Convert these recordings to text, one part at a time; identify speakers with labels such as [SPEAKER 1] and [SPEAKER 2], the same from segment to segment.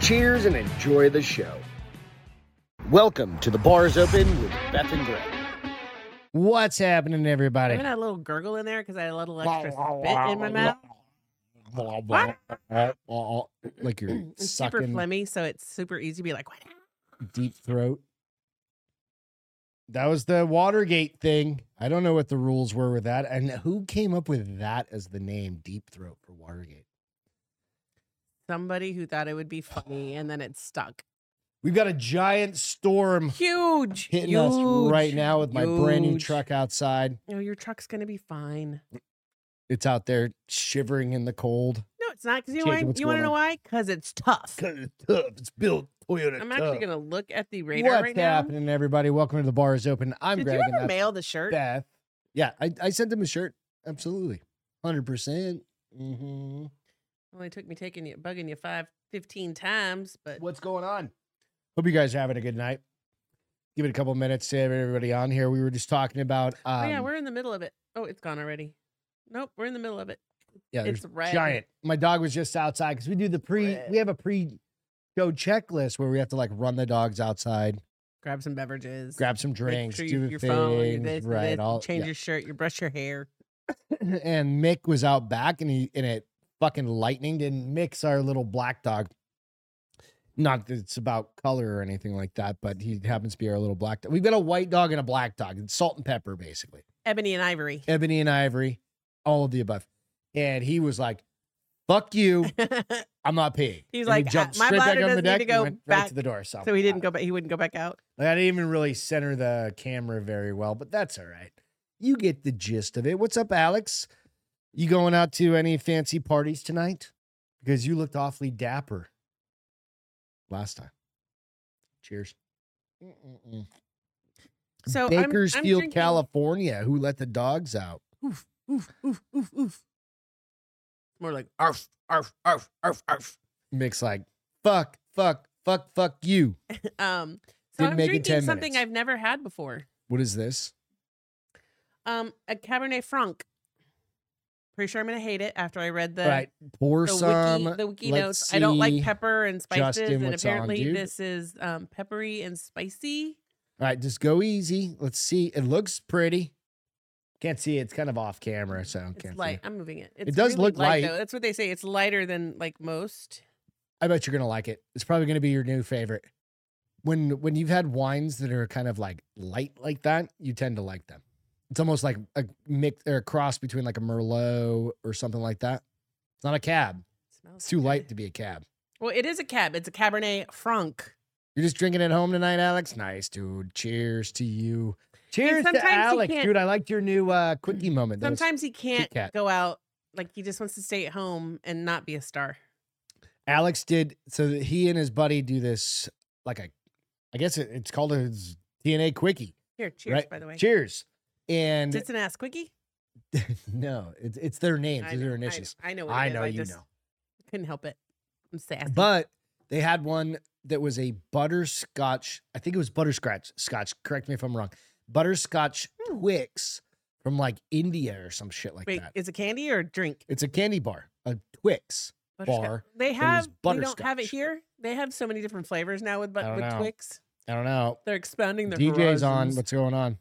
[SPEAKER 1] Cheers and enjoy the show. Welcome to the Bars Open with Beth and Greg.
[SPEAKER 2] What's happening, everybody?
[SPEAKER 3] Remember that little gurgle in there because I had a little extra spit in my mouth.
[SPEAKER 2] Like you're
[SPEAKER 3] It's super
[SPEAKER 2] sucking
[SPEAKER 3] phlegmy, so it's super easy to be like, what?
[SPEAKER 2] deep throat. That was the Watergate thing. I don't know what the rules were with that, and who came up with that as the name Deep Throat for Watergate.
[SPEAKER 3] Somebody who thought it would be funny, and then it stuck.
[SPEAKER 2] We've got a giant storm
[SPEAKER 3] Huge,
[SPEAKER 2] hitting
[SPEAKER 3] huge,
[SPEAKER 2] us right now with my brand new
[SPEAKER 3] huge.
[SPEAKER 2] truck outside.
[SPEAKER 3] No, your truck's gonna be fine.
[SPEAKER 2] It's out there shivering in the cold.
[SPEAKER 3] No, it's not. Because you
[SPEAKER 2] Jacob,
[SPEAKER 3] know why?
[SPEAKER 2] what's
[SPEAKER 3] You want
[SPEAKER 2] going
[SPEAKER 3] to know why? Because it's tough.
[SPEAKER 2] It's tough. It's built Toyota.
[SPEAKER 3] I'm actually gonna look at the radar
[SPEAKER 2] What's
[SPEAKER 3] right
[SPEAKER 2] happening, everybody? Welcome to the Bar is Open.
[SPEAKER 3] now.
[SPEAKER 2] I'm
[SPEAKER 3] Did
[SPEAKER 2] Greg.
[SPEAKER 3] you
[SPEAKER 2] and
[SPEAKER 3] ever
[SPEAKER 2] that's
[SPEAKER 3] mail the shirt?
[SPEAKER 2] Beth. Yeah, I, I sent him a shirt. Absolutely. 100%. hmm
[SPEAKER 3] Only took me taking you, bugging you five, 15 times, but
[SPEAKER 2] What's going on? Hope you guys are having a good night. Give it a couple minutes to have everybody on here. We were just talking about. Um,
[SPEAKER 3] oh, yeah, we're in the middle of it. Oh, it's gone already. Nope, we're in the middle of it.
[SPEAKER 2] yeah, there's
[SPEAKER 3] It's red.
[SPEAKER 2] giant. My dog was just outside because we do the pre.
[SPEAKER 3] Red.
[SPEAKER 2] We have a pre-show checklist where we have to like run the dogs outside,
[SPEAKER 3] Grab some beverages.
[SPEAKER 2] grab some
[SPEAKER 3] Make
[SPEAKER 2] drinks,
[SPEAKER 3] sure
[SPEAKER 2] do
[SPEAKER 3] you-
[SPEAKER 2] the
[SPEAKER 3] your
[SPEAKER 2] things,
[SPEAKER 3] phone, you this, you
[SPEAKER 2] right?
[SPEAKER 3] this, you
[SPEAKER 2] all
[SPEAKER 3] change
[SPEAKER 2] yeah.
[SPEAKER 3] your shirt, you brush your hair.
[SPEAKER 2] and Mick was out back and he and it fucking lightninged and Mick's our little black dog. Not that it's about color or anything like that, but he happens to be our little black dog. We've got a white dog and a black dog. It's salt and pepper, basically.
[SPEAKER 3] Ebony and Ivory.
[SPEAKER 2] Ebony and ivory, all of the above. And he was like, fuck you. I'm not peeing.
[SPEAKER 3] He's
[SPEAKER 2] And he
[SPEAKER 3] like, "Uh,
[SPEAKER 2] jumped
[SPEAKER 3] my
[SPEAKER 2] straight back
[SPEAKER 3] bladder
[SPEAKER 2] on the
[SPEAKER 3] doesn't need
[SPEAKER 2] deck
[SPEAKER 3] to
[SPEAKER 2] and
[SPEAKER 3] go
[SPEAKER 2] went right
[SPEAKER 3] back.
[SPEAKER 2] to the door. So, uh,
[SPEAKER 3] so he didn't go back. He wouldn't go back out.
[SPEAKER 2] I didn't even really center the camera very well, but that's all right. You get the gist of it. What's up, Alex? You going out to any fancy parties tonight? Because you looked awfully dapper last time. Cheers. Mm-mm-mm.
[SPEAKER 3] So I'm- I'm
[SPEAKER 2] Bakersfield,
[SPEAKER 3] drinking-
[SPEAKER 2] California. Who let the dogs out?
[SPEAKER 3] Oof, oof, oof, oof, oof. Uh, More like arf, arf, arf, arf, arf.
[SPEAKER 2] Mick's like, fuck, fuck, fuck, fuck you.
[SPEAKER 3] Um, so
[SPEAKER 2] "Ah." Didn't
[SPEAKER 3] I'm
[SPEAKER 2] make it 10
[SPEAKER 3] drinking something
[SPEAKER 2] minutes.
[SPEAKER 3] I've never had before.
[SPEAKER 2] What is this?
[SPEAKER 3] Um, a Cabernet Franc. Pretty sure I'm gonna hate it after I read the
[SPEAKER 2] all right, pour
[SPEAKER 3] the
[SPEAKER 2] some.
[SPEAKER 3] wiki, the wiki
[SPEAKER 2] let's
[SPEAKER 3] notes. I don't
[SPEAKER 2] see.
[SPEAKER 3] like pepper and spices,
[SPEAKER 2] Justin,
[SPEAKER 3] and
[SPEAKER 2] what's on,
[SPEAKER 3] apparently
[SPEAKER 2] dude?
[SPEAKER 3] this is um, peppery and spicy.
[SPEAKER 2] All right, just go easy. Let's see. It looks pretty. Can't see. it. It's kind of off camera, so I can't
[SPEAKER 3] It's
[SPEAKER 2] see.
[SPEAKER 3] light. I'm moving it. It's
[SPEAKER 2] does
[SPEAKER 3] really
[SPEAKER 2] look light.
[SPEAKER 3] though. That's what they say. It's lighter than like most.
[SPEAKER 2] I bet you're gonna like it. It's probably gonna be your new favorite. When when you've had wines that are kind of like light like that, you tend to like them. It's almost like a mix or a cross between like a Merlot or something like that. It's not a cab.
[SPEAKER 3] smells
[SPEAKER 2] It's too
[SPEAKER 3] good.
[SPEAKER 2] light to be a cab.
[SPEAKER 3] Well, it is a cab. It's a Cabernet Franc.
[SPEAKER 2] You're just drinking at home tonight, Alex. Nice, dude. Cheers to you. Cheers
[SPEAKER 3] sometimes
[SPEAKER 2] to
[SPEAKER 3] you
[SPEAKER 2] Alex,
[SPEAKER 3] can't-
[SPEAKER 2] dude. I liked your new uh, quickie moment. That was-
[SPEAKER 3] Sometimes he can't
[SPEAKER 2] Kat.
[SPEAKER 3] go out. Like he just wants to stay at home and not be a star.
[SPEAKER 2] Alex did so that he and his buddy do this like a I guess it, it's called a z- DNA quickie.
[SPEAKER 3] Here, cheers.
[SPEAKER 2] Right.
[SPEAKER 3] By the way,
[SPEAKER 2] Cheers. And
[SPEAKER 3] It's an ass quickie.
[SPEAKER 2] no, it's it's their names,
[SPEAKER 3] I
[SPEAKER 2] these are
[SPEAKER 3] know, I
[SPEAKER 2] initials.
[SPEAKER 3] know- I know. What it
[SPEAKER 2] I
[SPEAKER 3] is.
[SPEAKER 2] know, you
[SPEAKER 3] just
[SPEAKER 2] know.
[SPEAKER 3] Couldn't help it. I'm sad.
[SPEAKER 2] But they had one that was a butterscotch, I think it was butterscotch scotch, correct me if I'm wrong. Butterscotch Twix from like India or some shit like
[SPEAKER 3] Hmm. Wait,
[SPEAKER 2] that.
[SPEAKER 3] is it candy or a drink?
[SPEAKER 2] It's a candy bar, a Twix.
[SPEAKER 3] Butterscotch.
[SPEAKER 2] bar,
[SPEAKER 3] They
[SPEAKER 2] it was
[SPEAKER 3] have. We don't have it
[SPEAKER 2] butterscotch.
[SPEAKER 3] here. They have so many different flavors now with
[SPEAKER 2] I
[SPEAKER 3] but
[SPEAKER 2] don't
[SPEAKER 3] with
[SPEAKER 2] know.
[SPEAKER 3] Twix.
[SPEAKER 2] I don't know.
[SPEAKER 3] They're expanding their
[SPEAKER 2] DJ's on.
[SPEAKER 3] horizons.
[SPEAKER 2] What's going on?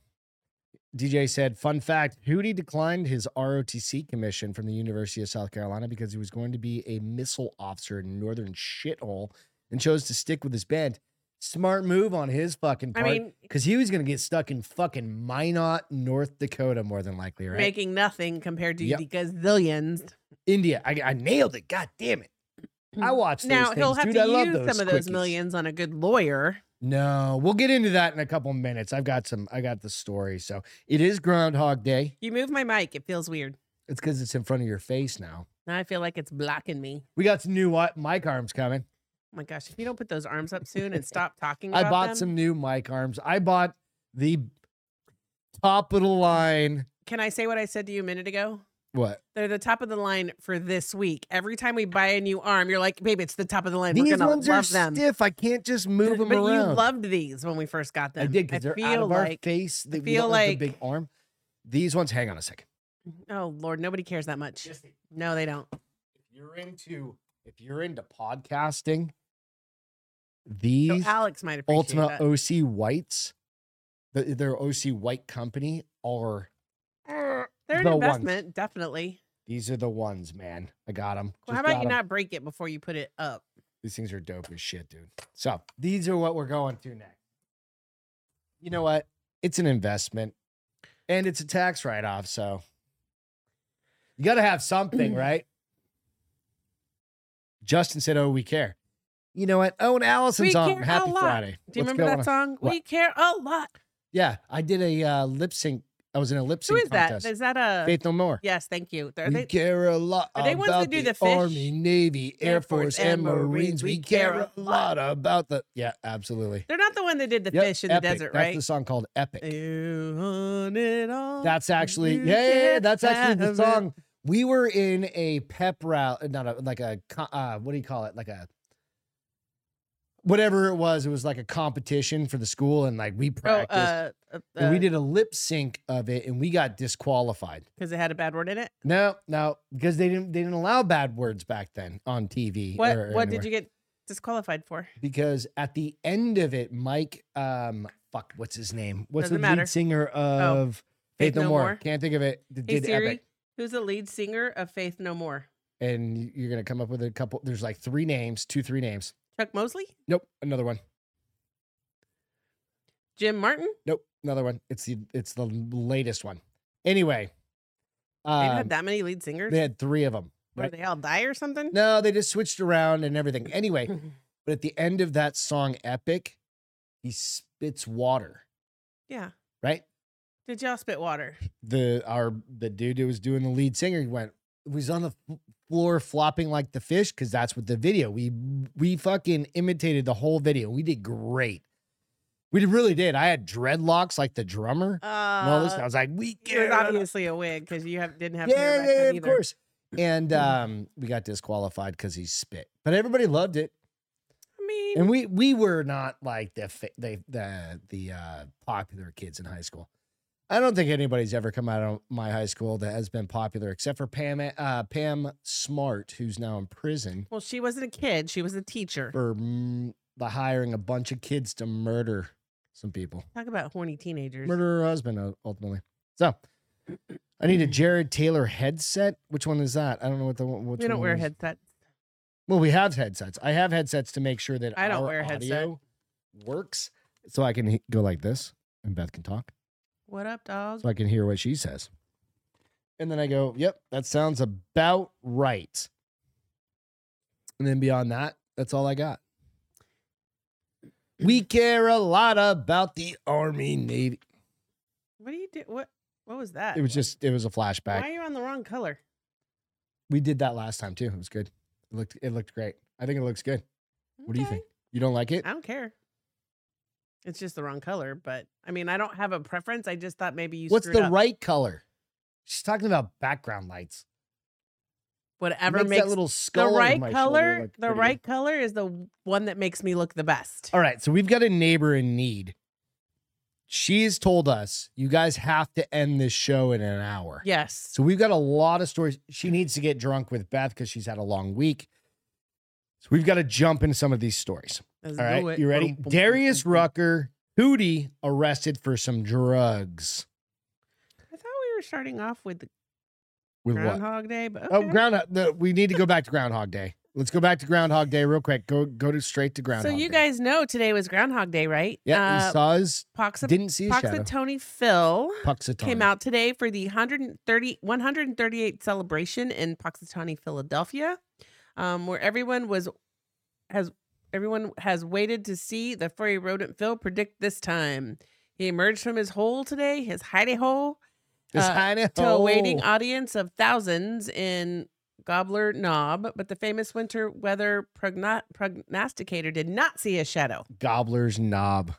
[SPEAKER 2] DJ said, fun fact Hootie declined his ROTC commission from the University of South Carolina because he was going to be a missile officer in Northern Shithole and chose to stick with his band. Smart move on his fucking
[SPEAKER 3] I
[SPEAKER 2] part.
[SPEAKER 3] mean,
[SPEAKER 2] because he was going to get stuck in fucking Minot, North Dakota, more than likely, right?
[SPEAKER 3] making nothing compared to
[SPEAKER 2] Yep.
[SPEAKER 3] the gazillions.
[SPEAKER 2] India. I, I nailed it. God damn it. I watched those
[SPEAKER 3] Now
[SPEAKER 2] things.
[SPEAKER 3] he'll have
[SPEAKER 2] Dude,
[SPEAKER 3] to
[SPEAKER 2] I love
[SPEAKER 3] use
[SPEAKER 2] those
[SPEAKER 3] some of those
[SPEAKER 2] quickies.
[SPEAKER 3] millions on a good lawyer.
[SPEAKER 2] No, we'll get into that in a couple minutes. I've got some, I got the story. So it is Groundhog Day.
[SPEAKER 3] You move my mic, it feels weird.
[SPEAKER 2] It's because it's in front of your face now.
[SPEAKER 3] Now I feel like it's blocking me.
[SPEAKER 2] We got some new wi- mic arms coming.
[SPEAKER 3] Oh my gosh, if you don't put those arms up soon and stop talking
[SPEAKER 2] I
[SPEAKER 3] about
[SPEAKER 2] bought
[SPEAKER 3] them,
[SPEAKER 2] some new mic arms. I bought the top of the line.
[SPEAKER 3] Can I say what I said to you a minute ago?
[SPEAKER 2] What?
[SPEAKER 3] They're the top of the line for this week. Every time we buy a new arm, you're like, babe, it's the top of the line. We're
[SPEAKER 2] These
[SPEAKER 3] gonna
[SPEAKER 2] ones
[SPEAKER 3] love
[SPEAKER 2] are
[SPEAKER 3] them.
[SPEAKER 2] stiff. I can't just move them
[SPEAKER 3] but
[SPEAKER 2] around.
[SPEAKER 3] you loved these when we first got them.
[SPEAKER 2] I did because they're
[SPEAKER 3] feel
[SPEAKER 2] out of our
[SPEAKER 3] like,
[SPEAKER 2] face. They,
[SPEAKER 3] feel
[SPEAKER 2] feel like
[SPEAKER 3] like-
[SPEAKER 2] the big arm. These ones. Hang on a second.
[SPEAKER 3] Oh Lord, nobody cares that much. No, they don't.
[SPEAKER 2] if you're into if you're into podcasting These
[SPEAKER 3] So Alex might appreciate
[SPEAKER 2] Ultima
[SPEAKER 3] that.
[SPEAKER 2] OC whites, the, their OC white company are
[SPEAKER 3] They're an
[SPEAKER 2] the ones.
[SPEAKER 3] investment, definitely.
[SPEAKER 2] these are the ones, man. I got them.
[SPEAKER 3] Well, how about you not break it before you put it up?
[SPEAKER 2] These things are dope as shit, dude. So these are what we're going through next. You know what? It's an investment and it's a tax write off. So you got to have something, right? Justin said, Oh, we care. You know what? Oh, and Allison's
[SPEAKER 3] We
[SPEAKER 2] on.
[SPEAKER 3] care a
[SPEAKER 2] Happy
[SPEAKER 3] lot.
[SPEAKER 2] Friday.
[SPEAKER 3] Do you
[SPEAKER 2] What's
[SPEAKER 3] remember
[SPEAKER 2] going
[SPEAKER 3] that
[SPEAKER 2] on?
[SPEAKER 3] song?
[SPEAKER 2] What?
[SPEAKER 3] We care a lot.
[SPEAKER 2] Yeah. I did a uh, lip sync. I was in a lip
[SPEAKER 3] Who
[SPEAKER 2] sync
[SPEAKER 3] is that?
[SPEAKER 2] contest.
[SPEAKER 3] Is that a?
[SPEAKER 2] Faith No More.
[SPEAKER 3] yes, thank you. Are
[SPEAKER 2] we
[SPEAKER 3] they-
[SPEAKER 2] care a lot
[SPEAKER 3] are they ones that
[SPEAKER 2] about
[SPEAKER 3] do
[SPEAKER 2] the,
[SPEAKER 3] the fish?
[SPEAKER 2] Army, Navy, Air Force, and Marines. We care a lot about the. Yeah, absolutely.
[SPEAKER 3] they're not the one that did the
[SPEAKER 2] Yep,
[SPEAKER 3] fish in
[SPEAKER 2] Epic.
[SPEAKER 3] the desert,
[SPEAKER 2] That's
[SPEAKER 3] right?
[SPEAKER 2] the song called Epic.
[SPEAKER 3] You want it all,
[SPEAKER 2] That's actually
[SPEAKER 3] you
[SPEAKER 2] yeah, yeah, yeah,
[SPEAKER 3] can't
[SPEAKER 2] that's actually the
[SPEAKER 3] have it.
[SPEAKER 2] song. We were in a pep rally, not a like a co- uh, what do you call it? Like a whatever it was. It was like a competition for the school, and like we
[SPEAKER 3] Oh,
[SPEAKER 2] practiced.
[SPEAKER 3] uh, uh,
[SPEAKER 2] and we did a lip sync of it, and we got disqualified.
[SPEAKER 3] because it had a bad word in it.
[SPEAKER 2] No, no, because they didn't they didn't allow bad words back then on TV.
[SPEAKER 3] What what did you get disqualified for?
[SPEAKER 2] Because at the end of it, Mike, um, fuck, what's his name? What's
[SPEAKER 3] Doesn't
[SPEAKER 2] the
[SPEAKER 3] matter. Oh,
[SPEAKER 2] lead singer of Faith No, More? Can't think of it. d-
[SPEAKER 3] Hey
[SPEAKER 2] Did
[SPEAKER 3] Siri,
[SPEAKER 2] Epic,
[SPEAKER 3] who's the lead singer of Faith No More?
[SPEAKER 2] and you- you're gonna come up with a couple. There's like three names, two, three names.
[SPEAKER 3] Chuck Mosley,
[SPEAKER 2] Nope, another one.
[SPEAKER 3] Jim Martin.
[SPEAKER 2] Nope, another one. It's the it's the latest one. Anyway,
[SPEAKER 3] They didn't
[SPEAKER 2] um,
[SPEAKER 3] have that many lead singers.
[SPEAKER 2] they had three of them.
[SPEAKER 3] Where they all die or something?
[SPEAKER 2] No, they just switched around and everything. Anyway, But at the end of that song, Epic, he spits water,
[SPEAKER 3] yeah.
[SPEAKER 2] right?
[SPEAKER 3] Did y'all spit water?
[SPEAKER 2] The our the dude who was doing the lead singer he went was on the f- floor flopping like the fish because that's what the video we we fucking imitated the whole video. We did great. We really did. I had dreadlocks like the drummer. and all this. and I
[SPEAKER 3] Uh,
[SPEAKER 2] was like, we
[SPEAKER 3] it was
[SPEAKER 2] get it.
[SPEAKER 3] obviously a wig because you have didn't have hair
[SPEAKER 2] yeah,
[SPEAKER 3] back
[SPEAKER 2] yeah,
[SPEAKER 3] then
[SPEAKER 2] yeah, of
[SPEAKER 3] either.
[SPEAKER 2] course. And um, we got disqualified because he spit, but everybody loved it.
[SPEAKER 3] I mean,
[SPEAKER 2] and we we were not like the fa- the the, the uh, popular kids in high school. I don't think anybody's ever come out of my high school that has been popular, except for Pam uh, Pam Smart, who's now in prison
[SPEAKER 3] well, she wasn't a kid; she was a teacher.
[SPEAKER 2] for mm, the hiring a bunch of kids to murder some people,
[SPEAKER 3] Talk about horny teenagers.
[SPEAKER 2] murder her husband uh, ultimately. So. I need a Jared Taylor headset. Which one is that? I don't know what the one. Which
[SPEAKER 3] we don't
[SPEAKER 2] one
[SPEAKER 3] wear
[SPEAKER 2] is-
[SPEAKER 3] headsets.
[SPEAKER 2] Well, we have headsets. I have headsets to make sure that
[SPEAKER 3] I don't
[SPEAKER 2] our
[SPEAKER 3] wear a headset.
[SPEAKER 2] audio works, so I can he- go like this, and Beth can talk,
[SPEAKER 3] What up, dogs?
[SPEAKER 2] so I can hear what she says. And then I go, "Yep, that sounds about right." And then beyond that, that's all I got. We care a lot about the Army Navy.
[SPEAKER 3] What do you do? What What was that?
[SPEAKER 2] It was just, it was a flashback.
[SPEAKER 3] Why are you on the wrong color?
[SPEAKER 2] We did that last time too. It was good. It looked, it looked great. I think it looks good. What do you
[SPEAKER 3] Okay.
[SPEAKER 2] think? You don't like it?
[SPEAKER 3] I don't care. It's just the wrong color, but I mean, I don't have a preference. I just thought maybe you.
[SPEAKER 2] What's
[SPEAKER 3] screwed
[SPEAKER 2] the
[SPEAKER 3] up.
[SPEAKER 2] right color? She's talking about background lights.
[SPEAKER 3] Whatever
[SPEAKER 2] Makes
[SPEAKER 3] makes,
[SPEAKER 2] that little skull
[SPEAKER 3] the
[SPEAKER 2] over
[SPEAKER 3] right
[SPEAKER 2] my shoulder
[SPEAKER 3] color.
[SPEAKER 2] look
[SPEAKER 3] The
[SPEAKER 2] pretty.
[SPEAKER 3] right color is the w- one that makes me look the best.
[SPEAKER 2] All right, so we've got a neighbor in need. She's told us you guys have to end this show in an hour.
[SPEAKER 3] Yes.
[SPEAKER 2] So we've got a lot of stories. She needs to get drunk with Beth because she's had a long week. So we've got to jump into some of these stories.
[SPEAKER 3] Let's
[SPEAKER 2] All
[SPEAKER 3] do
[SPEAKER 2] right,
[SPEAKER 3] it.
[SPEAKER 2] you ready?
[SPEAKER 3] Boom, boom,
[SPEAKER 2] Darius
[SPEAKER 3] boom, boom.
[SPEAKER 2] Rucker, Hootie, arrested for some drugs.
[SPEAKER 3] I thought we were starting off with the
[SPEAKER 2] With what?
[SPEAKER 3] Groundhog Day, but
[SPEAKER 2] Oh,
[SPEAKER 3] okay.
[SPEAKER 2] ground. No, we need to go back to Groundhog Day. Let's go back to Groundhog Day real quick. Go go to straight to Groundhog.
[SPEAKER 3] so you
[SPEAKER 2] Day.
[SPEAKER 3] guys know today was Groundhog Day, right?
[SPEAKER 2] yeah, he
[SPEAKER 3] Uh,
[SPEAKER 2] saw his
[SPEAKER 3] Poxa-
[SPEAKER 2] didn't see his shadow.
[SPEAKER 3] Poxitoni Phil
[SPEAKER 2] Puxatawny.
[SPEAKER 3] came out today for the 130, 138 celebration in Poxitani, Philadelphia, um, where everyone was has everyone has waited to see the furry rodent Phil predict this time. He emerged from his hole today, his hidey hole,
[SPEAKER 2] His
[SPEAKER 3] uh,
[SPEAKER 2] hidey
[SPEAKER 3] to a waiting
[SPEAKER 2] hole.
[SPEAKER 3] audience of thousands in Gobbler Knob, but the famous winter weather progno- prognosticator did not see a shadow.
[SPEAKER 2] gobbler's knob.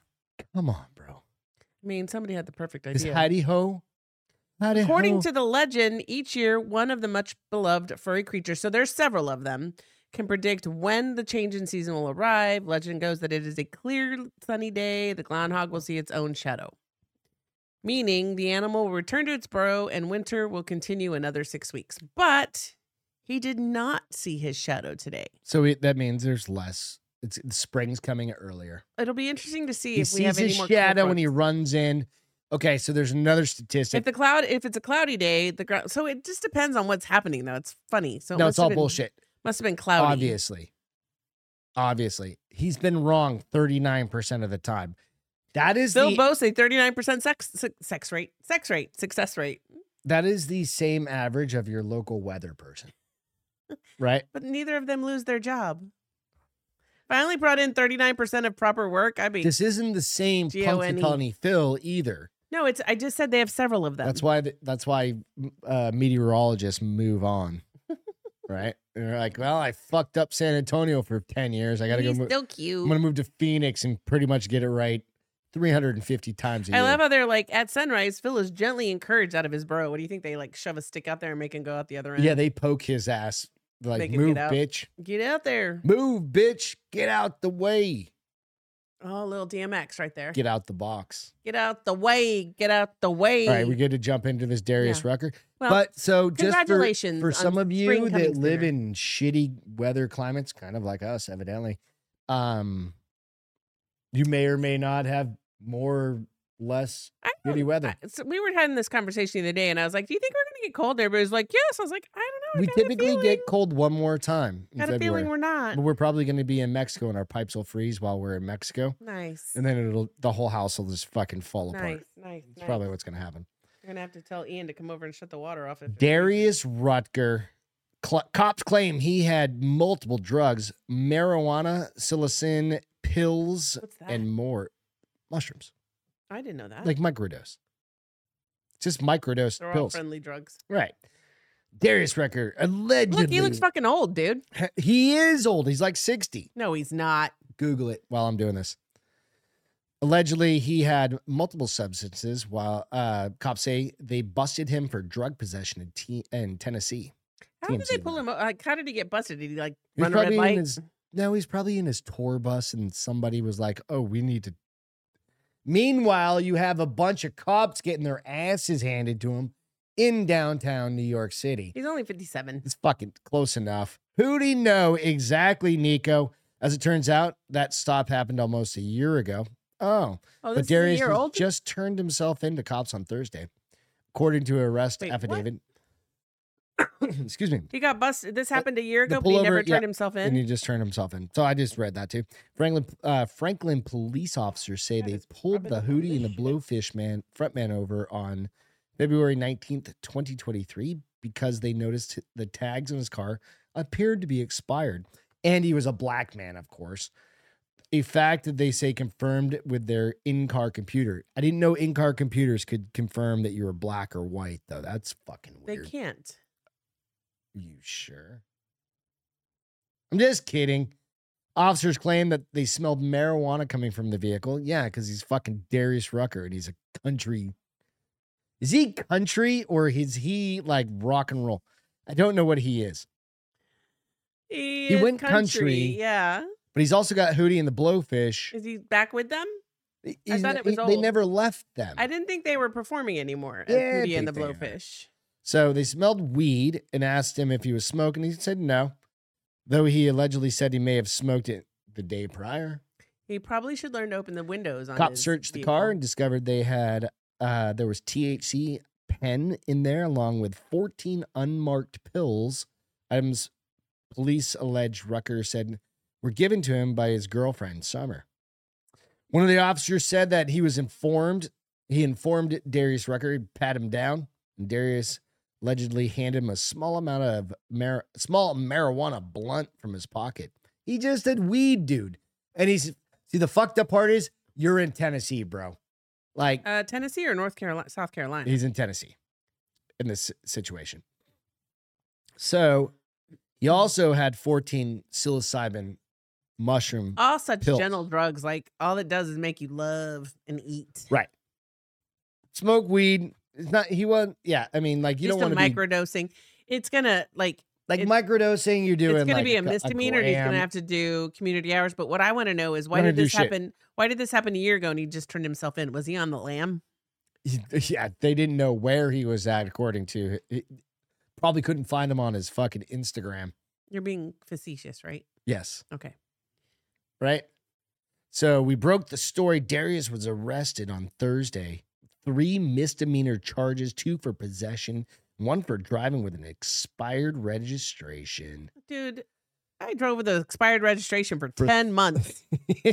[SPEAKER 2] Come on, bro.
[SPEAKER 3] I mean, somebody had the perfect
[SPEAKER 2] Is
[SPEAKER 3] idea.
[SPEAKER 2] hidey ho? Hidey
[SPEAKER 3] According
[SPEAKER 2] ho.
[SPEAKER 3] to the legend, each year one of the much beloved furry creatures, so there's several of them, can predict when the change in season will arrive. Legend goes that it is a clear, sunny day. The groundhog will see its own shadow, meaning the animal will return to its burrow and winter will continue another six weeks. But he did not see his shadow today.
[SPEAKER 2] so it, that means there's less It's spring's coming earlier.
[SPEAKER 3] It'll be interesting to see
[SPEAKER 2] He
[SPEAKER 3] if we have
[SPEAKER 2] sees
[SPEAKER 3] any
[SPEAKER 2] his
[SPEAKER 3] more
[SPEAKER 2] shadow
[SPEAKER 3] cold
[SPEAKER 2] when he
[SPEAKER 3] fronts.
[SPEAKER 2] runs in. Okay, so there's another
[SPEAKER 3] If
[SPEAKER 2] statistic.
[SPEAKER 3] the cloud, if it's a cloudy day, the ground. So it just depends on what's happening, though. It's funny. So it
[SPEAKER 2] no,
[SPEAKER 3] must
[SPEAKER 2] it's
[SPEAKER 3] have
[SPEAKER 2] all
[SPEAKER 3] been-
[SPEAKER 2] bullshit.
[SPEAKER 3] Must have been cloudy.
[SPEAKER 2] Obviously. Obviously. He's been wrong 39% of the time. That is
[SPEAKER 3] Bill
[SPEAKER 2] the
[SPEAKER 3] Bose, thirty nine percent sex se- sex rate, sex rate, success rate.
[SPEAKER 2] that is the same average of your local weather person. Right?
[SPEAKER 3] But neither of them lose their job. If I only brought in thirty nine percent of proper work, I'd be
[SPEAKER 2] This isn't the same
[SPEAKER 3] G-O-N-E.
[SPEAKER 2] Punxsutawney Phil either.
[SPEAKER 3] no. It's I just said they have several of them.
[SPEAKER 2] That's why th- that's why m- uh, meteorologists move on. right? And they're like, "Well, I fucked up San Antonio for 10 years. I got to go
[SPEAKER 3] He's
[SPEAKER 2] mo-
[SPEAKER 3] still
[SPEAKER 2] I'm
[SPEAKER 3] cute.
[SPEAKER 2] going to move to Phoenix and pretty much get it right 350 times a
[SPEAKER 3] I
[SPEAKER 2] year."
[SPEAKER 3] love how they're like at sunrise. Phil is gently encouraged out of his burrow. What do you think? They like shove a stick out there and make him go out the other end.
[SPEAKER 2] yeah, they poke his ass. They're like,
[SPEAKER 3] Make him get
[SPEAKER 2] "Move,
[SPEAKER 3] out."
[SPEAKER 2] bitch."
[SPEAKER 3] get out there.
[SPEAKER 2] Move, bitch. Get out the way.
[SPEAKER 3] Oh, little DMX right there. Get,
[SPEAKER 2] Get out the box.
[SPEAKER 3] out the way. Get out the way.
[SPEAKER 2] All right, we're good to jump into this Darius Rucker.
[SPEAKER 3] well,
[SPEAKER 2] but so just for,
[SPEAKER 3] congratulations
[SPEAKER 2] for
[SPEAKER 3] on
[SPEAKER 2] some of
[SPEAKER 3] spring
[SPEAKER 2] you
[SPEAKER 3] coming
[SPEAKER 2] that live
[SPEAKER 3] sooner.
[SPEAKER 2] in shitty weather climates, kind of like us, evidently, um, you may or may not have more less
[SPEAKER 3] I don't-
[SPEAKER 2] shitty weather.
[SPEAKER 3] Oh, I- so we were having this conversation the other day, and I was like, "Do you think we're gonna get cold?" Everybody's like, "Yes." I was like, "I don't know." I
[SPEAKER 2] we
[SPEAKER 3] got a
[SPEAKER 2] typically
[SPEAKER 3] feeling-
[SPEAKER 2] get cold one more time in
[SPEAKER 3] got a
[SPEAKER 2] February.
[SPEAKER 3] feeling we're not
[SPEAKER 2] but we're probably going to be in Mexico and our pipes will freeze while we're in Mexico.
[SPEAKER 3] nice.
[SPEAKER 2] And then it'll the whole house will just fucking fall apart.
[SPEAKER 3] Nice, nice,
[SPEAKER 2] It's
[SPEAKER 3] nice.
[SPEAKER 2] probably what's going to happen.
[SPEAKER 3] You're gonna have to tell Ian to come over and shut the water off. If it-
[SPEAKER 2] Darius Rutger. Cl- cops claim he had multiple drugs, marijuana, psilocin, pills,
[SPEAKER 3] what's that?
[SPEAKER 2] and more. Mushrooms,
[SPEAKER 3] I didn't know that.
[SPEAKER 2] like microdose. Just microdose
[SPEAKER 3] Ah. they're all
[SPEAKER 2] pills.
[SPEAKER 3] friendly drugs.
[SPEAKER 2] Right. Darius Rucker allegedly.
[SPEAKER 3] Look, he looks fucking old, dude.
[SPEAKER 2] he is old. He's like 60.
[SPEAKER 3] No, he's not.
[SPEAKER 2] Google it while I'm doing this. Allegedly, he had multiple substances while uh, cops say they busted him for drug possession in, T- in Tennessee.
[SPEAKER 3] How did
[SPEAKER 2] TMZ
[SPEAKER 3] they pull
[SPEAKER 2] lab.
[SPEAKER 3] him? o- Like, how did he get busted? Did he like
[SPEAKER 2] He was
[SPEAKER 3] run a red
[SPEAKER 2] probably in
[SPEAKER 3] light?
[SPEAKER 2] his- No, he's probably in his tour bus, and somebody was like, "Oh, we need to." Meanwhile, you have a bunch of cops getting their asses handed to them in downtown New York City.
[SPEAKER 3] He's only fifty-seven. Oh,
[SPEAKER 2] It's fucking close enough. Who do you know exactly, Nico? As it turns out, that stop happened almost a year ago. Oh,
[SPEAKER 3] Oh,
[SPEAKER 2] but
[SPEAKER 3] this is a
[SPEAKER 2] Darius
[SPEAKER 3] year
[SPEAKER 2] was-
[SPEAKER 3] old.
[SPEAKER 2] just turned himself in to cops on Thursday, according to an arrest
[SPEAKER 3] Wait, what?
[SPEAKER 2] affidavit. Excuse me.
[SPEAKER 3] He got busted. This happened a year
[SPEAKER 2] the
[SPEAKER 3] ago, but he never
[SPEAKER 2] pullover- yeah,
[SPEAKER 3] turned himself in.
[SPEAKER 2] and he just turned himself in. So I just read that too. Franklin uh, Franklin police officers say
[SPEAKER 3] That
[SPEAKER 2] they
[SPEAKER 3] is
[SPEAKER 2] pulled the
[SPEAKER 3] probably
[SPEAKER 2] Hootie and the
[SPEAKER 3] shit.
[SPEAKER 2] Blowfish man frontman over on February nineteenth, twenty twenty three, because they noticed the tags on his car appeared to be expired, and he was a black man, of course. A fact that they say confirmed with their in-car computer. I didn't know in-car computers could confirm that you were black or white, though. That's fucking
[SPEAKER 3] they
[SPEAKER 2] weird.
[SPEAKER 3] can't.
[SPEAKER 2] You sure? I'm just kidding. Officers claim that they smelled marijuana coming from the vehicle. Yeah, because he's fucking Darius Rucker and he's a country. Is he country or is he like rock and roll? I don't know what he is,
[SPEAKER 3] He,
[SPEAKER 2] He
[SPEAKER 3] is
[SPEAKER 2] went country.
[SPEAKER 3] Yeah.
[SPEAKER 2] but he's also got Hootie and the Blowfish.
[SPEAKER 3] Is he back with them?
[SPEAKER 2] He's-
[SPEAKER 3] thought it was
[SPEAKER 2] he- They
[SPEAKER 3] old.
[SPEAKER 2] never left them.
[SPEAKER 3] I didn't think they were performing anymore. at
[SPEAKER 2] Um, Yeah,
[SPEAKER 3] Hootie and
[SPEAKER 2] they-
[SPEAKER 3] the
[SPEAKER 2] they are.
[SPEAKER 3] Blowfish.
[SPEAKER 2] So they smelled weed and asked him if he was smoking. He said no, though he allegedly said he may have smoked it the day prior.
[SPEAKER 3] He probably should learn to open the windows on
[SPEAKER 2] Cops
[SPEAKER 3] his
[SPEAKER 2] searched the car and
[SPEAKER 3] vehicle.
[SPEAKER 2] discovered they had uh, there was THC pen in there along with 14 unmarked pills. Items police allege Rucker said were given to him by his girlfriend Summer. One of the officers said that he was informed. He informed Darius Rucker, he'd pat him down, and Darius allegedly handed him a small amount of mar- small marijuana blunt from his pocket. He just said weed, dude. And he's see the fucked up part is you're in Tennessee, bro. Like
[SPEAKER 3] Uh, Tennessee or North Carolina, South Carolina.
[SPEAKER 2] he's in Tennessee in this situation. So he also had 14 psilocybin mushroom
[SPEAKER 3] all such
[SPEAKER 2] pills.
[SPEAKER 3] gentle drugs. Like all it does is make you love and eat.
[SPEAKER 2] Right. smoke weed. It's not he was yeah. I mean, like you
[SPEAKER 3] Just
[SPEAKER 2] don't
[SPEAKER 3] a
[SPEAKER 2] want to be
[SPEAKER 3] microdosing. It's gonna like
[SPEAKER 2] like
[SPEAKER 3] it's-
[SPEAKER 2] microdosing. You're doing
[SPEAKER 3] it's gonna
[SPEAKER 2] like
[SPEAKER 3] be a
[SPEAKER 2] gu-
[SPEAKER 3] misdemeanor. and he's
[SPEAKER 2] gram.
[SPEAKER 3] gonna have to do community hours. But what I want to know is why
[SPEAKER 2] Not
[SPEAKER 3] did
[SPEAKER 2] gonna do
[SPEAKER 3] this
[SPEAKER 2] shit.
[SPEAKER 3] happen? Why did this happen a year ago and he just turned himself in? Was he on the lamb?
[SPEAKER 2] yeah, they didn't know where he was at. According to it, probably couldn't find him on his fucking Instagram.
[SPEAKER 3] You're being facetious, right?
[SPEAKER 2] Yes,
[SPEAKER 3] Okay.
[SPEAKER 2] right? So we broke the story. Darius was arrested on Thursday. Three misdemeanor charges, two for possession, one for driving with an expired registration.
[SPEAKER 3] Dude, I drove with an expired registration for
[SPEAKER 2] For-
[SPEAKER 3] 10 months.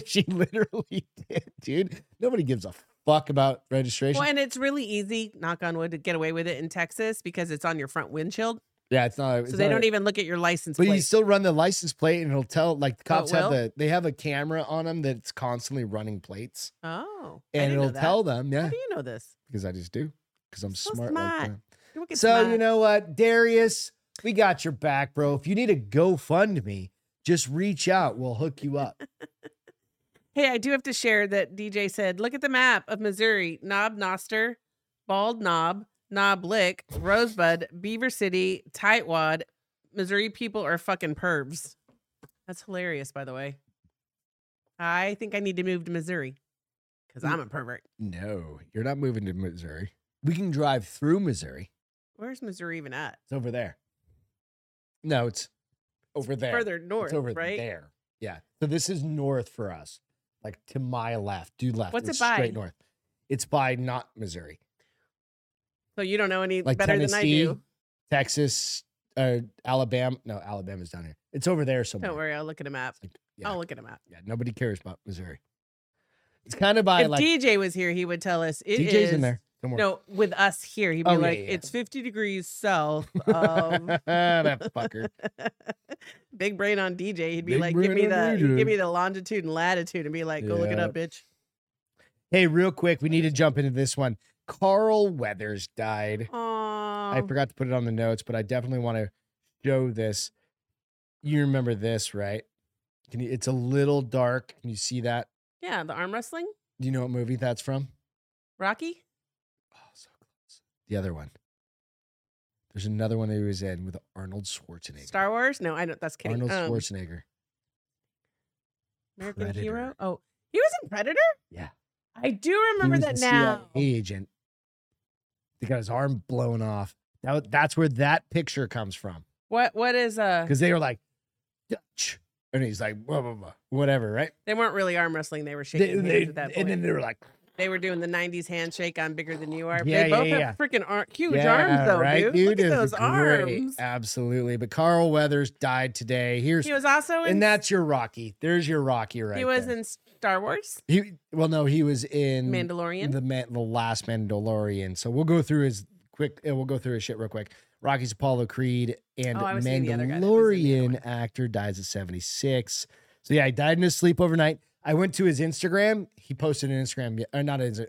[SPEAKER 2] she literally did, dude. Nobody gives a fuck about registration.
[SPEAKER 3] Well, and it's really easy, knock on wood, to get away with it in Texas because it's on your front windshield.
[SPEAKER 2] yeah, it's not.
[SPEAKER 3] So
[SPEAKER 2] it's
[SPEAKER 3] they
[SPEAKER 2] not-
[SPEAKER 3] don't even look at your license
[SPEAKER 2] But
[SPEAKER 3] plate.
[SPEAKER 2] you still run the license plate, and it'll tell. Like the
[SPEAKER 3] Oh, it
[SPEAKER 2] cops have
[SPEAKER 3] will?
[SPEAKER 2] the, they have a camera on them that's constantly running plates,
[SPEAKER 3] oh. I
[SPEAKER 2] and
[SPEAKER 3] didn't know
[SPEAKER 2] it'll
[SPEAKER 3] that.
[SPEAKER 2] tell them,
[SPEAKER 3] How
[SPEAKER 2] yeah,
[SPEAKER 3] do you know this?
[SPEAKER 2] because I just do, because I'm
[SPEAKER 3] So
[SPEAKER 2] smart.
[SPEAKER 3] smart.
[SPEAKER 2] Like that.
[SPEAKER 3] You look at
[SPEAKER 2] So
[SPEAKER 3] my-
[SPEAKER 2] you know what, Darius, we got your back, bro. If you need a GoFundMe, just reach out. We'll hook you up.
[SPEAKER 3] Hey, I do have to share that DJ said, look at the map of Missouri. Knob Noster, Bald Knob, Knob Lick, Rosebud, Beaver City, Tightwad. Missouri people are fucking pervs. That's hilarious, by the way. I think I need to move to Missouri because
[SPEAKER 2] Mm.
[SPEAKER 3] I'm a pervert.
[SPEAKER 2] no, you're not moving to Missouri. We can drive through Missouri.
[SPEAKER 3] Where's Missouri even at?
[SPEAKER 2] It's over there. No, it's over there.
[SPEAKER 3] Further north,
[SPEAKER 2] it's over
[SPEAKER 3] right?
[SPEAKER 2] there. Yeah. So this is north for us, like to my left, due left.
[SPEAKER 3] What's
[SPEAKER 2] it's
[SPEAKER 3] it by?
[SPEAKER 2] Straight north. It's by not Missouri,
[SPEAKER 3] So you don't know any
[SPEAKER 2] like
[SPEAKER 3] better than I
[SPEAKER 2] Tennessee,
[SPEAKER 3] do.
[SPEAKER 2] Texas, uh, Alabama. No, Alabama's down here. It's over there somewhere.
[SPEAKER 3] Don't worry, Oh. I'll look at a map.
[SPEAKER 2] It's like, yeah,
[SPEAKER 3] I'll look at a map.
[SPEAKER 2] yeah. Nobody cares about Missouri. It's kind of by
[SPEAKER 3] if
[SPEAKER 2] like
[SPEAKER 3] DJ was here, he would tell us it
[SPEAKER 2] DJ's
[SPEAKER 3] is-
[SPEAKER 2] in there. Don't worry.
[SPEAKER 3] No, with us here, he'd be
[SPEAKER 2] Oh, yeah,
[SPEAKER 3] like,
[SPEAKER 2] yeah, yeah.
[SPEAKER 3] "It's 50 degrees south of."
[SPEAKER 2] that fucker.
[SPEAKER 3] Big brain on DJ. He'd be
[SPEAKER 2] Big
[SPEAKER 3] like, "Give
[SPEAKER 2] brain
[SPEAKER 3] me
[SPEAKER 2] on
[SPEAKER 3] the
[SPEAKER 2] DJ."
[SPEAKER 3] give me the longitude and latitude," and be like, "Go look it
[SPEAKER 2] Yeah.
[SPEAKER 3] up, bitch."
[SPEAKER 2] Hey, real quick, we need to jump into this one. Carl Weathers died. I
[SPEAKER 3] Aww.
[SPEAKER 2] forgot to put it on the notes, but I definitely want to show this. You remember this, right? Can you, it's a little dark. Can you see that?
[SPEAKER 3] Yeah, the arm wrestling,
[SPEAKER 2] Do you know what movie that's from?
[SPEAKER 3] Rocky.
[SPEAKER 2] Oh, so close. The other one. There's another one he was in with Arnold Schwarzenegger.
[SPEAKER 3] Star Wars? No, I don't. That's kidding.
[SPEAKER 2] Arnold
[SPEAKER 3] Um,
[SPEAKER 2] Schwarzenegger.
[SPEAKER 3] American
[SPEAKER 2] Predator.
[SPEAKER 3] Hero. Oh, he was in Predator.
[SPEAKER 2] Yeah.
[SPEAKER 3] I do
[SPEAKER 2] He
[SPEAKER 3] remember
[SPEAKER 2] was
[SPEAKER 3] that
[SPEAKER 2] the
[SPEAKER 3] now.
[SPEAKER 2] CIA agent. They got his arm blown off. That, that's where that picture comes from.
[SPEAKER 3] What? What is uh?
[SPEAKER 2] because they were like Dutch, and he's like blah blah blah, whatever, right?
[SPEAKER 3] They weren't really arm wrestling. They were
[SPEAKER 2] They-
[SPEAKER 3] shaking
[SPEAKER 2] they-
[SPEAKER 3] hands at that point.
[SPEAKER 2] and then they were like,
[SPEAKER 3] They were doing the '90s handshake on "Bigger Than You Are."
[SPEAKER 2] Yeah,
[SPEAKER 3] they
[SPEAKER 2] yeah,
[SPEAKER 3] both
[SPEAKER 2] yeah.
[SPEAKER 3] have freaking ar- huge
[SPEAKER 2] yeah,
[SPEAKER 3] arms, though,
[SPEAKER 2] right,
[SPEAKER 3] dude. Look at
[SPEAKER 2] It was
[SPEAKER 3] those
[SPEAKER 2] great.
[SPEAKER 3] arms.
[SPEAKER 2] absolutely. But Carl Weathers died today. Here's
[SPEAKER 3] He was also in.
[SPEAKER 2] and that's your Rocky. There's your Rocky, right?
[SPEAKER 3] he was
[SPEAKER 2] there.
[SPEAKER 3] in Star Wars,
[SPEAKER 2] He well, no, he was in
[SPEAKER 3] Mandalorian.
[SPEAKER 2] the man, the last Mandalorian. So we'll go through his quick. uh, We'll go through his shit real quick. Rocky's Apollo Creed and
[SPEAKER 3] Oh, I was thinking the other guy that was in the other
[SPEAKER 2] Mandalorian
[SPEAKER 3] one.
[SPEAKER 2] actor dies at 76. So yeah, he died in his sleep overnight. I went to his Instagram. He posted an Instagram, ye- uh, not his,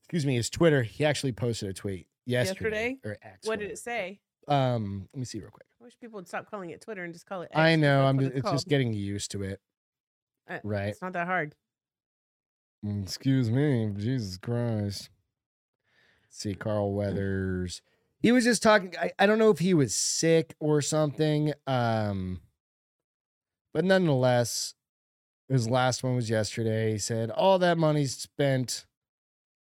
[SPEAKER 2] excuse me, his Twitter. He actually posted a tweet yesterday.
[SPEAKER 3] Yesterday?
[SPEAKER 2] Or X,
[SPEAKER 3] what did
[SPEAKER 2] whatever.
[SPEAKER 3] it say?
[SPEAKER 2] Um, let me see real quick.
[SPEAKER 3] I wish people would stop calling it Twitter and just call it. X,
[SPEAKER 2] I
[SPEAKER 3] 'cause
[SPEAKER 2] know.
[SPEAKER 3] that's
[SPEAKER 2] I'm.
[SPEAKER 3] what
[SPEAKER 2] Just, it's just
[SPEAKER 3] called.
[SPEAKER 2] getting used to it.
[SPEAKER 3] Uh,
[SPEAKER 2] Right.
[SPEAKER 3] It's not that hard.
[SPEAKER 2] Excuse me, Jesus Christ. Let's see, Carl Weathers. He was just talking. I, I don't know if he was sick or something. Um, but nonetheless, his last one was yesterday. He said all that money spent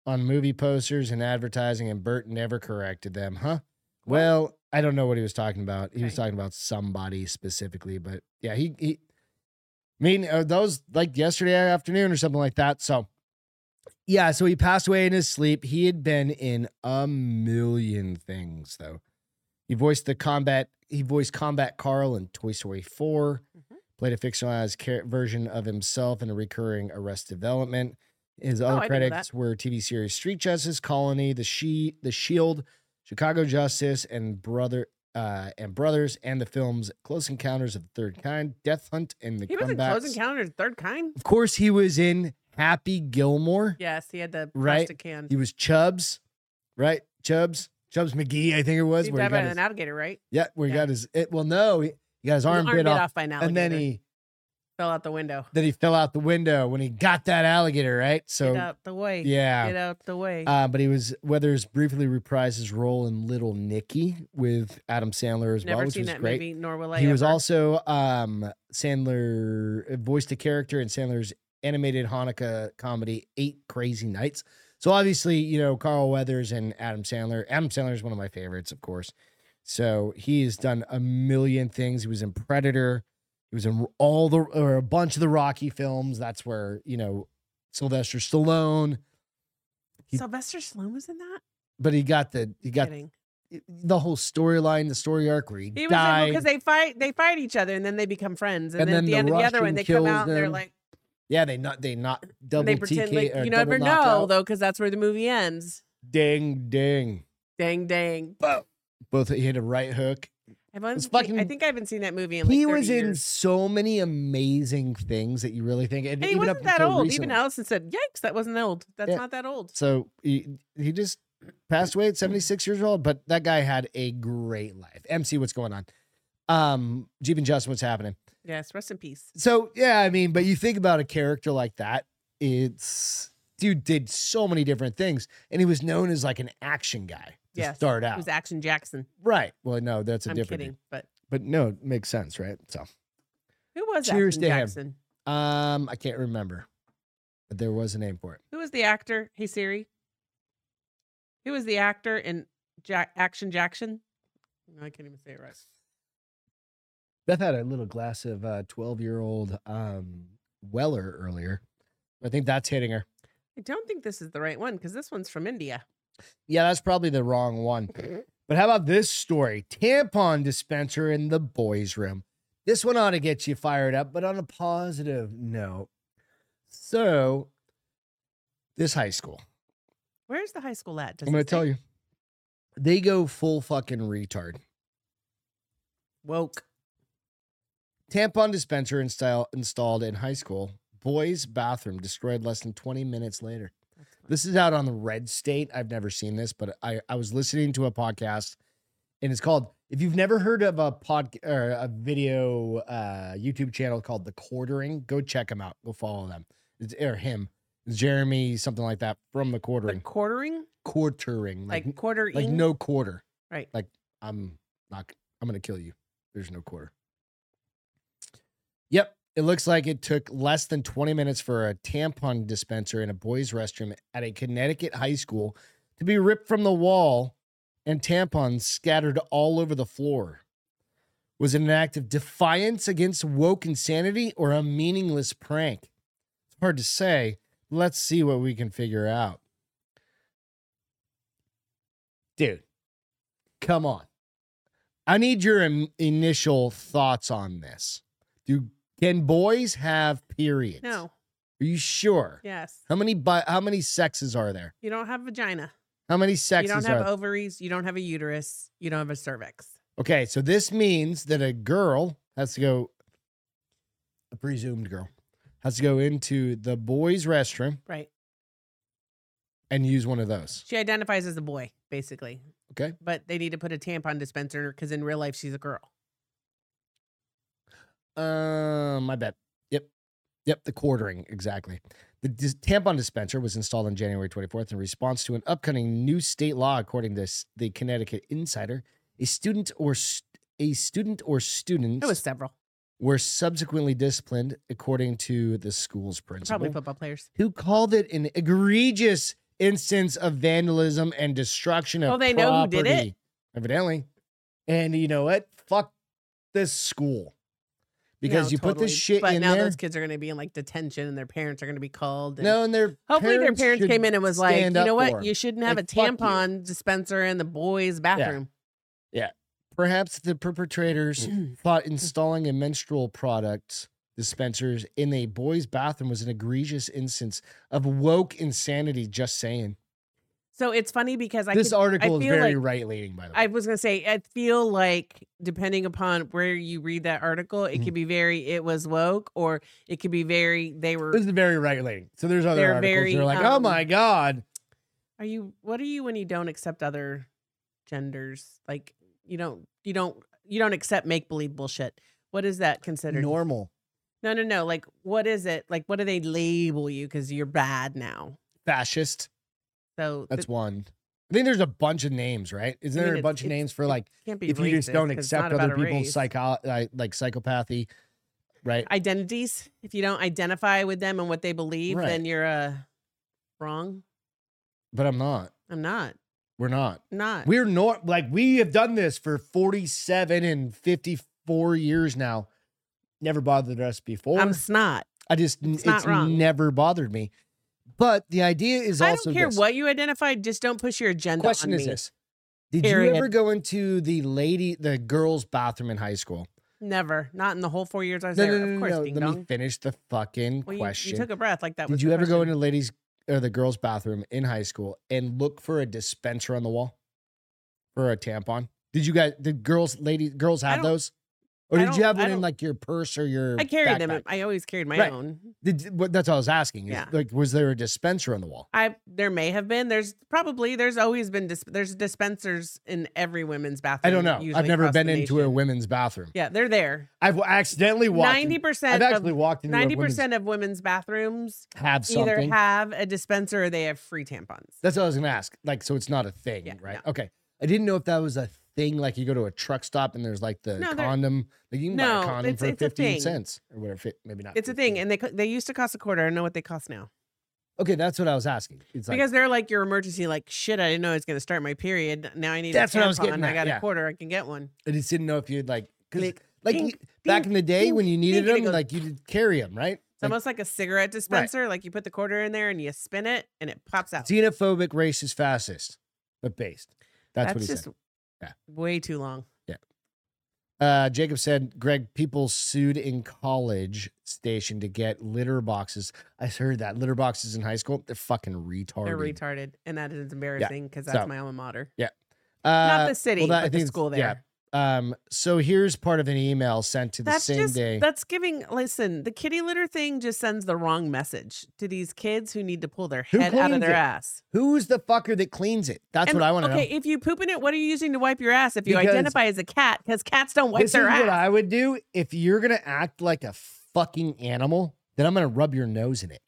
[SPEAKER 2] on movie posters and advertising, and Bert never corrected them, huh? Well, I don't know what he was talking about. He was
[SPEAKER 3] Okay.
[SPEAKER 2] talking about somebody specifically, but yeah, he he. I mean, uh, that was like yesterday afternoon or something like that. So, yeah, so he passed away in his sleep. He had been in a million things, though. He voiced the combat. He voiced Combat Carl in Toy Story 4
[SPEAKER 3] Mhm.
[SPEAKER 2] Played a fictionalized char- version of himself in a recurring Arrest Development. His
[SPEAKER 3] Oh, I
[SPEAKER 2] other
[SPEAKER 3] didn't know
[SPEAKER 2] credits were TV series Street Justice, Colony, The She, The Shield, Chicago Justice, and Brother uh, and Brothers, and the films Close Encounters of the Third Kind, Death Hunt, and The
[SPEAKER 3] He was in
[SPEAKER 2] Comebacks.
[SPEAKER 3] Close Encounters, Third Kind.
[SPEAKER 2] of course, he was in Happy Gilmore.
[SPEAKER 3] Yes, he had the
[SPEAKER 2] Right.
[SPEAKER 3] plastic can.
[SPEAKER 2] He was Chubbs, right? Chubbs, Chubbs McGee, I think it was.
[SPEAKER 3] He
[SPEAKER 2] where he
[SPEAKER 3] died by
[SPEAKER 2] got his,
[SPEAKER 3] an alligator, right?
[SPEAKER 2] yeah, where he
[SPEAKER 3] yeah.
[SPEAKER 2] got his. It, well, no, he, he got his arm, bit, off,
[SPEAKER 3] by an alligator.
[SPEAKER 2] and then he
[SPEAKER 3] fell out the window.
[SPEAKER 2] then he fell out the window when he got that alligator, right?
[SPEAKER 3] Get
[SPEAKER 2] So
[SPEAKER 3] out the way.
[SPEAKER 2] yeah,
[SPEAKER 3] Get out the way.
[SPEAKER 2] uh, but he was Weathers briefly reprised his role in Little Nicky with Adam Sandler as
[SPEAKER 3] Never
[SPEAKER 2] well, which
[SPEAKER 3] seen
[SPEAKER 2] was
[SPEAKER 3] that
[SPEAKER 2] great.
[SPEAKER 3] movie, nor will I.
[SPEAKER 2] he was
[SPEAKER 3] ever.
[SPEAKER 2] also um, Sandler uh, voiced a character in Sandler's animated Hanukkah comedy Eight Crazy Nights. So obviously, you know Carl Weathers and Adam Sandler. Adam Sandler is one of my favorites, of course. So he has done a million things. He was in Predator. He He was in all the or a bunch of the Rocky films. That's where you know Sylvester Stallone. He-
[SPEAKER 3] Sylvester Stallone was in that.
[SPEAKER 2] But he got the he got
[SPEAKER 3] Kidding.
[SPEAKER 2] the whole storyline, the story arc where he,
[SPEAKER 3] He was in
[SPEAKER 2] died.
[SPEAKER 3] because they fight. They fight each other, and then they become friends. And,
[SPEAKER 2] And
[SPEAKER 3] then, at
[SPEAKER 2] then
[SPEAKER 3] the,
[SPEAKER 2] the
[SPEAKER 3] end of the other one,
[SPEAKER 2] Russian
[SPEAKER 3] they come
[SPEAKER 2] kills
[SPEAKER 3] out. and They're
[SPEAKER 2] them.
[SPEAKER 3] like
[SPEAKER 2] yeah, they not they not double
[SPEAKER 3] they pretend
[SPEAKER 2] TK.
[SPEAKER 3] like
[SPEAKER 2] or
[SPEAKER 3] you never
[SPEAKER 2] double
[SPEAKER 3] know
[SPEAKER 2] knockout.
[SPEAKER 3] though, because that's where the movie ends.
[SPEAKER 2] Ding ding.
[SPEAKER 3] Dang, dang.
[SPEAKER 2] Both he hit a right hook.
[SPEAKER 3] I've only
[SPEAKER 2] It's
[SPEAKER 3] seen- I
[SPEAKER 2] fucking-
[SPEAKER 3] think I haven't seen that movie in like
[SPEAKER 2] He
[SPEAKER 3] 30
[SPEAKER 2] was in
[SPEAKER 3] years.
[SPEAKER 2] so many amazing things that you really think. And,
[SPEAKER 3] And he
[SPEAKER 2] even
[SPEAKER 3] wasn't
[SPEAKER 2] up
[SPEAKER 3] that
[SPEAKER 2] until
[SPEAKER 3] old.
[SPEAKER 2] recently.
[SPEAKER 3] Even Allison said, "Yikes, that wasn't old. That's
[SPEAKER 2] Yeah.
[SPEAKER 3] not that old."
[SPEAKER 2] So he he just passed away at 76 years old, but that guy had a great life. MC, what's going on? Um, Jeep and Justin, what's happening?
[SPEAKER 3] Yes, rest in peace.
[SPEAKER 2] So yeah, I mean, but you think about a character like that, it's dude did so many different things, and he was known as like an action guy to
[SPEAKER 3] Yes,
[SPEAKER 2] start
[SPEAKER 3] It
[SPEAKER 2] out.
[SPEAKER 3] was Action Jackson.
[SPEAKER 2] right. Well, no, that's a
[SPEAKER 3] I'm
[SPEAKER 2] different
[SPEAKER 3] kidding, but
[SPEAKER 2] but no, it makes sense, right? So
[SPEAKER 3] who was
[SPEAKER 2] Cheers
[SPEAKER 3] Action
[SPEAKER 2] to him.
[SPEAKER 3] Jackson?
[SPEAKER 2] um I can't remember. But there was a name for it.
[SPEAKER 3] Who was the actor? Hey Siri. Who was the actor in Jack Action Jackson? No, I can't even say it right.
[SPEAKER 2] Beth had a little glass of uh, 12 year old um, Weller earlier. I think that's hitting her.
[SPEAKER 3] I don't think this is the right one because this one's from India.
[SPEAKER 2] Yeah, that's probably the wrong one.
[SPEAKER 3] Mm-hmm.
[SPEAKER 2] But how about this story? Tampon dispenser in the boys' room. This one ought to get you fired up, but on a positive note. So, this high school,
[SPEAKER 3] Where's the high school at? Does
[SPEAKER 2] I'm
[SPEAKER 3] it
[SPEAKER 2] going to
[SPEAKER 3] say?
[SPEAKER 2] tell you, they go full fucking retard.
[SPEAKER 3] Woke.
[SPEAKER 2] Tampon dispenser install, installed in high school. Boys' bathroom destroyed less than 20 minutes later.
[SPEAKER 3] That's fine.
[SPEAKER 2] This is out on the Red State. I've never seen this, but I, I was listening to a podcast and it's called, if you've never heard of a pod or a video uh, YouTube channel called The Quartering, go check them out. Go follow them. It's, or him, Jeremy, something like that from The
[SPEAKER 3] Like
[SPEAKER 2] Quartering.
[SPEAKER 3] quartering,
[SPEAKER 2] Quartering.
[SPEAKER 3] like,
[SPEAKER 2] Like, like,
[SPEAKER 3] quartering.
[SPEAKER 2] no quarter.
[SPEAKER 3] Right.
[SPEAKER 2] Like I'm not, I'm going to kill you. There's no quarter. Yep. It looks like it took less than 20 minutes for a tampon dispenser in a boys' restroom at a Connecticut high school to be ripped from the wall and tampons scattered all over the floor. Was it an act of defiance against woke insanity or a meaningless prank? It's hard to say. Let's see what we can figure out. Dude, come on. I need your im- initial thoughts on this. Do can boys have periods?
[SPEAKER 3] No.
[SPEAKER 2] Are you sure?
[SPEAKER 3] Yes.
[SPEAKER 2] How many bi- how many sexes are there?
[SPEAKER 3] You don't have vagina.
[SPEAKER 2] How many sexes
[SPEAKER 3] you don't
[SPEAKER 2] are
[SPEAKER 3] have
[SPEAKER 2] there?
[SPEAKER 3] ovaries. You don't have a uterus. You don't have a cervix.
[SPEAKER 2] Okay, so this means that a girl has to go, a presumed girl, has to go into the boys' restroom
[SPEAKER 3] Right.
[SPEAKER 2] and use one of those.
[SPEAKER 3] She identifies as a boy, basically.
[SPEAKER 2] Okay.
[SPEAKER 3] But they need to put a tampon dispenser because in real life she's a girl.
[SPEAKER 2] Um, I bet. Yep. Yep, the quartering, exactly. The dis- tampon dispenser was installed on January 24th in response to an upcoming new state law, according to s- the Connecticut Insider. A student or st- a student or students
[SPEAKER 3] It was several.
[SPEAKER 2] were subsequently disciplined, according to the school's
[SPEAKER 3] Probably
[SPEAKER 2] principal.
[SPEAKER 3] football players.
[SPEAKER 2] who called it an egregious instance of vandalism and destruction of
[SPEAKER 3] Well, Oh, they know who
[SPEAKER 2] property.
[SPEAKER 3] did it.
[SPEAKER 2] Evidently. And you know what? Fuck this school. Because
[SPEAKER 3] No,
[SPEAKER 2] you put this
[SPEAKER 3] totally.
[SPEAKER 2] shit
[SPEAKER 3] but
[SPEAKER 2] in
[SPEAKER 3] now
[SPEAKER 2] there.
[SPEAKER 3] those kids are going to be in like detention and their parents are going to be called. And
[SPEAKER 2] No, and their
[SPEAKER 3] Hopefully
[SPEAKER 2] parents
[SPEAKER 3] their parents
[SPEAKER 2] should
[SPEAKER 3] came in and was like, you
[SPEAKER 2] stand up
[SPEAKER 3] know
[SPEAKER 2] for 'em."
[SPEAKER 3] what? You shouldn't have
[SPEAKER 2] Like,
[SPEAKER 3] a
[SPEAKER 2] fuck you."
[SPEAKER 3] tampon dispenser in the boys' bathroom.
[SPEAKER 2] Perhaps the perpetrators thought installing a menstrual product dispensers in a boy's bathroom was an egregious instance of woke insanity. Just saying.
[SPEAKER 3] so it's funny because I
[SPEAKER 2] this
[SPEAKER 3] could-
[SPEAKER 2] article is
[SPEAKER 3] feel
[SPEAKER 2] very
[SPEAKER 3] like
[SPEAKER 2] right leaning, by the way.
[SPEAKER 3] I was gonna say, I feel like depending upon where you read that article, it
[SPEAKER 2] Mhm.
[SPEAKER 3] could be very it was woke, or it could be very they were.
[SPEAKER 2] This is very right leaning. So there's other
[SPEAKER 3] They're
[SPEAKER 2] articles. that
[SPEAKER 3] very,
[SPEAKER 2] are like, oh
[SPEAKER 3] um,
[SPEAKER 2] my god,
[SPEAKER 3] Are you? What are you when you don't accept other genders? Like you don't you don't you don't accept make believe bullshit. What is that considered?
[SPEAKER 2] normal,
[SPEAKER 3] no, no, no. Like what is it? Like what do they label you because you're bad now?
[SPEAKER 2] fascist.
[SPEAKER 3] So
[SPEAKER 2] That's
[SPEAKER 3] that
[SPEAKER 2] one. I think there's a bunch of names, right? Isn't
[SPEAKER 3] I mean,
[SPEAKER 2] there a
[SPEAKER 3] it's-
[SPEAKER 2] bunch of
[SPEAKER 3] it's-
[SPEAKER 2] names for
[SPEAKER 3] it
[SPEAKER 2] like
[SPEAKER 3] can't be.
[SPEAKER 2] if you just
[SPEAKER 3] racist
[SPEAKER 2] don't
[SPEAKER 3] 'cause it's
[SPEAKER 2] accept
[SPEAKER 3] not about
[SPEAKER 2] other
[SPEAKER 3] a
[SPEAKER 2] people's
[SPEAKER 3] race.
[SPEAKER 2] psycho like, like psychopathy, right?
[SPEAKER 3] identities. If you don't identify with them and what they believe,
[SPEAKER 2] Right.
[SPEAKER 3] then you're uh, wrong.
[SPEAKER 2] But I'm not.
[SPEAKER 3] I'm not.
[SPEAKER 2] We're not.
[SPEAKER 3] Not.
[SPEAKER 2] We're not like we have done this for 47 and 54 years now. Never bothered us before.
[SPEAKER 3] I'm snot.
[SPEAKER 2] I just
[SPEAKER 3] It's
[SPEAKER 2] it's,
[SPEAKER 3] not wrong.
[SPEAKER 2] never bothered me. But the idea is
[SPEAKER 3] I
[SPEAKER 2] also
[SPEAKER 3] don't care
[SPEAKER 2] this.
[SPEAKER 3] what you identify. Just don't push your agenda
[SPEAKER 2] question
[SPEAKER 3] on
[SPEAKER 2] is
[SPEAKER 3] me.
[SPEAKER 2] this. Did
[SPEAKER 3] Period.
[SPEAKER 2] you ever go into the lady the girls bathroom in high school?
[SPEAKER 3] Never. Not in the whole four years I was
[SPEAKER 2] No,
[SPEAKER 3] there.
[SPEAKER 2] no, no,
[SPEAKER 3] of
[SPEAKER 2] no,
[SPEAKER 3] course,
[SPEAKER 2] no.
[SPEAKER 3] ding
[SPEAKER 2] Let
[SPEAKER 3] dong.
[SPEAKER 2] me finish the fucking
[SPEAKER 3] Well, you-
[SPEAKER 2] question.
[SPEAKER 3] You, took a breath like that.
[SPEAKER 2] Did you ever go into the ladies or the girls bathroom in high school and look for a dispenser on the wall for a tampon? Did you guys did girls ladies girls
[SPEAKER 3] I
[SPEAKER 2] have
[SPEAKER 3] don't-
[SPEAKER 2] those? Or
[SPEAKER 3] I
[SPEAKER 2] did you
[SPEAKER 3] don't-
[SPEAKER 2] have
[SPEAKER 3] I
[SPEAKER 2] one in
[SPEAKER 3] don't-
[SPEAKER 2] like your purse or your
[SPEAKER 3] I carried
[SPEAKER 2] backpack?
[SPEAKER 3] them. I always carried my
[SPEAKER 2] Right.
[SPEAKER 3] own.
[SPEAKER 2] Did, what, that's what I was asking. is,
[SPEAKER 3] Yeah.
[SPEAKER 2] Like, was there a dispenser on the wall?
[SPEAKER 3] I there may have been. There's probably there's always been dis- there's dispensers in every women's bathroom.
[SPEAKER 2] I don't know. I've
[SPEAKER 3] usually
[SPEAKER 2] never
[SPEAKER 3] across the
[SPEAKER 2] been into a
[SPEAKER 3] nation.
[SPEAKER 2] women's bathroom.
[SPEAKER 3] Yeah, they're there.
[SPEAKER 2] I've accidentally walked. in-
[SPEAKER 3] Ninety
[SPEAKER 2] I've
[SPEAKER 3] percent
[SPEAKER 2] actually
[SPEAKER 3] of
[SPEAKER 2] walked into
[SPEAKER 3] ninety
[SPEAKER 2] ninety
[SPEAKER 3] percent of women's bathrooms
[SPEAKER 2] have
[SPEAKER 3] either
[SPEAKER 2] something.
[SPEAKER 3] have a dispenser or they have free tampons.
[SPEAKER 2] That's what I was gonna ask. Like, so it's not a thing,
[SPEAKER 3] Yeah,
[SPEAKER 2] right? Okay. I didn't know if that was a thing. Like, you go to a truck stop and there's like the
[SPEAKER 3] No, they're-
[SPEAKER 2] condom. Like, you can buy
[SPEAKER 3] No,
[SPEAKER 2] a condom
[SPEAKER 3] it's-
[SPEAKER 2] for
[SPEAKER 3] it's a
[SPEAKER 2] fifteen
[SPEAKER 3] thing.
[SPEAKER 2] cents or whatever. fi- Maybe not.
[SPEAKER 3] It's a thing,
[SPEAKER 2] 15.
[SPEAKER 3] and they co- they used to cost a quarter. I don't know what they cost now
[SPEAKER 2] okay, that's what I was asking. It's like
[SPEAKER 3] because they're like your emergency. Like shit, I didn't know I was going to start my period. Now I need.
[SPEAKER 2] That's
[SPEAKER 3] a
[SPEAKER 2] what I was
[SPEAKER 3] tampon.
[SPEAKER 2] getting
[SPEAKER 3] I
[SPEAKER 2] at,
[SPEAKER 3] got
[SPEAKER 2] yeah.
[SPEAKER 3] a quarter. I can get one.
[SPEAKER 2] I just didn't know if you'd like because
[SPEAKER 3] Click,
[SPEAKER 2] like
[SPEAKER 3] pink,
[SPEAKER 2] you- back
[SPEAKER 3] pink,
[SPEAKER 2] in the day when you needed
[SPEAKER 3] pink, and it
[SPEAKER 2] them,
[SPEAKER 3] goes-
[SPEAKER 2] like you did carry them, right?
[SPEAKER 3] It's almost like a cigarette dispenser. Like you put the quarter in there and you spin it and it pops out.
[SPEAKER 2] xenophobic, racist, fascist, but based. That's, what he
[SPEAKER 3] just
[SPEAKER 2] said. Yeah.
[SPEAKER 3] way too long.
[SPEAKER 2] Uh, Jacob said, Greg, people sued in college station to get litter boxes. I heard that litter boxes in high school, they're fucking retarded.
[SPEAKER 3] They're retarded, and that is embarrassing because that's
[SPEAKER 2] so-
[SPEAKER 3] my alma mater.
[SPEAKER 2] Uh,
[SPEAKER 3] Not the city,
[SPEAKER 2] well, that- I
[SPEAKER 3] but
[SPEAKER 2] think
[SPEAKER 3] the
[SPEAKER 2] it's-
[SPEAKER 3] school there.
[SPEAKER 2] yeah, um, so here's part of an email sent to the
[SPEAKER 3] that's
[SPEAKER 2] same
[SPEAKER 3] just
[SPEAKER 2] day.
[SPEAKER 3] that's giving. Listen, the kitty litter thing just sends the wrong message to these kids who need to pull their
[SPEAKER 2] Who
[SPEAKER 3] head out of
[SPEAKER 2] cleans
[SPEAKER 3] their
[SPEAKER 2] it?
[SPEAKER 3] ass.
[SPEAKER 2] Who's the fucker that cleans it? That's
[SPEAKER 3] And,
[SPEAKER 2] what I want to
[SPEAKER 3] Okay,
[SPEAKER 2] know.
[SPEAKER 3] if you poop in it, what are you using to wipe your ass? If you
[SPEAKER 2] Because-
[SPEAKER 3] identify as a cat, because cats don't wipe
[SPEAKER 2] This is
[SPEAKER 3] their ass.
[SPEAKER 2] what I would do if you're gonna act like a fucking animal. Then I'm gonna rub your nose in it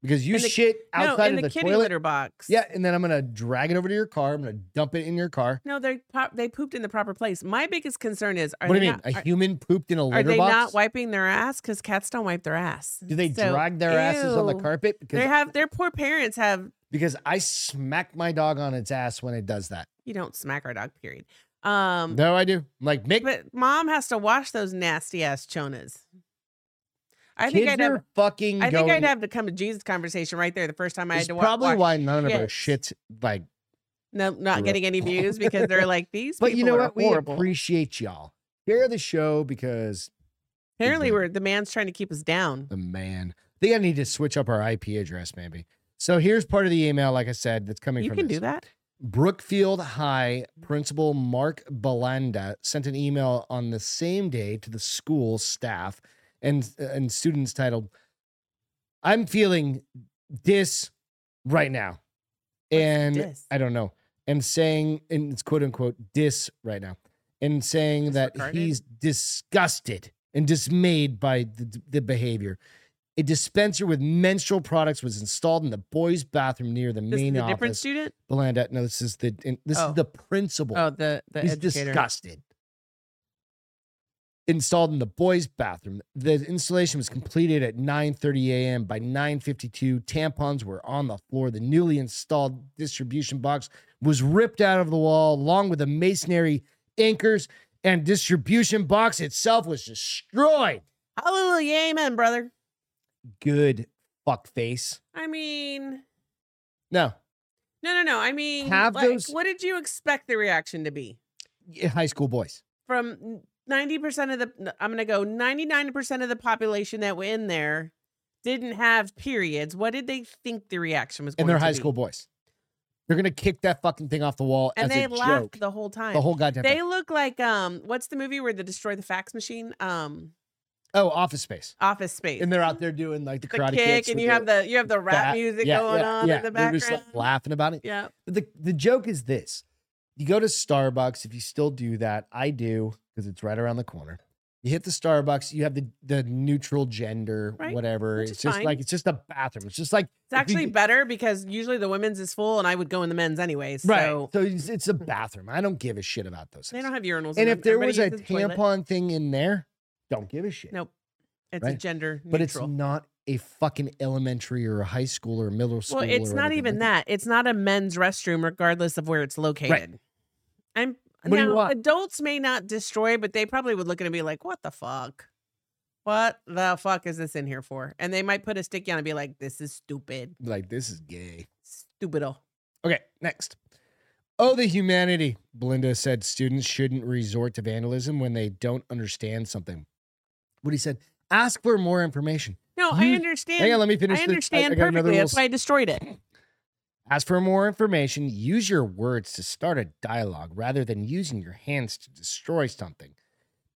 [SPEAKER 2] because you
[SPEAKER 3] In the-
[SPEAKER 2] shit
[SPEAKER 3] no,
[SPEAKER 2] outside
[SPEAKER 3] in
[SPEAKER 2] of
[SPEAKER 3] the,
[SPEAKER 2] the,
[SPEAKER 3] kitty
[SPEAKER 2] toilet.
[SPEAKER 3] litter box.
[SPEAKER 2] Yeah, and then I'm gonna drag it over to your car. I'm gonna dump it in your car.
[SPEAKER 3] No, they po- they pooped in the proper place. My biggest concern is: are
[SPEAKER 2] what do
[SPEAKER 3] they
[SPEAKER 2] you mean?
[SPEAKER 3] not,
[SPEAKER 2] a
[SPEAKER 3] are-
[SPEAKER 2] human pooped in a
[SPEAKER 3] are,
[SPEAKER 2] litter
[SPEAKER 3] they
[SPEAKER 2] box?
[SPEAKER 3] not wiping their ass? Because cats don't wipe their ass.
[SPEAKER 2] do they
[SPEAKER 3] So,
[SPEAKER 2] drag their asses on the
[SPEAKER 3] ew.
[SPEAKER 2] carpet? Because
[SPEAKER 3] They have their poor parents have
[SPEAKER 2] because I smack my dog on its ass when it does that.
[SPEAKER 3] you don't smack our dog period um
[SPEAKER 2] no, I do. I'm like make
[SPEAKER 3] but mom has to wash those nasty ass chonas i
[SPEAKER 2] kids
[SPEAKER 3] think i'd
[SPEAKER 2] are
[SPEAKER 3] have
[SPEAKER 2] fucking.
[SPEAKER 3] i think
[SPEAKER 2] going-
[SPEAKER 3] i'd have to come to jesus conversation right there the first time i had
[SPEAKER 2] It's
[SPEAKER 3] to wa-
[SPEAKER 2] probably
[SPEAKER 3] wash.
[SPEAKER 2] why none of our shits
[SPEAKER 3] shits.
[SPEAKER 2] like.
[SPEAKER 3] no not getting any views because they're like these
[SPEAKER 2] But
[SPEAKER 3] people
[SPEAKER 2] you know
[SPEAKER 3] are
[SPEAKER 2] what? We
[SPEAKER 3] horrible
[SPEAKER 2] appreciate y'all. Share the show because
[SPEAKER 3] apparently we're the man's trying to keep us down
[SPEAKER 2] the man. I think I need to switch up our IP address, maybe. So here's part of the email, like I said, that's coming
[SPEAKER 3] you
[SPEAKER 2] from
[SPEAKER 3] can
[SPEAKER 2] this.
[SPEAKER 3] do that
[SPEAKER 2] Brookfield High Principal Mark Belanda sent an email on the same day to the school staff and and students titled I'm feeling this right now. and
[SPEAKER 3] dis?
[SPEAKER 2] I don't know. And saying and it's quote unquote dis right now. And saying
[SPEAKER 3] Just
[SPEAKER 2] that
[SPEAKER 3] retarded?
[SPEAKER 2] he's disgusted and dismayed by the, the behavior. A dispenser with menstrual products was installed in the boys' bathroom near the
[SPEAKER 3] this is a
[SPEAKER 2] main
[SPEAKER 3] different
[SPEAKER 2] office.
[SPEAKER 3] student
[SPEAKER 2] Belanda. uh, No, this is the in- this
[SPEAKER 3] Oh.
[SPEAKER 2] is the principal.
[SPEAKER 3] oh the the
[SPEAKER 2] He's
[SPEAKER 3] educator
[SPEAKER 2] disgusted. Installed in the boys' bathroom. The installation was completed at 9:30 a.m. By 9:52, tampons were on the floor. The newly installed distribution box was ripped out of the wall, along with the masonry anchors and distribution box itself was destroyed.
[SPEAKER 3] hallelujah amen brother
[SPEAKER 2] Good fuck face.
[SPEAKER 3] i mean
[SPEAKER 2] No,
[SPEAKER 3] no no no i mean
[SPEAKER 2] Have
[SPEAKER 3] like,
[SPEAKER 2] those-
[SPEAKER 3] what did you expect the reaction to be
[SPEAKER 2] yeah, high school boys.
[SPEAKER 3] from 90% of the n- I'm going to go 99% of the population that were in there didn't have periods. What did they think the reaction was going
[SPEAKER 2] And they're
[SPEAKER 3] to
[SPEAKER 2] high
[SPEAKER 3] be?
[SPEAKER 2] school boys. They're gonna kick that fucking thing off the wall as
[SPEAKER 3] and they
[SPEAKER 2] a
[SPEAKER 3] laughed
[SPEAKER 2] joke.
[SPEAKER 3] the whole time.
[SPEAKER 2] The whole goddamn thing.
[SPEAKER 3] they look like um what's the movie where they destroy the fax machine? Um
[SPEAKER 2] Oh, Office Space.
[SPEAKER 3] Office Space.
[SPEAKER 2] And they're out there doing like the,
[SPEAKER 3] the
[SPEAKER 2] karate
[SPEAKER 3] kick
[SPEAKER 2] kicks
[SPEAKER 3] and
[SPEAKER 2] with
[SPEAKER 3] you have the you have the rap
[SPEAKER 2] bat-
[SPEAKER 3] music
[SPEAKER 2] yeah,
[SPEAKER 3] going
[SPEAKER 2] yeah,
[SPEAKER 3] on
[SPEAKER 2] yeah.
[SPEAKER 3] in the
[SPEAKER 2] They're
[SPEAKER 3] background.
[SPEAKER 2] just like laughing about it.
[SPEAKER 3] yeah.
[SPEAKER 2] But the the joke is this: you go to Starbucks if you still do that. I do because it's right around the corner. You hit the Starbucks. You have the the neutral gender,
[SPEAKER 3] Right,
[SPEAKER 2] whatever.
[SPEAKER 3] which
[SPEAKER 2] It's
[SPEAKER 3] is
[SPEAKER 2] just
[SPEAKER 3] fine.
[SPEAKER 2] like it's just a bathroom. It's just like
[SPEAKER 3] It's
[SPEAKER 2] if you
[SPEAKER 3] actually
[SPEAKER 2] get-
[SPEAKER 3] better because usually the women's is full and I would go in the men's anyway. So
[SPEAKER 2] right. So, it's, it's a bathroom. I don't give a shit about those.
[SPEAKER 3] they
[SPEAKER 2] things.
[SPEAKER 3] don't have urinals. in
[SPEAKER 2] and
[SPEAKER 3] them.
[SPEAKER 2] if there was
[SPEAKER 3] Everybody
[SPEAKER 2] a
[SPEAKER 3] uses the toilet.
[SPEAKER 2] tampon thing in there, don't give a shit.
[SPEAKER 3] Nope. It's a
[SPEAKER 2] Right.
[SPEAKER 3] gender neutral.
[SPEAKER 2] but it's not a fucking elementary or a high school or a middle school.
[SPEAKER 3] Well, it's
[SPEAKER 2] or
[SPEAKER 3] not
[SPEAKER 2] anything
[SPEAKER 3] even
[SPEAKER 2] like
[SPEAKER 3] that. It's not a men's restroom, regardless of where it's located. I'm
[SPEAKER 2] What do you
[SPEAKER 3] now
[SPEAKER 2] want?
[SPEAKER 3] adults may not destroy, but they probably would look at it and be like, "What the fuck?" what the fuck is this in here for? And they might put a sticky on and be like, this is stupid.
[SPEAKER 2] Like this is gay.
[SPEAKER 3] Stupido.
[SPEAKER 2] Okay, next. Oh, the humanity. Belinda said students shouldn't resort to vandalism when they don't understand something. What he said, ask for more information.
[SPEAKER 3] No,
[SPEAKER 2] You-
[SPEAKER 3] I understand.
[SPEAKER 2] Hang on, let me finish.
[SPEAKER 3] I
[SPEAKER 2] this.
[SPEAKER 3] understand
[SPEAKER 2] got another
[SPEAKER 3] perfectly.
[SPEAKER 2] little
[SPEAKER 3] That's why I destroyed it.
[SPEAKER 2] Ask for more information. Use your words to start a dialogue rather than using your hands to destroy something.